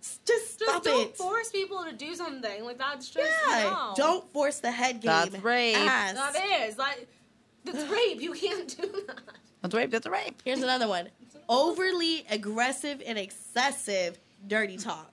Speaker 2: S- Just
Speaker 4: Just
Speaker 2: stop
Speaker 4: don't
Speaker 2: it.
Speaker 4: force people to do something. Like that's just
Speaker 2: yeah.
Speaker 4: no.
Speaker 2: Don't force the head game.
Speaker 3: That's rape.
Speaker 2: Ass.
Speaker 4: That is like
Speaker 3: [LAUGHS]
Speaker 4: that's rape. You can't do that.
Speaker 3: That's a rape. That's a rape.
Speaker 2: Here's another one. Overly aggressive and excessive dirty talk.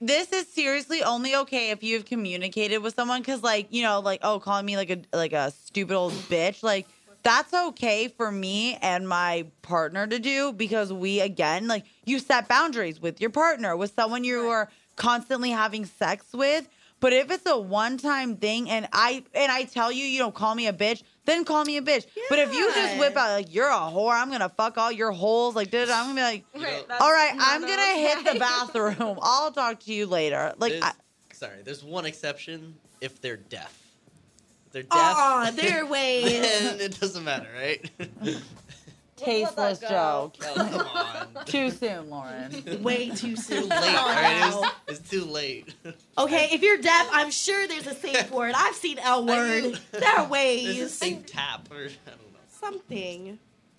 Speaker 3: This is seriously only okay if you've communicated with someone because, like, you know, like, oh, calling me like a like a stupid old bitch, like that's okay for me and my partner to do because we again, like, you set boundaries with your partner, with someone you are constantly having sex with. But if it's a one time thing and I and I tell you, you know, call me a bitch, then call me a bitch. But if you just whip out like you're a whore, I'm gonna fuck all your holes, like, da-da-da, I'm gonna be like.
Speaker 7: Right,
Speaker 3: All right, I'm gonna hit the [LAUGHS] bathroom. I'll talk to you later. Like,
Speaker 7: There's-
Speaker 3: I,
Speaker 7: sorry, there's one exception if they're deaf. If they're deaf,
Speaker 2: Uh-uh,
Speaker 7: [LAUGHS]
Speaker 2: their ways.
Speaker 7: then it doesn't matter, right? [LAUGHS]
Speaker 3: tasteless joke.
Speaker 7: oh, come on.
Speaker 3: Too soon, Lauren.
Speaker 2: Way too
Speaker 7: too
Speaker 2: soon.
Speaker 7: late. All
Speaker 2: Come on
Speaker 7: right, it
Speaker 2: now.
Speaker 7: was, it's too late.
Speaker 2: Okay, if you're deaf, I'm sure there's a safe word. I've seen L
Speaker 7: [LAUGHS]
Speaker 2: word. There are
Speaker 7: There's a
Speaker 2: ways.
Speaker 7: safe tap or [LAUGHS] I don't know.
Speaker 2: Something.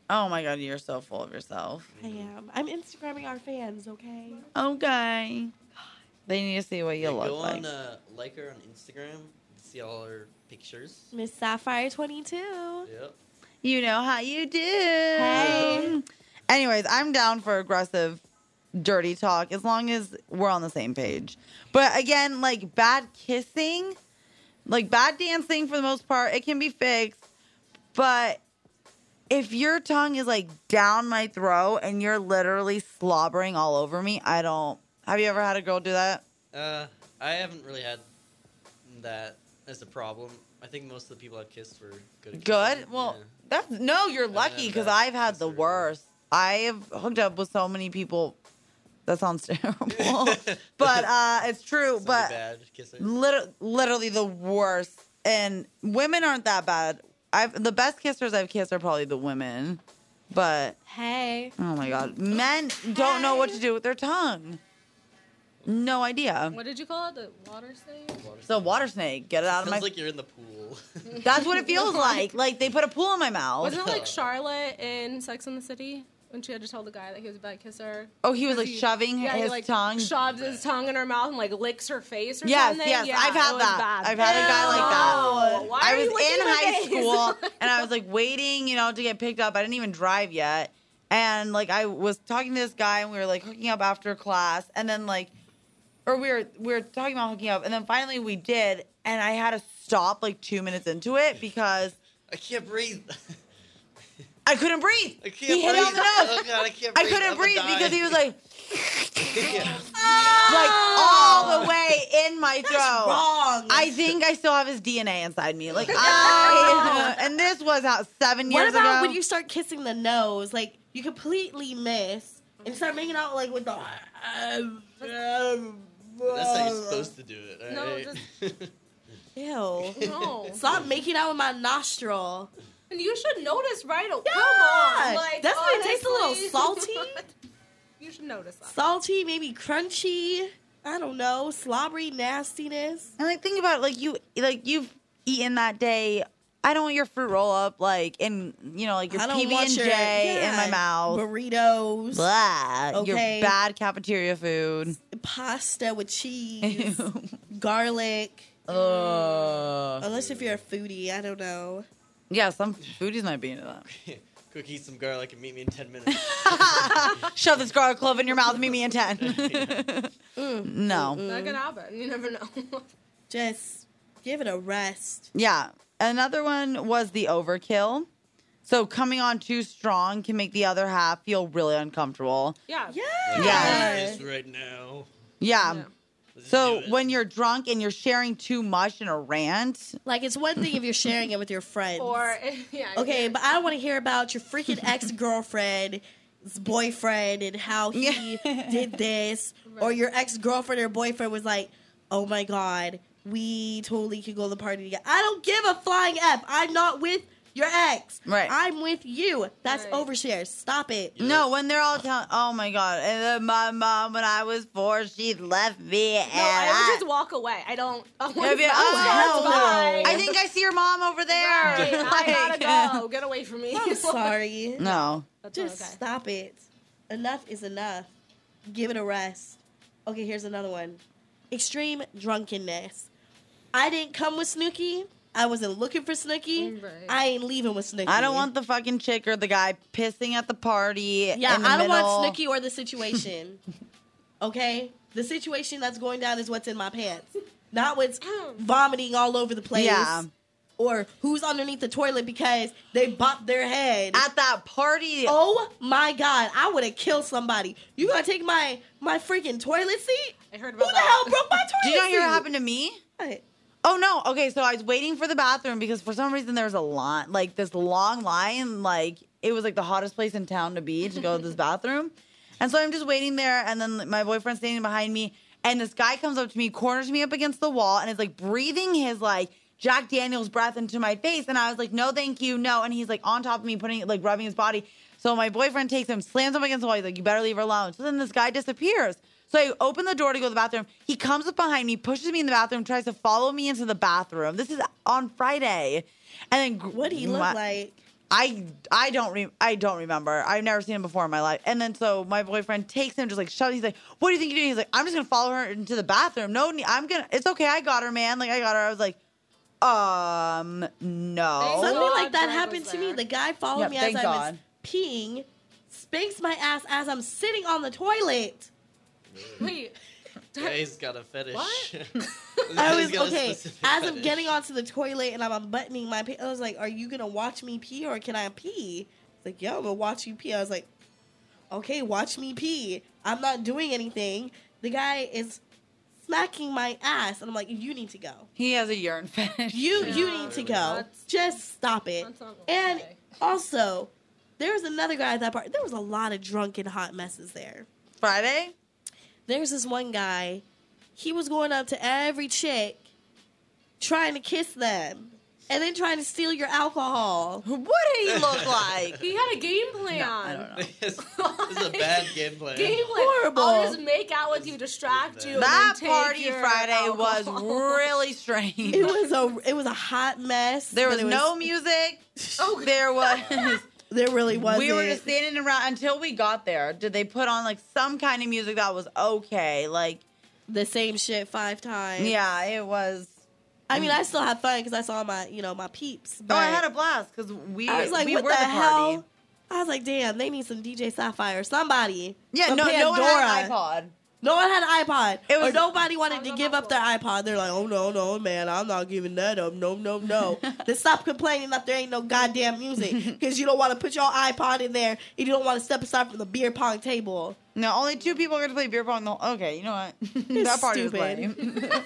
Speaker 3: Oh my god, you're so full of yourself.
Speaker 2: I am. I'm Instagramming our fans, okay?
Speaker 3: Okay. They need to see what you
Speaker 7: Yeah,
Speaker 3: look
Speaker 7: go
Speaker 3: like.
Speaker 7: on, uh, like her on Instagram. See all her pictures.
Speaker 2: Miss Sapphire 22.
Speaker 7: Yep.
Speaker 3: you know how you do. Anyways, I'm down for aggressive, dirty talk as long as we're on the same page. But again, like bad kissing, like bad dancing for the most part, it can be fixed. But if your tongue is like down my throat and you're literally slobbering all over me, I don't. Have you ever had a girl do that?
Speaker 7: Uh, I haven't really had that as a problem. I think most of the people I've kissed were good. At
Speaker 3: Good.
Speaker 7: kissing,
Speaker 3: Well,
Speaker 7: yeah.
Speaker 3: that's no. You're lucky
Speaker 7: had
Speaker 3: because
Speaker 7: that
Speaker 3: I've had the
Speaker 7: history.
Speaker 3: worst. I have hooked up with so many people. That sounds [LAUGHS]
Speaker 7: [LAUGHS]
Speaker 3: terrible, but uh, it's true.
Speaker 7: It's
Speaker 3: but
Speaker 7: not a
Speaker 3: Mm,
Speaker 7: bad kisser.
Speaker 3: liter- literally the worst. And women aren't that bad. I've the best kissers I've kissed are probably the women. But
Speaker 2: Hey.
Speaker 3: oh my god, men don't know what to do with their tongue. No idea.
Speaker 4: [LAUGHS] What did you call it? The water stain?
Speaker 7: Water
Speaker 3: It's a
Speaker 7: sounds-
Speaker 3: water snake. Get it out of
Speaker 7: Sounds
Speaker 3: my.
Speaker 7: like you're in the pool. [LAUGHS]
Speaker 3: That's what it feels like. Like they put a pool in my mouth.
Speaker 4: Wasn't it like Charlotte in Sex and the City when she had to tell the guy that he was a bad kisser?
Speaker 3: Oh, he was like
Speaker 4: he-
Speaker 3: shoving
Speaker 4: Yeah, he
Speaker 3: his
Speaker 4: like
Speaker 3: tongue.
Speaker 4: shoves his tongue in her mouth and like licks her face or
Speaker 3: Yes,
Speaker 4: something.
Speaker 3: yes,
Speaker 4: yeah,
Speaker 3: I've had
Speaker 4: it was
Speaker 3: that.
Speaker 4: Bad.
Speaker 3: I've had a guy like that.
Speaker 4: No. Why
Speaker 3: I
Speaker 4: are
Speaker 3: was
Speaker 4: you
Speaker 3: in
Speaker 4: licking my
Speaker 3: high
Speaker 4: face? [LAUGHS]
Speaker 3: school and I was like waiting, you know, to get picked up. I didn't even drive yet. And like I was talking to this guy and we were like hooking up after class and then like or we were we were talking about hooking up and then finally we did and I had to stop like 2 minutes into it because
Speaker 7: I can't breathe.
Speaker 3: I couldn't breathe.
Speaker 7: I can't
Speaker 3: he
Speaker 7: breathe.
Speaker 3: hit it on the nose.
Speaker 7: Oh god, I can't.
Speaker 3: I
Speaker 7: Breathe.
Speaker 3: couldn't
Speaker 7: I'm
Speaker 3: breathe because he was like
Speaker 7: Yeah. [LAUGHS]
Speaker 3: like all the way in my throat.
Speaker 2: That's wrong.
Speaker 3: I think I still have his DNA inside
Speaker 2: [LAUGHS]
Speaker 3: me. Like I, and this was out seven
Speaker 2: what
Speaker 3: years
Speaker 2: about
Speaker 3: ago.
Speaker 2: when you start kissing the nose? Like, you completely miss. and start making out like with the.
Speaker 7: That's
Speaker 3: [LAUGHS]
Speaker 7: how you're supposed to do it. All
Speaker 4: No,
Speaker 7: right?
Speaker 3: [LAUGHS]
Speaker 2: Ew.
Speaker 4: [LAUGHS] No.
Speaker 2: Stop making out with my nostril.
Speaker 4: And you should notice right away.
Speaker 2: Yeah.
Speaker 4: Come on. Like,
Speaker 2: That's when it tastes a little
Speaker 4: honestly. [LAUGHS]
Speaker 2: salty.
Speaker 4: you should notice that.
Speaker 2: Salty, maybe crunchy. I don't know. Slobbery nastiness.
Speaker 3: And like think about it, like you like you've eaten that day. I don't want your fruit roll up like in you know like your
Speaker 2: I don't
Speaker 3: PB
Speaker 2: want
Speaker 3: and J
Speaker 2: your-
Speaker 3: in my
Speaker 2: yeah,
Speaker 3: mouth.
Speaker 2: Burritos.
Speaker 3: Blah. Your
Speaker 2: Okay.
Speaker 3: bad cafeteria food.
Speaker 2: Pasta with cheese. garlic.
Speaker 3: [LAUGHS] Ugh.
Speaker 2: Unless if you're a foodie. I don't know.
Speaker 3: Yeah, some foodies might be into that.
Speaker 7: [LAUGHS]
Speaker 3: [LAUGHS]
Speaker 7: Cook, eat some garlic, and meet me in ten minutes.
Speaker 3: Shove this garlic clove in your mouth. Meet me in ten. [LAUGHS] no.
Speaker 4: Not gonna happen. You never know. [LAUGHS]
Speaker 2: Just give it a rest.
Speaker 3: Yeah. Another one was the overkill. So coming on too strong can make the other half feel really uncomfortable.
Speaker 4: yeah.
Speaker 2: Yeah.
Speaker 3: Yeah.
Speaker 7: This right now.
Speaker 3: Yeah.
Speaker 4: Yeah.
Speaker 7: Let's
Speaker 3: So
Speaker 7: do it.
Speaker 3: when you're drunk and you're sharing too much in a rant,
Speaker 2: Like it's one thing if you're sharing it with your friends.
Speaker 4: Or [LAUGHS] yeah.
Speaker 2: okay,
Speaker 4: yeah.
Speaker 2: but I don't want to hear about your freaking ex girlfriend. Boyfriend and how he
Speaker 3: Yeah.
Speaker 2: did this, or your ex girlfriend or boyfriend was like, Oh my god, we totally could go to the party together. I don't give a flying F. I'm not with your ex,
Speaker 3: Right.
Speaker 2: I'm with you. That's
Speaker 4: Right.
Speaker 2: overshare. Stop it.
Speaker 3: [LAUGHS]
Speaker 7: You
Speaker 3: no,
Speaker 7: know-
Speaker 3: when they're all telling, oh my god, and then my mom when I was four, she left me, and
Speaker 4: No,
Speaker 3: I,
Speaker 4: I would just walk away. I don't. I
Speaker 3: Yeah,
Speaker 4: wouldn't-
Speaker 3: be like, oh hell
Speaker 4: that's
Speaker 3: no,
Speaker 4: fine.
Speaker 3: I think I see your mom over there.
Speaker 4: [LAUGHS] Right, I
Speaker 3: Like-
Speaker 4: gotta go. Get away from me. [LAUGHS]
Speaker 2: I'm sorry.
Speaker 3: No,
Speaker 4: That's
Speaker 2: Just
Speaker 4: Oh, okay.
Speaker 2: stop it. Enough is enough. Give it a rest. Okay, here's another one. Extreme drunkenness. I didn't come with Snooky. I wasn't looking for Snooky.
Speaker 4: Right.
Speaker 2: I ain't leaving with Snooky.
Speaker 3: I don't want the fucking chick or the guy pissing at the party.
Speaker 2: Yeah,
Speaker 3: in the
Speaker 2: I don't
Speaker 3: middle.
Speaker 2: want Snooky or the
Speaker 3: [LAUGHS]
Speaker 2: situation. okay, the situation that's going down is what's in my
Speaker 4: [LAUGHS]
Speaker 2: pants, not what's vomiting all over the place.
Speaker 3: Yeah.
Speaker 2: Or who's underneath the toilet because they bopped their head
Speaker 3: at that party.
Speaker 2: Oh my god, I would have killed somebody. You gonna take my my freaking toilet seat?
Speaker 4: I heard
Speaker 2: Who
Speaker 4: about
Speaker 2: the
Speaker 4: that.
Speaker 2: hell broke
Speaker 3: [LAUGHS]
Speaker 2: my toilet
Speaker 3: Did you not hear
Speaker 2: seat?
Speaker 3: what happened to me?
Speaker 2: What?
Speaker 3: Oh no. Okay, so I was waiting for the bathroom because for some reason there was a line, like this long line, like it was like the hottest place in town to be to go to this bathroom. And so I'm just waiting there, and then my boyfriend's standing behind me, and this guy comes up to me, corners me up against the wall, and is like breathing his like Jack Daniels breath into my face. And I was like, no, thank you, no. And he's like on top of me, putting like rubbing his body. So my boyfriend takes him, slams him against the wall. He's like, you better leave her alone. So then this guy disappears. So I open the door to go to the bathroom. He comes up behind me, pushes me in the bathroom, tries to follow me into the bathroom. This is on Friday. And then gr-
Speaker 2: What he look
Speaker 3: my-
Speaker 2: like?
Speaker 3: I I don't re- I don't remember. I've never seen him before in my life. And then so my boyfriend takes him, just like shoves. He's like, "What do you think you're doing?" He's like, "I'm just gonna follow her into the bathroom. No, ne- I'm gonna. It's okay. I got her, man. Like I got her." I was like, "Um, no."
Speaker 4: Thank
Speaker 2: Something
Speaker 4: God
Speaker 2: like that
Speaker 4: Greg
Speaker 2: happened
Speaker 4: was
Speaker 2: to me.
Speaker 4: there.
Speaker 2: The guy followed
Speaker 3: Yeah,
Speaker 2: me as
Speaker 3: thank
Speaker 2: I was
Speaker 3: God.
Speaker 2: peeing, spanks my ass as I'm sitting on the toilet.
Speaker 4: Wait.
Speaker 7: Jay's got a fetish. [LAUGHS]
Speaker 4: What?
Speaker 2: [LAUGHS] I was
Speaker 7: He's got a
Speaker 2: okay.
Speaker 7: specific
Speaker 2: As I'm
Speaker 7: fetish.
Speaker 2: getting
Speaker 7: [LAUGHS]
Speaker 2: onto the toilet and I'm unbuttoning my pants, I was like, "Are you gonna watch me pee or can I pee?" It's like, "Yo, I'm gonna watch you pee." I was like, "Okay, watch me pee. I'm not doing anything." The guy is smacking my ass, and I'm like, "You need to go.
Speaker 3: He has a urine fetish.
Speaker 2: You you need to go.
Speaker 4: That's-
Speaker 2: Just stop it."
Speaker 4: that's not gonna
Speaker 2: And
Speaker 4: fly.
Speaker 2: also, there was another guy at that part. There was a lot of drunken hot messes there
Speaker 3: [LAUGHS] Friday.
Speaker 2: there's this one guy, he was going up to every chick, trying to kiss them, and then trying to steal your alcohol.
Speaker 3: [LAUGHS] What did he look like? [LAUGHS]
Speaker 4: He had a game plan.
Speaker 3: I don't know.
Speaker 2: [LAUGHS]
Speaker 7: this, this is a bad game plan.
Speaker 4: Game plan.
Speaker 2: Horrible.
Speaker 4: I'll just make out with you, distract you. and
Speaker 3: That
Speaker 4: then take
Speaker 3: party
Speaker 4: your
Speaker 3: Friday [LAUGHS]
Speaker 4: alcohol.
Speaker 3: was really strange.
Speaker 2: It was a it was a hot mess.
Speaker 3: there
Speaker 2: but
Speaker 3: was, Oh,
Speaker 2: it
Speaker 3: no [LAUGHS] music. There was.
Speaker 2: There really wasn't.
Speaker 3: we were just standing around until we got there. Did they put on like some kind of music that was okay? Like,
Speaker 2: the same shit five times.
Speaker 3: yeah, it was.
Speaker 2: I mean, I still had fun because I saw my you know my peeps. But
Speaker 3: Oh, I had a blast because we
Speaker 2: I was like,
Speaker 3: we
Speaker 2: what
Speaker 3: were
Speaker 2: the,
Speaker 3: the,
Speaker 2: hell?
Speaker 3: party.
Speaker 2: I was like, damn, they need some DJ Sapphire or somebody.
Speaker 3: Yeah,
Speaker 2: Some
Speaker 3: no, no one had an
Speaker 2: Pandora.
Speaker 3: iPod.
Speaker 2: No one had an iPod.
Speaker 3: It was- Oh,
Speaker 2: or nobody wanted
Speaker 4: Sounds
Speaker 2: to
Speaker 4: on
Speaker 2: give
Speaker 4: my
Speaker 2: up their iPod. They're like, oh no, no, man, I'm not giving that up. No, no,
Speaker 3: [LAUGHS]
Speaker 2: no. then stop complaining that there ain't no goddamn music because you don't want to put your iPod in there and you don't want to step aside from the beer pong table.
Speaker 3: No, only two people got to play beer pong. The whole, okay, you know [LAUGHS] what? that party
Speaker 2: stupid.
Speaker 3: was [LAUGHS] lame.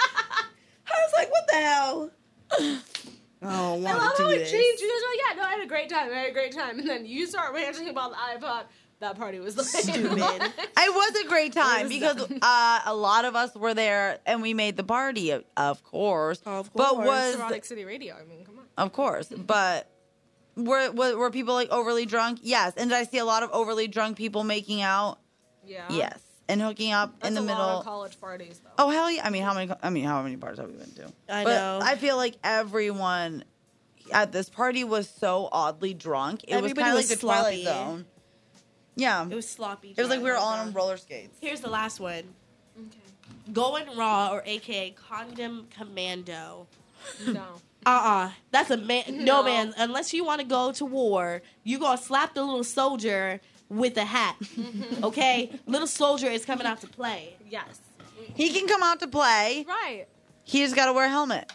Speaker 2: I was like, what the hell? I don't
Speaker 4: [LAUGHS] I
Speaker 2: want
Speaker 4: love
Speaker 2: to do
Speaker 4: how
Speaker 3: [LAUGHS]
Speaker 4: it
Speaker 2: this.
Speaker 4: changed. You guys are like, yeah, no, I had a great time. I had a great time. And then you start ranting about the iPod. that party was like [LAUGHS]
Speaker 2: Stupid.
Speaker 3: It was a great time because [LAUGHS] uh, a lot of us were there and we made the party, of, of course.
Speaker 2: Of
Speaker 3: But
Speaker 2: course.
Speaker 3: was
Speaker 4: Erotic City Radio. I mean, come on.
Speaker 3: of course, but were, were were people like overly drunk? Yes. And did I see a lot of overly drunk people making out?
Speaker 4: Yeah.
Speaker 3: Yes. And hooking up
Speaker 4: That's
Speaker 3: in the
Speaker 4: a
Speaker 3: middle.
Speaker 4: Lot of college parties though.
Speaker 3: Oh hell yeah! I mean, how many? I mean, how many bars have we been to?
Speaker 2: I
Speaker 3: but
Speaker 2: know.
Speaker 3: I feel like everyone at this party was so oddly drunk. It was
Speaker 2: Everybody
Speaker 3: kind of like
Speaker 2: was
Speaker 3: the
Speaker 2: sloppy.
Speaker 3: Twilight Zone. Yeah,
Speaker 2: It was sloppy.
Speaker 3: like we were all on
Speaker 2: drunk.
Speaker 3: roller skates.
Speaker 2: Here's the last one. Going raw or AKA condom commando.
Speaker 4: No.
Speaker 2: Uh-uh. That's a
Speaker 4: [LAUGHS]
Speaker 2: man. No,
Speaker 4: No.
Speaker 2: man. Unless you want to go to war, you gonna slap the little soldier with a hat.
Speaker 4: Mm-hmm.
Speaker 2: okay, little soldier is coming out to play.
Speaker 3: [LAUGHS]
Speaker 4: Yes.
Speaker 3: He can come out to play.
Speaker 4: Right.
Speaker 3: He just got to wear a helmet.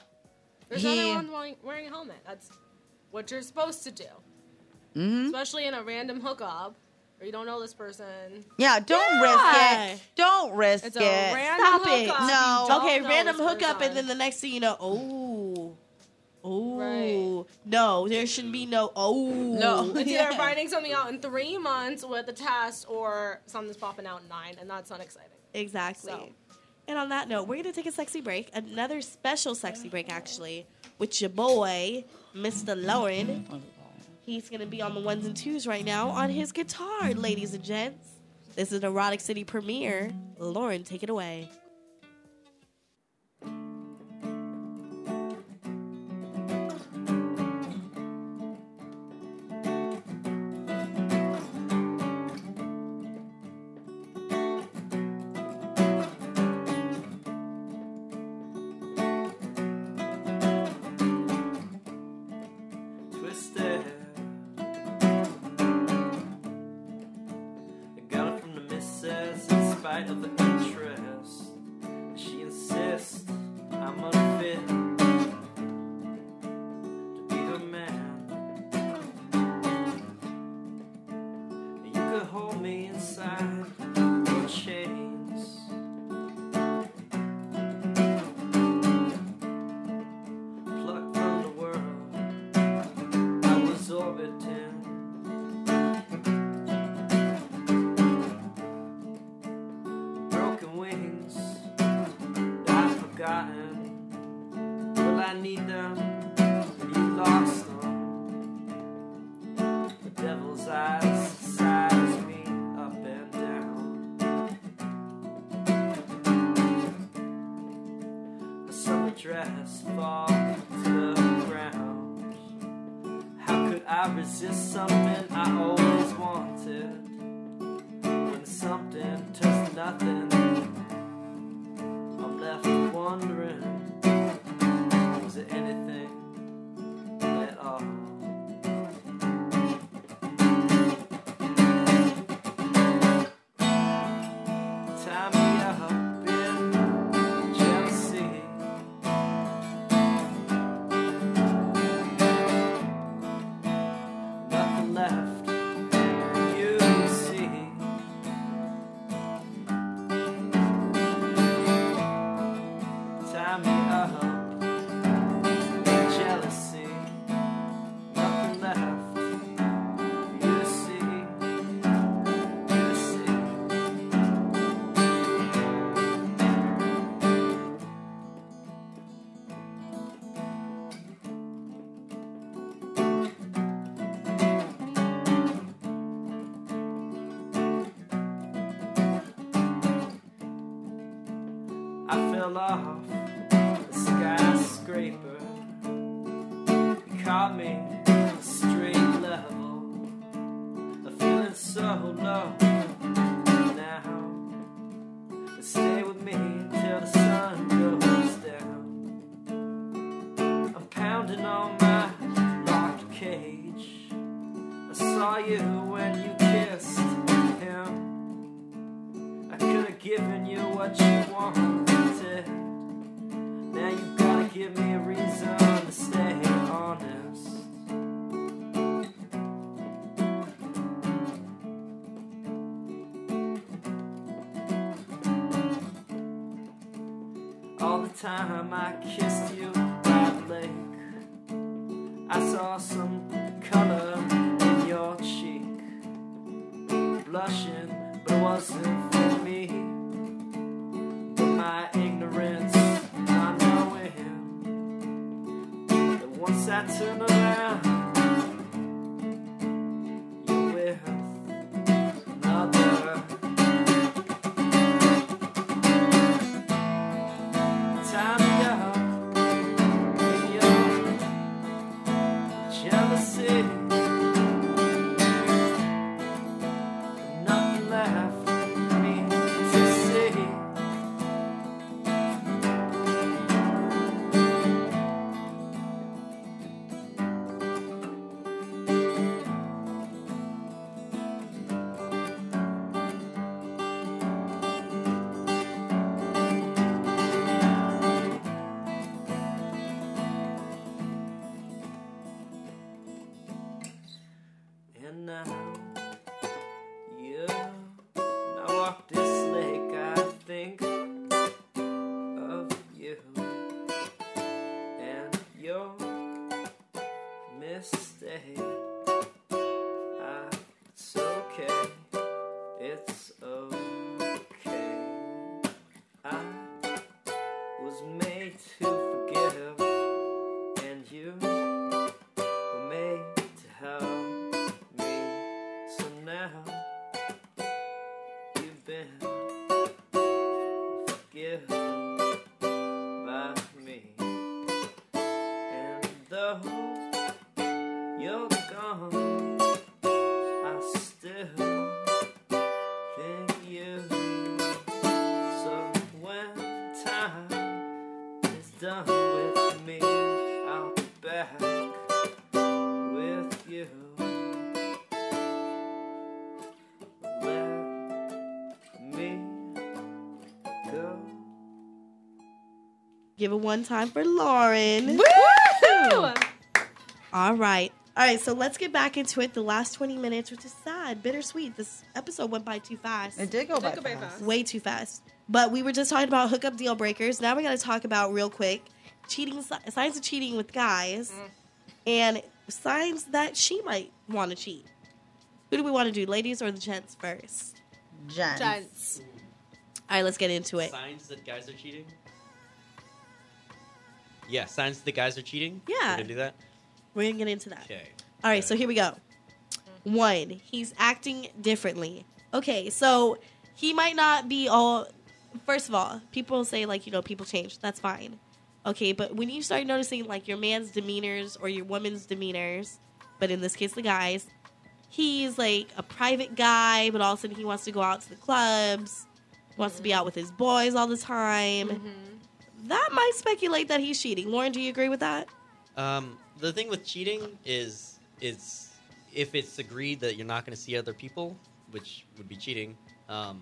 Speaker 4: There's
Speaker 3: He-
Speaker 4: another one wearing, wearing a helmet. That's what you're supposed to do.
Speaker 3: Mm-hmm.
Speaker 4: Especially in a random hookup where you don't know this person.
Speaker 3: Yeah, don't
Speaker 2: Yeah.
Speaker 3: risk it. Don't risk
Speaker 4: It's
Speaker 3: it.
Speaker 4: a random
Speaker 2: Stop it.
Speaker 4: hookup.
Speaker 3: No.
Speaker 4: You Oh, don't
Speaker 2: okay,
Speaker 4: know
Speaker 2: random
Speaker 4: this
Speaker 2: hookup,
Speaker 4: person.
Speaker 2: and then the next thing you know, oh, oh,
Speaker 4: Right.
Speaker 2: no, there shouldn't be no oh.
Speaker 3: No.
Speaker 4: [LAUGHS]
Speaker 3: [LAUGHS]
Speaker 4: It's
Speaker 3: Yeah.
Speaker 4: either finding something out in three months with a test or something's popping out in nine, and that's not exciting.
Speaker 2: Exactly.
Speaker 4: So.
Speaker 2: And on that note, we're gonna take a sexy break. Another special sexy break, actually, with your boy, Mr. Lauren. He's gonna be on the ones and twos right now on his guitar, ladies and gents. This is an Erotic City premiere. Lauren, take it away.
Speaker 8: twisted. I got it from the missus in spite of the interest. She insists I'm unfit to be her man. You could hold me inside your chains. Plucked from the world. I was orbiting. Broken wings, I've forgotten. Will I need them? You lost them. The devil's eyes size me up and down. A summer dress falls to the ground. How could I resist something I always wanted? When something turns to nothing, I'm left wondering was it anything at all? Tie me up in jealousy. nothing left. You see, tie me up in jealousy. Nothing left. You see, you see. I fell off the skyscraper. You caught me straight level. I'm feeling so low now. But stay with me till the sun goes down. I'm pounding on my locked cage. I saw you when you kissed him. I could have given you what you wanted. Now you gotta give me a reason to stay honest. All the time I kissed you by the lake, I saw some color in your cheek. blushing, but it wasn't for me. But my ignorance, I know him. That once I turn around, you're with another. Time to go in your jealousy. Nothing left for me to see. And now you now walk this lake, I think of you and your mistake. Ah, it's okay, it's okay. I was made to forgive, and you were made to help me. So now you've been forgiven by me. And though you're gone, I still think you. So when time is done with me, I'll be back with you. Let me go.
Speaker 2: Give it one time for Lauren. All right. All right, so let's get back into it. The last 20 minutes, which is sad, bittersweet. This episode went by too fast.
Speaker 3: It did go by.
Speaker 4: Look at my
Speaker 3: fast.
Speaker 4: fast.
Speaker 2: Way too fast. But we were just talking about hookup deal breakers. Now we got to talk about real quick cheating si- signs of cheating with guys and signs that she might want to cheat. Who do we want to do, ladies or the gents first?
Speaker 3: Jen.
Speaker 4: Gents.
Speaker 2: All right, let's get into it.
Speaker 7: Signs that guys are cheating. Yeah, signs that guys are cheating.
Speaker 2: Yeah.
Speaker 7: We're gonna do that.
Speaker 2: We're going to get into that.
Speaker 7: Okay.
Speaker 2: All right, so here we go. One, he's acting differently. Okay, so he might not be all. First of all, people say like you know people change. That's fine. Okay, but when you start noticing like your man's demeanors or your woman's demeanors, but in this case the guys, he's like a private guy, but all of a sudden he wants to go out to the clubs, wants to be out with his boys all the time. That might speculate that he's cheating. Lauren, do you agree with that?
Speaker 7: Um, the thing with cheating is is if it's agreed that you're not going to see other people, which would be cheating. Um,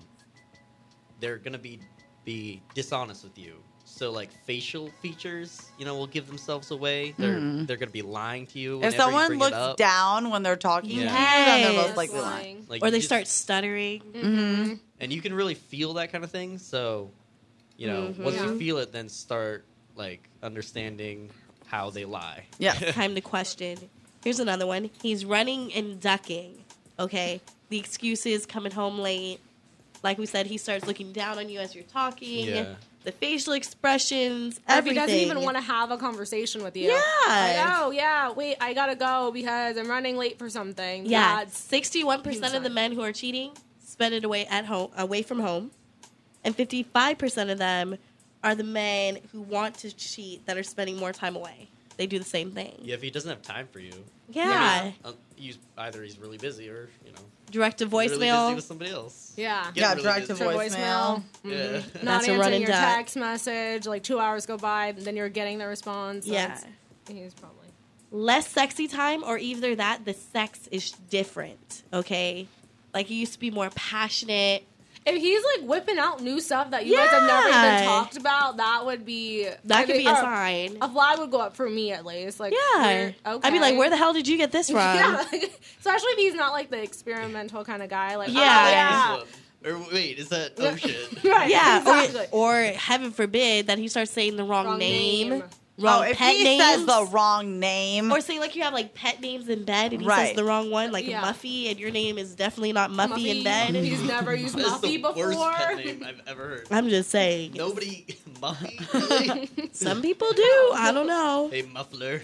Speaker 7: they're going to be be dishonest with you. So like facial features, you know, will give themselves away. They're they're going to be lying to you.
Speaker 3: If
Speaker 7: whenever you
Speaker 3: someone
Speaker 7: bring it
Speaker 3: looks
Speaker 7: up.
Speaker 3: down when they're talking to you, then they're most
Speaker 2: Yes.
Speaker 3: likely lying.
Speaker 4: lying.
Speaker 7: like
Speaker 2: or
Speaker 7: you
Speaker 2: they
Speaker 7: just-
Speaker 2: start stuttering.
Speaker 3: Mm-hmm.
Speaker 7: and you can really feel that kind of thing. So, you know,
Speaker 2: Mhm.
Speaker 7: once
Speaker 4: Yeah.
Speaker 7: you feel it, then start like understanding how they lie.
Speaker 3: Yeah.
Speaker 2: time to question. Here's another one. He's running and ducking. Okay. The excuse is coming home late. Like we said, he starts looking down on you as you're talking.
Speaker 7: Yeah.
Speaker 2: The facial expressions,
Speaker 4: Or
Speaker 2: everything.
Speaker 4: If he doesn't even want to have a conversation with you.
Speaker 2: Yeah.
Speaker 4: Like, oh, yeah, wait, I gotta go because I'm running late for something.
Speaker 2: Yeah.
Speaker 4: it's-
Speaker 2: Sixty-one percent of the
Speaker 4: Inside.
Speaker 2: men who are cheating spend it away at home, away from home, and fifty-five percent of them are the men who want to cheat that are spending more time away. They do the same thing.
Speaker 7: Yeah, if he doesn't have time for you,
Speaker 2: Yeah.
Speaker 7: uh, he's either he's really busy or you know
Speaker 2: Direct to
Speaker 7: he's Really busy
Speaker 2: voicemail.
Speaker 7: with somebody else.
Speaker 4: Yeah.
Speaker 7: Get
Speaker 3: Yeah,
Speaker 7: really
Speaker 3: direct to
Speaker 7: busy.
Speaker 4: Your
Speaker 3: voicemail.
Speaker 7: Yeah.
Speaker 4: Mm-hmm.
Speaker 7: [LAUGHS]
Speaker 4: Not
Speaker 2: That's a run
Speaker 4: answering
Speaker 2: and
Speaker 4: your
Speaker 2: duck.
Speaker 4: text message. Like two hours go by, then you're getting the response. so
Speaker 2: yeah.
Speaker 4: it's- He's probably.
Speaker 2: less sexy time or either that the sex is different okay like you used to be more passionate
Speaker 4: If he's like whipping out new stuff that you guys have never
Speaker 2: Yeah.
Speaker 4: even talked about, that would be
Speaker 2: that
Speaker 4: I oh,
Speaker 2: could
Speaker 4: think-
Speaker 2: be a
Speaker 4: or
Speaker 2: sign
Speaker 4: A fly would go up for me at least. Like
Speaker 2: yeah
Speaker 4: where- okay.
Speaker 2: i'd be like where the hell did you get this from
Speaker 4: [LAUGHS] Yeah, like, especially if he's not like the experimental kind of guy. Like, oh,
Speaker 2: Yeah.
Speaker 4: yeah.
Speaker 7: Or wait, is that oh shit?
Speaker 4: [LAUGHS] Right,
Speaker 2: Yeah, or-
Speaker 4: exactly.
Speaker 2: or, heaven forbid that he starts saying the wrong, name. wrong
Speaker 3: oh, if
Speaker 2: pet
Speaker 3: he
Speaker 2: names.
Speaker 3: says the wrong name,
Speaker 2: or say like you have like pet names in bed and he says
Speaker 3: Right.
Speaker 2: the wrong one, like
Speaker 4: Yeah.
Speaker 2: Muffy, and your name is definitely not Muffy, in
Speaker 4: [LAUGHS]
Speaker 2: bed.
Speaker 4: He's never used
Speaker 7: That's the
Speaker 4: Muffy before.
Speaker 7: worst
Speaker 2: [LAUGHS]
Speaker 7: pet name I've ever heard.
Speaker 2: I'm just saying.
Speaker 7: Nobody [LAUGHS] Muffy.
Speaker 4: [LAUGHS]
Speaker 7: Really?
Speaker 2: Some people do. I don't know.
Speaker 3: [LAUGHS]
Speaker 7: hey, muffler.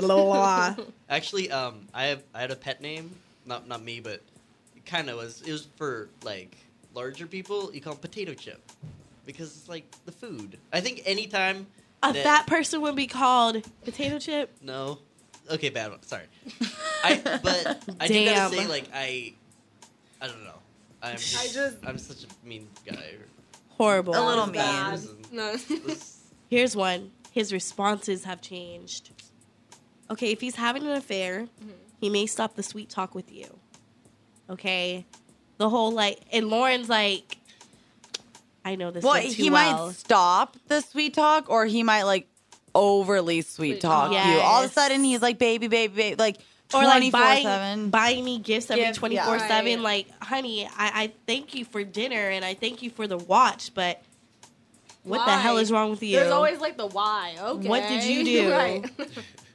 Speaker 2: Blah.
Speaker 7: Actually, um, I have I had a pet name. Not not me, but it kind of was. It was for like larger people. You call it potato chip because it's like the food. I think anytime
Speaker 2: A
Speaker 7: that-
Speaker 2: fat person would be called potato chip.
Speaker 7: No. Okay, bad one. Sorry. I but I do
Speaker 2: Damn.
Speaker 7: gotta say like I I don't know. I'm just, I
Speaker 4: just-
Speaker 7: am such a mean guy.
Speaker 2: Horrible.
Speaker 3: A
Speaker 4: [LAUGHS]
Speaker 3: little
Speaker 7: It's
Speaker 3: mean.
Speaker 7: bad.
Speaker 4: No.
Speaker 7: This-
Speaker 2: Here's one. His responses have changed. Okay, if he's having an affair, he may stop the sweet talk with you. Okay, the whole like, and Lauren's like, I know this.
Speaker 3: well,
Speaker 2: one too
Speaker 3: he
Speaker 2: well.
Speaker 3: might stop the sweet talk, or he might like overly sweet
Speaker 4: Sweet
Speaker 3: talk
Speaker 4: talk.
Speaker 3: you. All of a
Speaker 2: Yes.
Speaker 3: sudden, he's like, "Baby, baby, baby," like
Speaker 2: or
Speaker 3: twenty
Speaker 2: like
Speaker 3: four
Speaker 2: buying,
Speaker 3: seven.
Speaker 2: buying me gifts every
Speaker 3: Gift, yeah.
Speaker 2: 24
Speaker 4: Right.
Speaker 2: 7 like honey I, I thank you for dinner and i thank you for the watch but what the
Speaker 4: Why?
Speaker 2: hell is wrong with you
Speaker 4: There's always like the why. Okay.
Speaker 2: What did
Speaker 4: [LAUGHS]
Speaker 2: you do?
Speaker 4: right.
Speaker 2: [LAUGHS]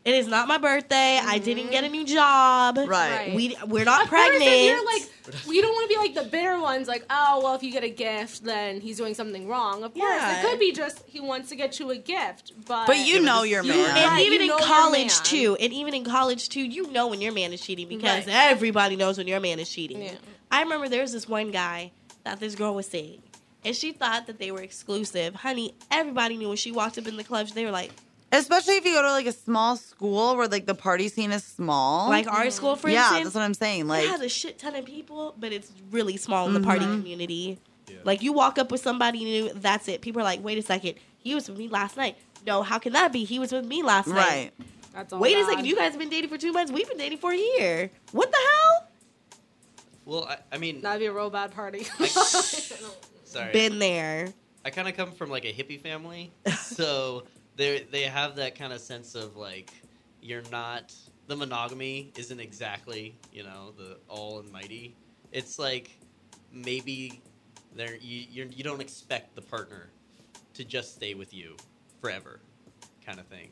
Speaker 2: it is not my birthday i didn't get a new job
Speaker 3: Mm-hmm. Right.
Speaker 2: we, we're not
Speaker 4: Whereas
Speaker 2: pregnant
Speaker 4: If you're like, we don't want to be like the bitter ones. Like, oh well, if you get a gift, then he's doing something wrong. Of course,
Speaker 2: Yeah.
Speaker 4: it could be just he wants to get you a gift, but
Speaker 3: But you
Speaker 7: but
Speaker 3: know
Speaker 7: it's-
Speaker 3: your
Speaker 7: you-
Speaker 3: man.
Speaker 2: and
Speaker 4: Right,
Speaker 2: even
Speaker 4: you
Speaker 2: in
Speaker 4: know your
Speaker 2: college
Speaker 4: man.
Speaker 2: too and even in college too you know when your man is cheating because
Speaker 4: Right.
Speaker 2: everybody knows when your man is cheating
Speaker 4: Yeah.
Speaker 2: i remember there was this one guy that this girl was seeing and she thought that they were exclusive honey everybody knew when she walked up in the club they were like
Speaker 3: Especially if you go to like a small school where like the party scene is small.
Speaker 2: like our school for
Speaker 3: Oh yeah,
Speaker 2: instance
Speaker 3: that's what I'm saying.
Speaker 2: it
Speaker 3: Like,
Speaker 2: has a shit ton of people but it's really small in the party community like you walk up with somebody new that's it people are like wait a second he was with me last night no how can that be he was with me last night
Speaker 3: right?
Speaker 4: That's all
Speaker 2: Wait a
Speaker 4: God.
Speaker 2: second, you guys have been dating for two months. We've been dating for a year. What the hell?
Speaker 7: well, I, I mean,
Speaker 4: That'd be a real bad party. [LAUGHS]
Speaker 7: sorry.
Speaker 2: Been there.
Speaker 7: I kind of come from like a hippie family, so they they have that kind of sense of like you're not the monogamy isn't exactly you know the all and mighty. It's like maybe there you you're, you don't expect the partner to just stay with you forever, kind of thing.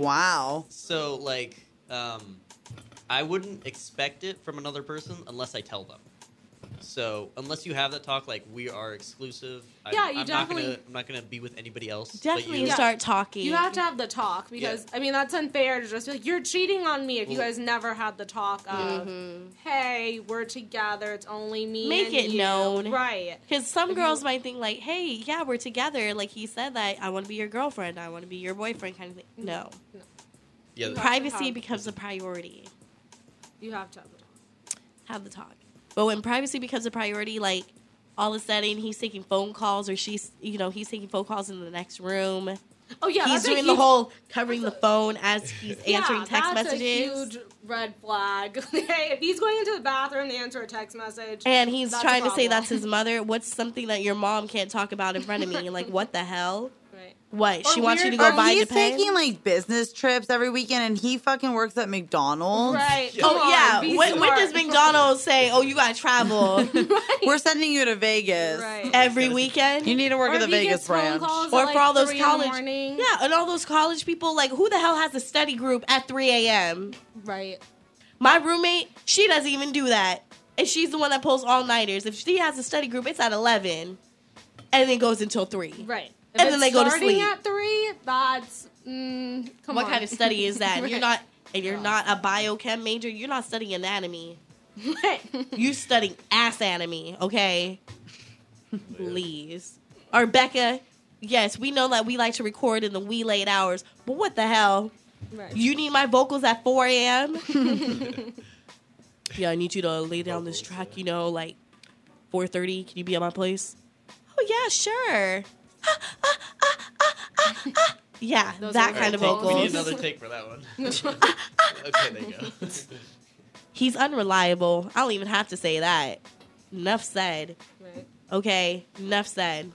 Speaker 3: Wow.
Speaker 7: So like um, I wouldn't expect it from another person unless I tell them. So unless you have that talk, like we are exclusive. I'm,
Speaker 4: Yeah, you
Speaker 7: I'm Not
Speaker 4: definitely-
Speaker 7: gonna, I'm not gonna be with anybody else. but
Speaker 2: Definitely
Speaker 7: you.
Speaker 4: Yeah.
Speaker 2: start talking.
Speaker 4: You have to have the talk because I mean that's unfair to just be like you're cheating on me if you
Speaker 7: Well-
Speaker 4: guys never had the talk of hey we're together it's only me
Speaker 2: Mm-hmm. Make
Speaker 4: and
Speaker 2: it
Speaker 4: you."
Speaker 2: known.
Speaker 4: right
Speaker 2: Because some
Speaker 4: If you-
Speaker 2: girls might think like, "Hey, yeah, we're together." Like he said that I want to be your girlfriend, I want to be your boyfriend, kind of thing. No,
Speaker 4: Mm-hmm.
Speaker 7: Yeah,
Speaker 4: You
Speaker 7: th-
Speaker 4: have to
Speaker 2: privacy
Speaker 4: have-
Speaker 2: becomes a priority.
Speaker 4: you have to have the talk
Speaker 2: Have the talk. But when privacy becomes a priority, like all of a sudden he's taking phone calls, or she's, you know, he's taking phone calls in the next room.
Speaker 4: oh yeah
Speaker 2: he's
Speaker 4: that's a
Speaker 2: doing the
Speaker 4: huge-
Speaker 2: whole covering the phone
Speaker 7: [LAUGHS]
Speaker 2: as he's answering
Speaker 4: Yeah,
Speaker 2: text
Speaker 4: that's
Speaker 2: messages.
Speaker 4: a huge red flag [LAUGHS] hey if he's going into the bathroom to answer a text message
Speaker 2: And he's
Speaker 4: That's a
Speaker 2: trying to say
Speaker 4: problem.
Speaker 2: that's his mother. What's something that your mom can't talk about in front of me? Like, what the hell?
Speaker 4: right
Speaker 2: What?
Speaker 4: Or
Speaker 2: she wants you to
Speaker 4: weird-
Speaker 2: go
Speaker 4: or
Speaker 2: buy
Speaker 3: he's
Speaker 2: Japan?
Speaker 3: taking like business trips every weekend, and he fucking works at McDonald's.
Speaker 4: right come
Speaker 2: [LAUGHS] oh,
Speaker 4: on,
Speaker 2: yeah.
Speaker 4: be
Speaker 2: When, when
Speaker 4: smart.
Speaker 2: does
Speaker 4: [LAUGHS]
Speaker 2: McDonald's say, oh, you got to travel [LAUGHS]
Speaker 3: We're sending you to Vegas.
Speaker 4: right
Speaker 2: every
Speaker 3: You
Speaker 2: weekend?
Speaker 3: need to work
Speaker 4: Or
Speaker 3: at the
Speaker 4: if he
Speaker 3: Vegas
Speaker 4: gets phone
Speaker 3: branch.
Speaker 4: calls
Speaker 2: Or
Speaker 4: at,
Speaker 2: for all
Speaker 4: like,
Speaker 2: those
Speaker 4: three in the
Speaker 2: college.
Speaker 4: morning.
Speaker 2: Yeah, and all those college people. Like, who the hell has a study group at 3 a.m.?
Speaker 4: right
Speaker 2: My roommate, she doesn't even do that. And she's the one that pulls all nighters. If she has a study group, it's at 11 and then goes until 3.
Speaker 4: Right. If
Speaker 2: And
Speaker 4: it's
Speaker 2: then they go to
Speaker 4: starting
Speaker 2: sleep.
Speaker 4: at three. That's mm, come
Speaker 2: what
Speaker 4: on.
Speaker 2: kind of study is
Speaker 4: [LAUGHS]
Speaker 2: that? You're
Speaker 4: Right.
Speaker 2: not, and you're not a biochem major. You're not studying anatomy.
Speaker 4: [LAUGHS] Right.
Speaker 2: You studying ass anatomy, okay? Please, or Becca. Yes, we know that we like to record in the wee late hours, but what the hell?
Speaker 4: Right.
Speaker 2: You need my vocals at 4 a.m. [LAUGHS] yeah, I need you to lay down this
Speaker 7: Vocals,
Speaker 2: track. You know, like 4:30. Can you be at my place? Oh yeah, sure. yeah,
Speaker 4: Those are
Speaker 2: that
Speaker 4: the
Speaker 2: kind of
Speaker 7: Alright, take- We need
Speaker 2: vocals.
Speaker 7: another take
Speaker 2: [LAUGHS]
Speaker 7: for that one. okay, there you go.
Speaker 2: He's unreliable. I don't even have to say that. Enough said.
Speaker 4: Right.
Speaker 2: Okay, enough said.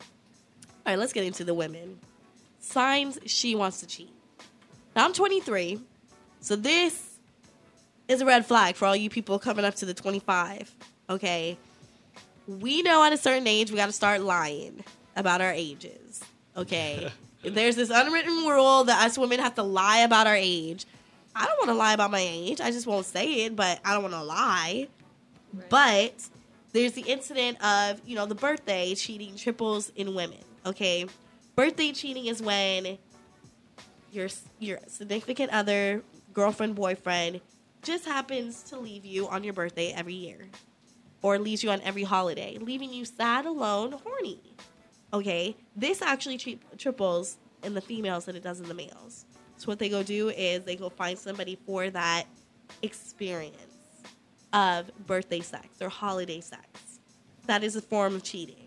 Speaker 2: All right, let's get into the women. Signs she wants to cheat. Now I'm 23, so this is a red flag for all you people coming up to the 25. Okay, we know at a certain age we got to start lying about our ages. Okay, There's this unwritten rule that us women have to lie about our age. I don't want to lie about my age. I just won't say it, but I don't want to lie. But there's the incident of, you know, the birthday cheating triples in women, okay? Birthday cheating is when your your significant other, girlfriend, boyfriend just happens to leave you on your birthday every year or leaves you on every holiday, leaving you sad, alone, horny. Okay, this actually tri- triples in the females than it does in the males. So what they go do is they go find somebody for that experience of birthday sex or holiday sex. That is a form of cheating.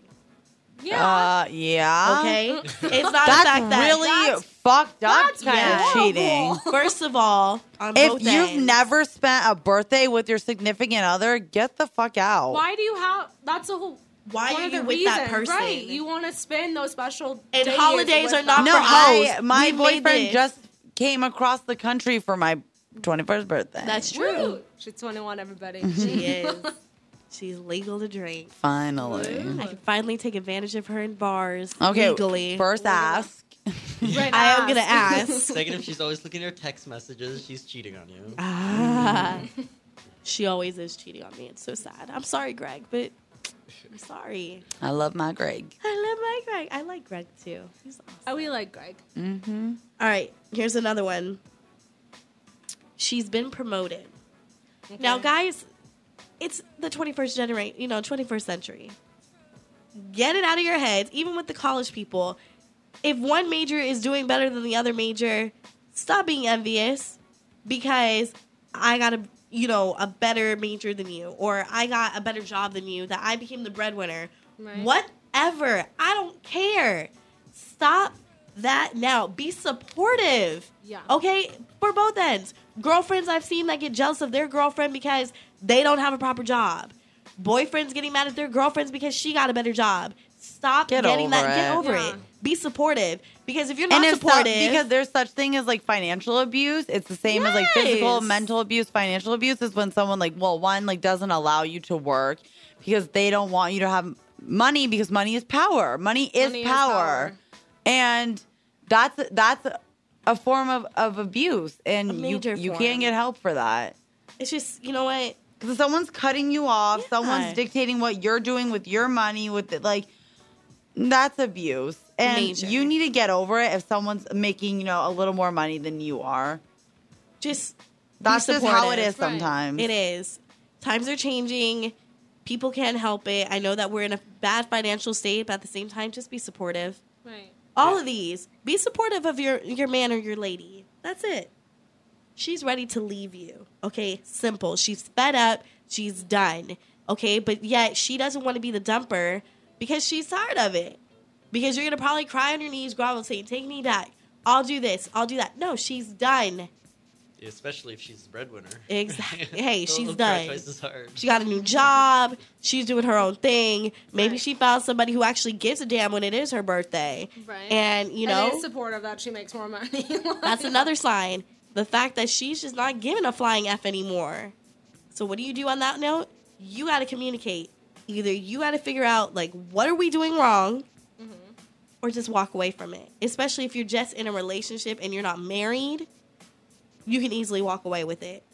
Speaker 4: Yeah.
Speaker 3: Uh, yeah. [LAUGHS]
Speaker 2: Okay, it's not a
Speaker 3: That's
Speaker 2: fact that
Speaker 3: really [LAUGHS] fucked up
Speaker 4: that's
Speaker 3: kind
Speaker 2: yeah.
Speaker 3: of cheating.
Speaker 2: First of all, on both
Speaker 3: If you've
Speaker 2: ends-
Speaker 3: never spent a birthday with your significant other, get the fuck out.
Speaker 4: why do you have? That's a whole.
Speaker 2: Why
Speaker 4: one
Speaker 2: are
Speaker 4: of
Speaker 2: you
Speaker 4: the
Speaker 2: with that
Speaker 4: reasons,
Speaker 2: person?
Speaker 4: Right. You want to spend those special
Speaker 2: And
Speaker 4: days
Speaker 2: holidays
Speaker 4: with
Speaker 2: are not
Speaker 4: them.
Speaker 3: No,
Speaker 2: for
Speaker 3: I
Speaker 2: hoes.
Speaker 3: my
Speaker 2: We made
Speaker 3: boyfriend
Speaker 2: this.
Speaker 3: just came across the country for my 21st birthday.
Speaker 2: That's
Speaker 4: Woo.
Speaker 2: true.
Speaker 4: She's 21, everybody.
Speaker 2: She is.
Speaker 4: [LAUGHS]
Speaker 2: She's legal to drink.
Speaker 3: finally.
Speaker 4: Hmm.
Speaker 2: I can finally take advantage of her in bars
Speaker 3: Okay.
Speaker 2: legally.
Speaker 3: First ask.
Speaker 4: Right,
Speaker 2: I am gonna
Speaker 4: [LAUGHS] ask.
Speaker 2: ask.
Speaker 7: Second, if she's always looking at her text messages, she's cheating on you.
Speaker 4: [LAUGHS]
Speaker 2: Ah. she always is cheating on me. It's so sad. I'm sorry, Greg, but I'm
Speaker 4: [LAUGHS]
Speaker 2: sorry.
Speaker 3: I love my Greg.
Speaker 2: I love my Greg. I like Greg too. He's awesome.
Speaker 4: Are we like Greg?
Speaker 3: Mm-hmm.
Speaker 2: All right, here's another one. She's been promoted. Now, guys, it's the 21st generation, you know, 21st century. Get it out of your heads, even with the college people. If one major is doing better than the other major, stop being envious because I got a, you know, a better major than you or I got a better job than you that I became the breadwinner.
Speaker 4: Right.
Speaker 2: Whatever. I don't care. Stop that now. Be supportive.
Speaker 4: Yeah.
Speaker 2: Okay, for both ends. Girlfriends I've seen that get jealous of their girlfriend because they don't have a proper job. Boyfriends getting mad at their girlfriends because she got a better job. Stop
Speaker 3: Get
Speaker 2: getting that.
Speaker 3: over
Speaker 2: Get
Speaker 3: it.
Speaker 2: over
Speaker 4: Yeah.
Speaker 2: it. Be supportive because if you're not
Speaker 3: And if so-
Speaker 2: supportive,
Speaker 3: because there's such thing as like financial abuse, it's the same as like physical,
Speaker 2: Yes.
Speaker 3: mental abuse. Financial abuse is when someone like, well, one like doesn't allow you to work because they don't want you to have money because money is power. Money is,
Speaker 4: Money is
Speaker 3: power.
Speaker 4: power.
Speaker 3: and that's that's a form of of abuse, and
Speaker 2: A
Speaker 3: you
Speaker 2: major
Speaker 3: you
Speaker 2: form.
Speaker 3: can't get help for that.
Speaker 2: it's just you know what.
Speaker 3: Because someone's cutting you off,
Speaker 2: Yeah.
Speaker 3: someone's dictating what you're doing with your money, with it, like that's abuse. And
Speaker 2: Major.
Speaker 3: you need to get over it if someone's making, you know, a little more money than you are.
Speaker 2: Just
Speaker 3: That's just how
Speaker 2: supportive.
Speaker 3: it is
Speaker 4: Right.
Speaker 3: sometimes.
Speaker 2: It is. Times are changing. People can't help it. I know that we're in a bad financial state, but at the same time, just be supportive.
Speaker 4: Right.
Speaker 2: All of these. Be supportive of your, your man or your lady. That's it. She's ready to leave you. Okay? Simple. She's fed up. She's done. Okay? But yet she doesn't want to be the dumper because she's tired of it. Because you're going to probably cry on your knees, grovel, say, Take me back. I'll do this. I'll do that. No, she's done.
Speaker 7: Especially if she's the breadwinner. [LAUGHS]
Speaker 2: Exactly. Hey, she's
Speaker 7: They'll- they'll try
Speaker 2: done.
Speaker 7: Twice as hard.
Speaker 2: She got a new job. She's doing her own thing. Maybe she found somebody who actually gives a damn when it is her birthday.
Speaker 4: Right.
Speaker 2: And, you know,
Speaker 4: and it's supportive that she makes more money. [LAUGHS]
Speaker 2: that's another sign. The fact that she's just not giving a flying F anymore. So, what do you do on that note? You got to communicate. Either you got to figure out, like, what are we doing wrong? Or just walk away from it. Especially if you're just in a relationship and you're not married, you can easily walk away with it.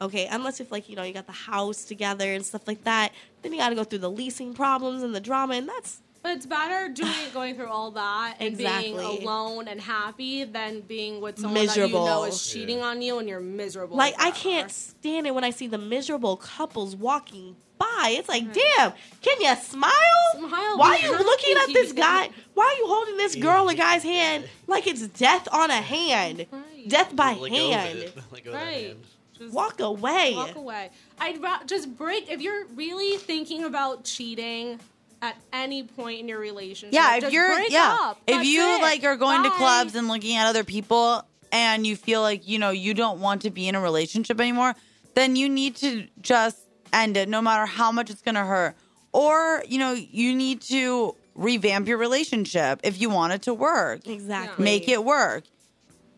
Speaker 2: Okay, unless if like you know you got the house together and stuff like that, then you got to go through the leasing problems and the drama, and that's
Speaker 4: But it's better doing going through all that and being
Speaker 2: Exactly.
Speaker 4: alone and happy than being with someone
Speaker 2: Miserable.
Speaker 4: that you know is cheating on you and you're miserable.
Speaker 2: Like I
Speaker 4: forever.
Speaker 2: can't stand it when I see the miserable couples walking by. It's like, damn, can you smile?
Speaker 4: Mm-hmm. Smile,
Speaker 2: Why
Speaker 4: be
Speaker 2: are you
Speaker 4: happy,
Speaker 2: looking at
Speaker 4: you
Speaker 2: this guy?
Speaker 4: idiot.
Speaker 2: Why are you holding this girl or guy's hand like it's death on a hand?
Speaker 4: Right.
Speaker 2: Death by
Speaker 7: Let go of
Speaker 2: hand.
Speaker 7: it. Let go of that
Speaker 4: Right.
Speaker 7: hand.
Speaker 4: Just
Speaker 2: Walk away.
Speaker 4: walk away. I'd ra- just break if you're really thinking about cheating at any point in your relationship.
Speaker 3: yeah, if
Speaker 4: just
Speaker 3: you're
Speaker 4: break
Speaker 3: yeah,
Speaker 4: up.
Speaker 3: if
Speaker 4: That's
Speaker 3: you
Speaker 4: it.
Speaker 3: like are going to
Speaker 4: Bye.
Speaker 3: clubs and looking at other people and you feel like, you know, you don't want to be in a relationship anymore, then you need to just end it no matter how much it's going to hurt. Or, you know, you need to revamp your relationship if you want it to work.
Speaker 2: Exactly.
Speaker 3: Make it work.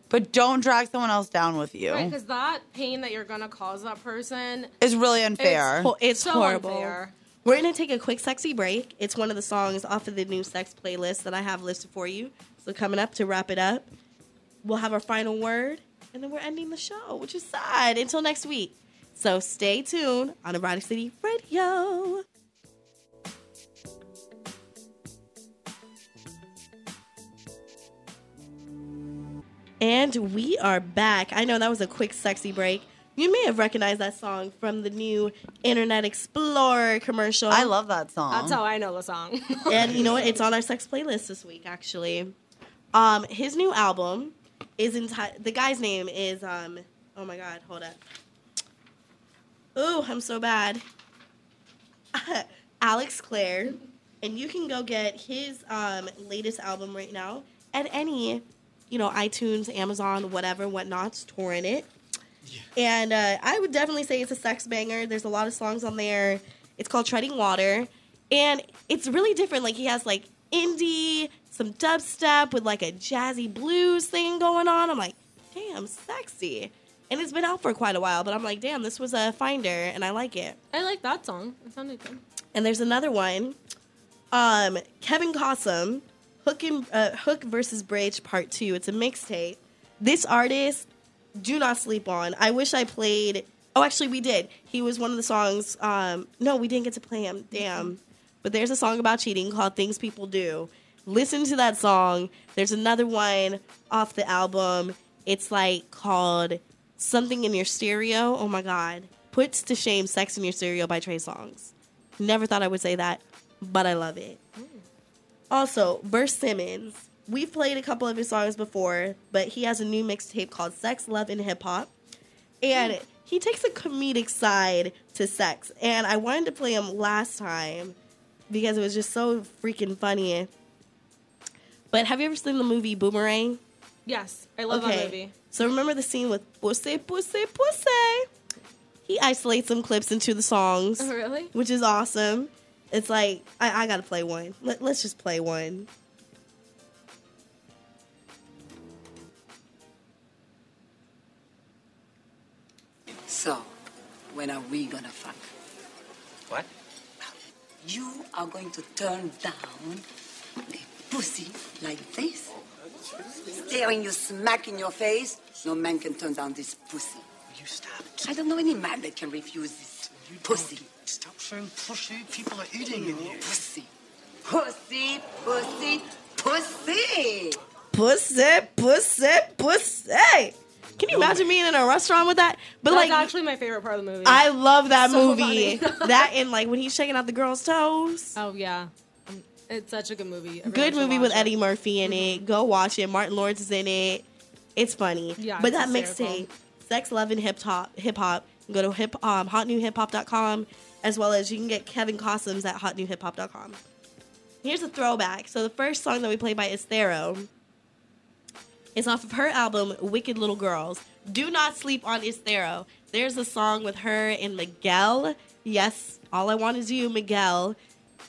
Speaker 3: But don't drag someone else down with you.
Speaker 2: Oh.
Speaker 4: Right, because that pain that you're gonna cause that person
Speaker 3: it's really unfair.
Speaker 2: Ho- It's
Speaker 4: so
Speaker 2: horrible.
Speaker 4: unfair.
Speaker 2: We're gonna take a quick sexy break. It's one of the songs off of the new sex playlist that I have listed for you. So coming up to wrap it up, we'll have our final word, and then we're ending the show, which is sad. Until next week. So stay tuned on Erotic City Radio. And we are back. I know that was a quick, sexy break. You may have recognized that song from the new Internet Explorer commercial.
Speaker 3: I love that song.
Speaker 2: Um.
Speaker 4: That's how I know the song.
Speaker 2: And you know what? It's on our sex playlist this week, actually. Um, his new album is entitled. The guy's name is um. Oh my God! Hold up. Ooh, I'm so bad. [LAUGHS] Alex Clare, and you can go get his um, latest album right now at any, you know, iTunes, Amazon, whatever, whatnots, touring it. And uh, I would definitely say it's a sex banger. There's a lot of songs on there. It's called Treading Water. And it's really different. Like, he has like indie, some dubstep with like a jazzy blues thing going on. I'm like, damn, sexy. And it's been out for quite a while, but I'm like, damn, this was a finder and I like it.
Speaker 4: [LAUGHS] I like that song. It sounded good.
Speaker 2: And there's another one. Um, Kevin Cossum, Hook, and, uh, Hook versus Bridge Part 2. It's a mixtape. This artist, do not sleep on. I wish I played. Oh, actually, we did. He was one of the songs. Um, no, we didn't get to play him. Damn. But there's a song about cheating called Things People Do. Listen to that song. There's another one off the album. It's like called Something in Your Stereo. Oh my God. Puts to Shame Sex in Your Stereo by Trey Songs. Never thought I would say that, but I love it. Also, Verse Simmons. We've played a couple of his songs before, but he has a new mixtape called Sex, Love, and Hip Hop. And he takes a comedic side to sex. And I wanted to play him last time because it was just so freaking funny. But have you ever seen the movie Boomerang?
Speaker 4: Yes, I love that movie. [LAUGHS]
Speaker 2: So remember the scene with Pussy, Pussy, Pussy? He isolates some clips into the songs
Speaker 4: Oh, really?
Speaker 2: which is awesome. It's like I, I gotta play one. Let, let's just play one.
Speaker 9: So, when are we gonna fuck?
Speaker 10: What?
Speaker 9: You are going to turn down the pussy like this? Staring you smack in your face? No man can turn down this pussy.
Speaker 10: You stop.
Speaker 9: I don't know any man that can refuse this pussy.
Speaker 10: Stop saying pussy. People are eating in here.
Speaker 9: Pussy. Pussy, pussy, pussy!
Speaker 2: Pussy, pussy, pussy. Can you imagine being in a restaurant with that? But
Speaker 4: That's
Speaker 2: like,
Speaker 4: actually my favorite part of the movie.
Speaker 2: I love that
Speaker 4: So
Speaker 2: movie. [LAUGHS]
Speaker 4: funny.
Speaker 2: that and like when he's shaking out the girls' toes.
Speaker 4: oh yeah, Um, it's such a good movie. Everyone
Speaker 2: Good
Speaker 4: should
Speaker 2: movie with
Speaker 4: watch it.
Speaker 2: Eddie Murphy in it. Go watch it. Martin Lawrence is in it. It's funny.
Speaker 4: Yeah,
Speaker 2: but
Speaker 4: it's
Speaker 2: that
Speaker 4: hysterical.
Speaker 2: mixtape, Sex, Love, and Hip Hop. Hip Hop. Go to hip um, hotnewhiphop.com as well as you can get Kevin Cossums at hotnewhiphop.com. Here's a throwback. So the first song that we played by Estero is off of her album Wicked Little Girls. Do not sleep on Estero. There's a song with her and Miguel. Yes, all I want is you, Miguel.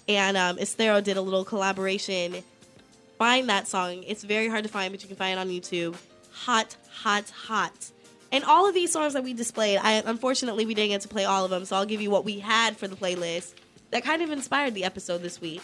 Speaker 2: And um, Estero did a little collaboration find that song. It's very hard to find, but you can find it on YouTube. Hot, hot, hot. And all of these songs that we displayed, I unfortunately we didn't get to play all of them, so I'll give you what we had for the playlist that kind of inspired the episode this week.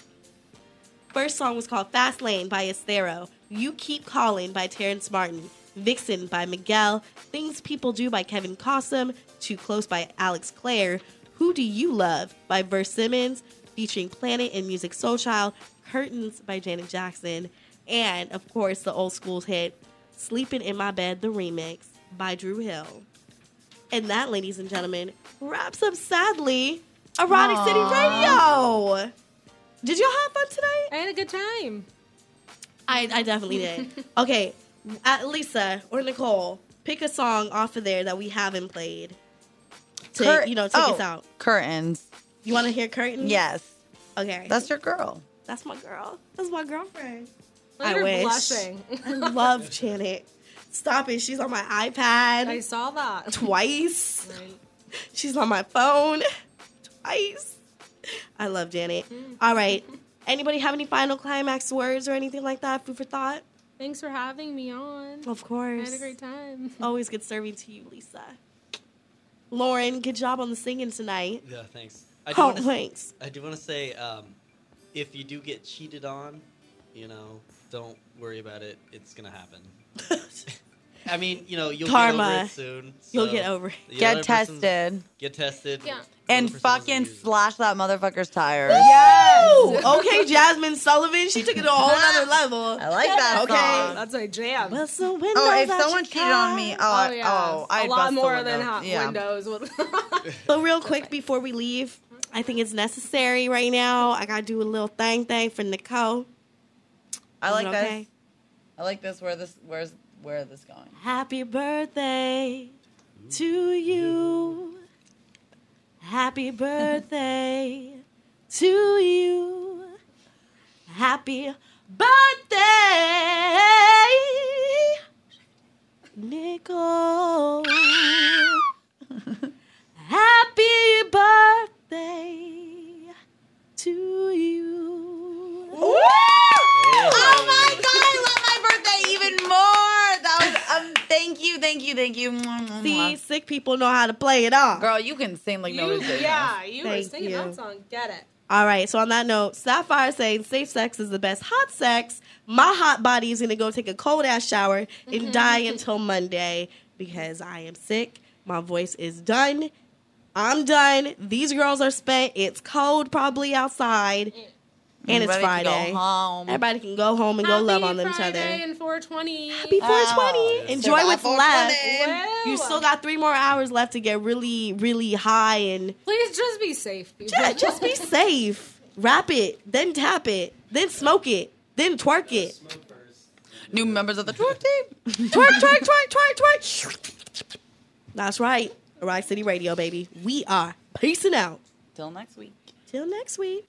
Speaker 2: First song was called Fast Lane by Estero, You Keep Calling by Terrence Martin, Vixen by Miguel, Things People Do by Kevin Cossum, Too Close by Alex Clare, Who Do You Love by Verse Simmons, featuring Planet and Music Soul Child, Curtains by Janet Jackson, and of course the old school's hit, Sleeping in My Bed, the remix by Drew Hill. And that, ladies and gentlemen, wraps up sadly Erotic City Radio. Did y'all have fun tonight?
Speaker 4: I had a good time.
Speaker 2: I, I definitely did. Okay, uh, Lisa or Nicole, pick a song off of there that we haven't played to
Speaker 3: Cur-
Speaker 2: you know take
Speaker 3: oh,
Speaker 2: us out.
Speaker 3: Curtains.
Speaker 2: You want to hear curtain?
Speaker 3: Yes.
Speaker 2: Okay. That's
Speaker 3: That's your girl.
Speaker 2: that's my girl. That's my girlfriend.
Speaker 4: Look
Speaker 2: I
Speaker 4: at her
Speaker 2: wish.
Speaker 4: blushing. [LAUGHS]
Speaker 2: I love Janet. Stop it. She's on my
Speaker 4: I
Speaker 2: iPad
Speaker 4: saw that.
Speaker 2: twice.
Speaker 4: Right.
Speaker 2: She's on my phone twice. I love Janet. All right. Anybody have any final climax words or anything like that? Food for thought?
Speaker 4: Thanks for having me on.
Speaker 2: Of
Speaker 4: I
Speaker 2: course.
Speaker 4: had a great time.
Speaker 2: always good serving to you, Lisa. Lauren, good job on the singing tonight.
Speaker 7: Yeah, thanks. I do
Speaker 2: Oh,
Speaker 7: wanna,
Speaker 2: thanks.
Speaker 7: I do want to say, um, if you do get cheated on, you know, don't worry about it. It's
Speaker 3: [LAUGHS]
Speaker 7: gonna happen. I mean, you know, you'll get over
Speaker 3: Karma.
Speaker 7: it soon.
Speaker 3: You'll
Speaker 7: so
Speaker 3: get over it.
Speaker 7: the
Speaker 3: Get
Speaker 7: other person's-
Speaker 3: tested.
Speaker 7: Get tested.
Speaker 4: Yeah.
Speaker 3: And fucking slash that motherfucker's tires.
Speaker 2: Yes. okay, Jasmine Sullivan. She took it to a whole
Speaker 3: [LAUGHS]
Speaker 2: other level. I
Speaker 3: like
Speaker 4: [LAUGHS]
Speaker 3: that
Speaker 2: Okay.
Speaker 3: song.
Speaker 4: That's a jam.
Speaker 2: Well, so windows
Speaker 3: Oh, if
Speaker 2: out
Speaker 3: someone
Speaker 2: your
Speaker 3: cheated on me, oh, I- oh,
Speaker 4: a
Speaker 3: I'd
Speaker 4: lot
Speaker 3: bust the
Speaker 4: more than
Speaker 3: window.
Speaker 4: hot
Speaker 3: Yeah.
Speaker 4: windows. would- [LAUGHS]
Speaker 2: But real quick before we leave, I think it's necessary right now. I gotta do a little thing thing for Nicole.
Speaker 3: I
Speaker 2: Is
Speaker 3: like
Speaker 2: it
Speaker 3: this.
Speaker 2: okay?
Speaker 3: I like this. Where this? Where's where this going?
Speaker 2: Happy birthday to you. Happy birthday to you. Happy birthday, Nicole. Happy birthday to you.
Speaker 3: Oh my god, I love my birthday even more. That was um. Thank you, thank you, thank you. Mwah, mwah,
Speaker 2: See,
Speaker 3: mwah.
Speaker 2: sick people know how to play it off.
Speaker 3: girl, you can sing like
Speaker 4: you,
Speaker 3: nobody's business.
Speaker 4: yeah, you were
Speaker 2: Thank
Speaker 4: singing
Speaker 2: you.
Speaker 4: that song. Get it.
Speaker 2: All right. So on that note, Sapphire saying safe sex is the best hot sex. My hot body is gonna go take a cold ass shower
Speaker 3: Mm-hmm.
Speaker 2: and die until Monday because I am sick. My voice is done. I'm done. These girls are spent. It's cold probably outside, and it's
Speaker 3: Mm. Everybody can
Speaker 2: Friday.
Speaker 3: Go home.
Speaker 2: Everybody can go home and go
Speaker 4: Happy
Speaker 2: love on each
Speaker 4: Friday
Speaker 2: other.
Speaker 4: And 420.
Speaker 2: Happy
Speaker 3: Oh,
Speaker 2: 420. Enjoy what's left.
Speaker 4: Woo.
Speaker 2: You still got three more hours left to get really, really high and
Speaker 4: Please just be safe. people.
Speaker 2: Yeah, just be safe. Wrap it, then tap it, then smoke it, then twerk it.
Speaker 3: New members of the tour team.
Speaker 2: Twerk, twerk, twerk, twerk, twerk. That's right. Rock City Radio, baby. We are peacing out.
Speaker 3: Till next week.
Speaker 2: Till next week.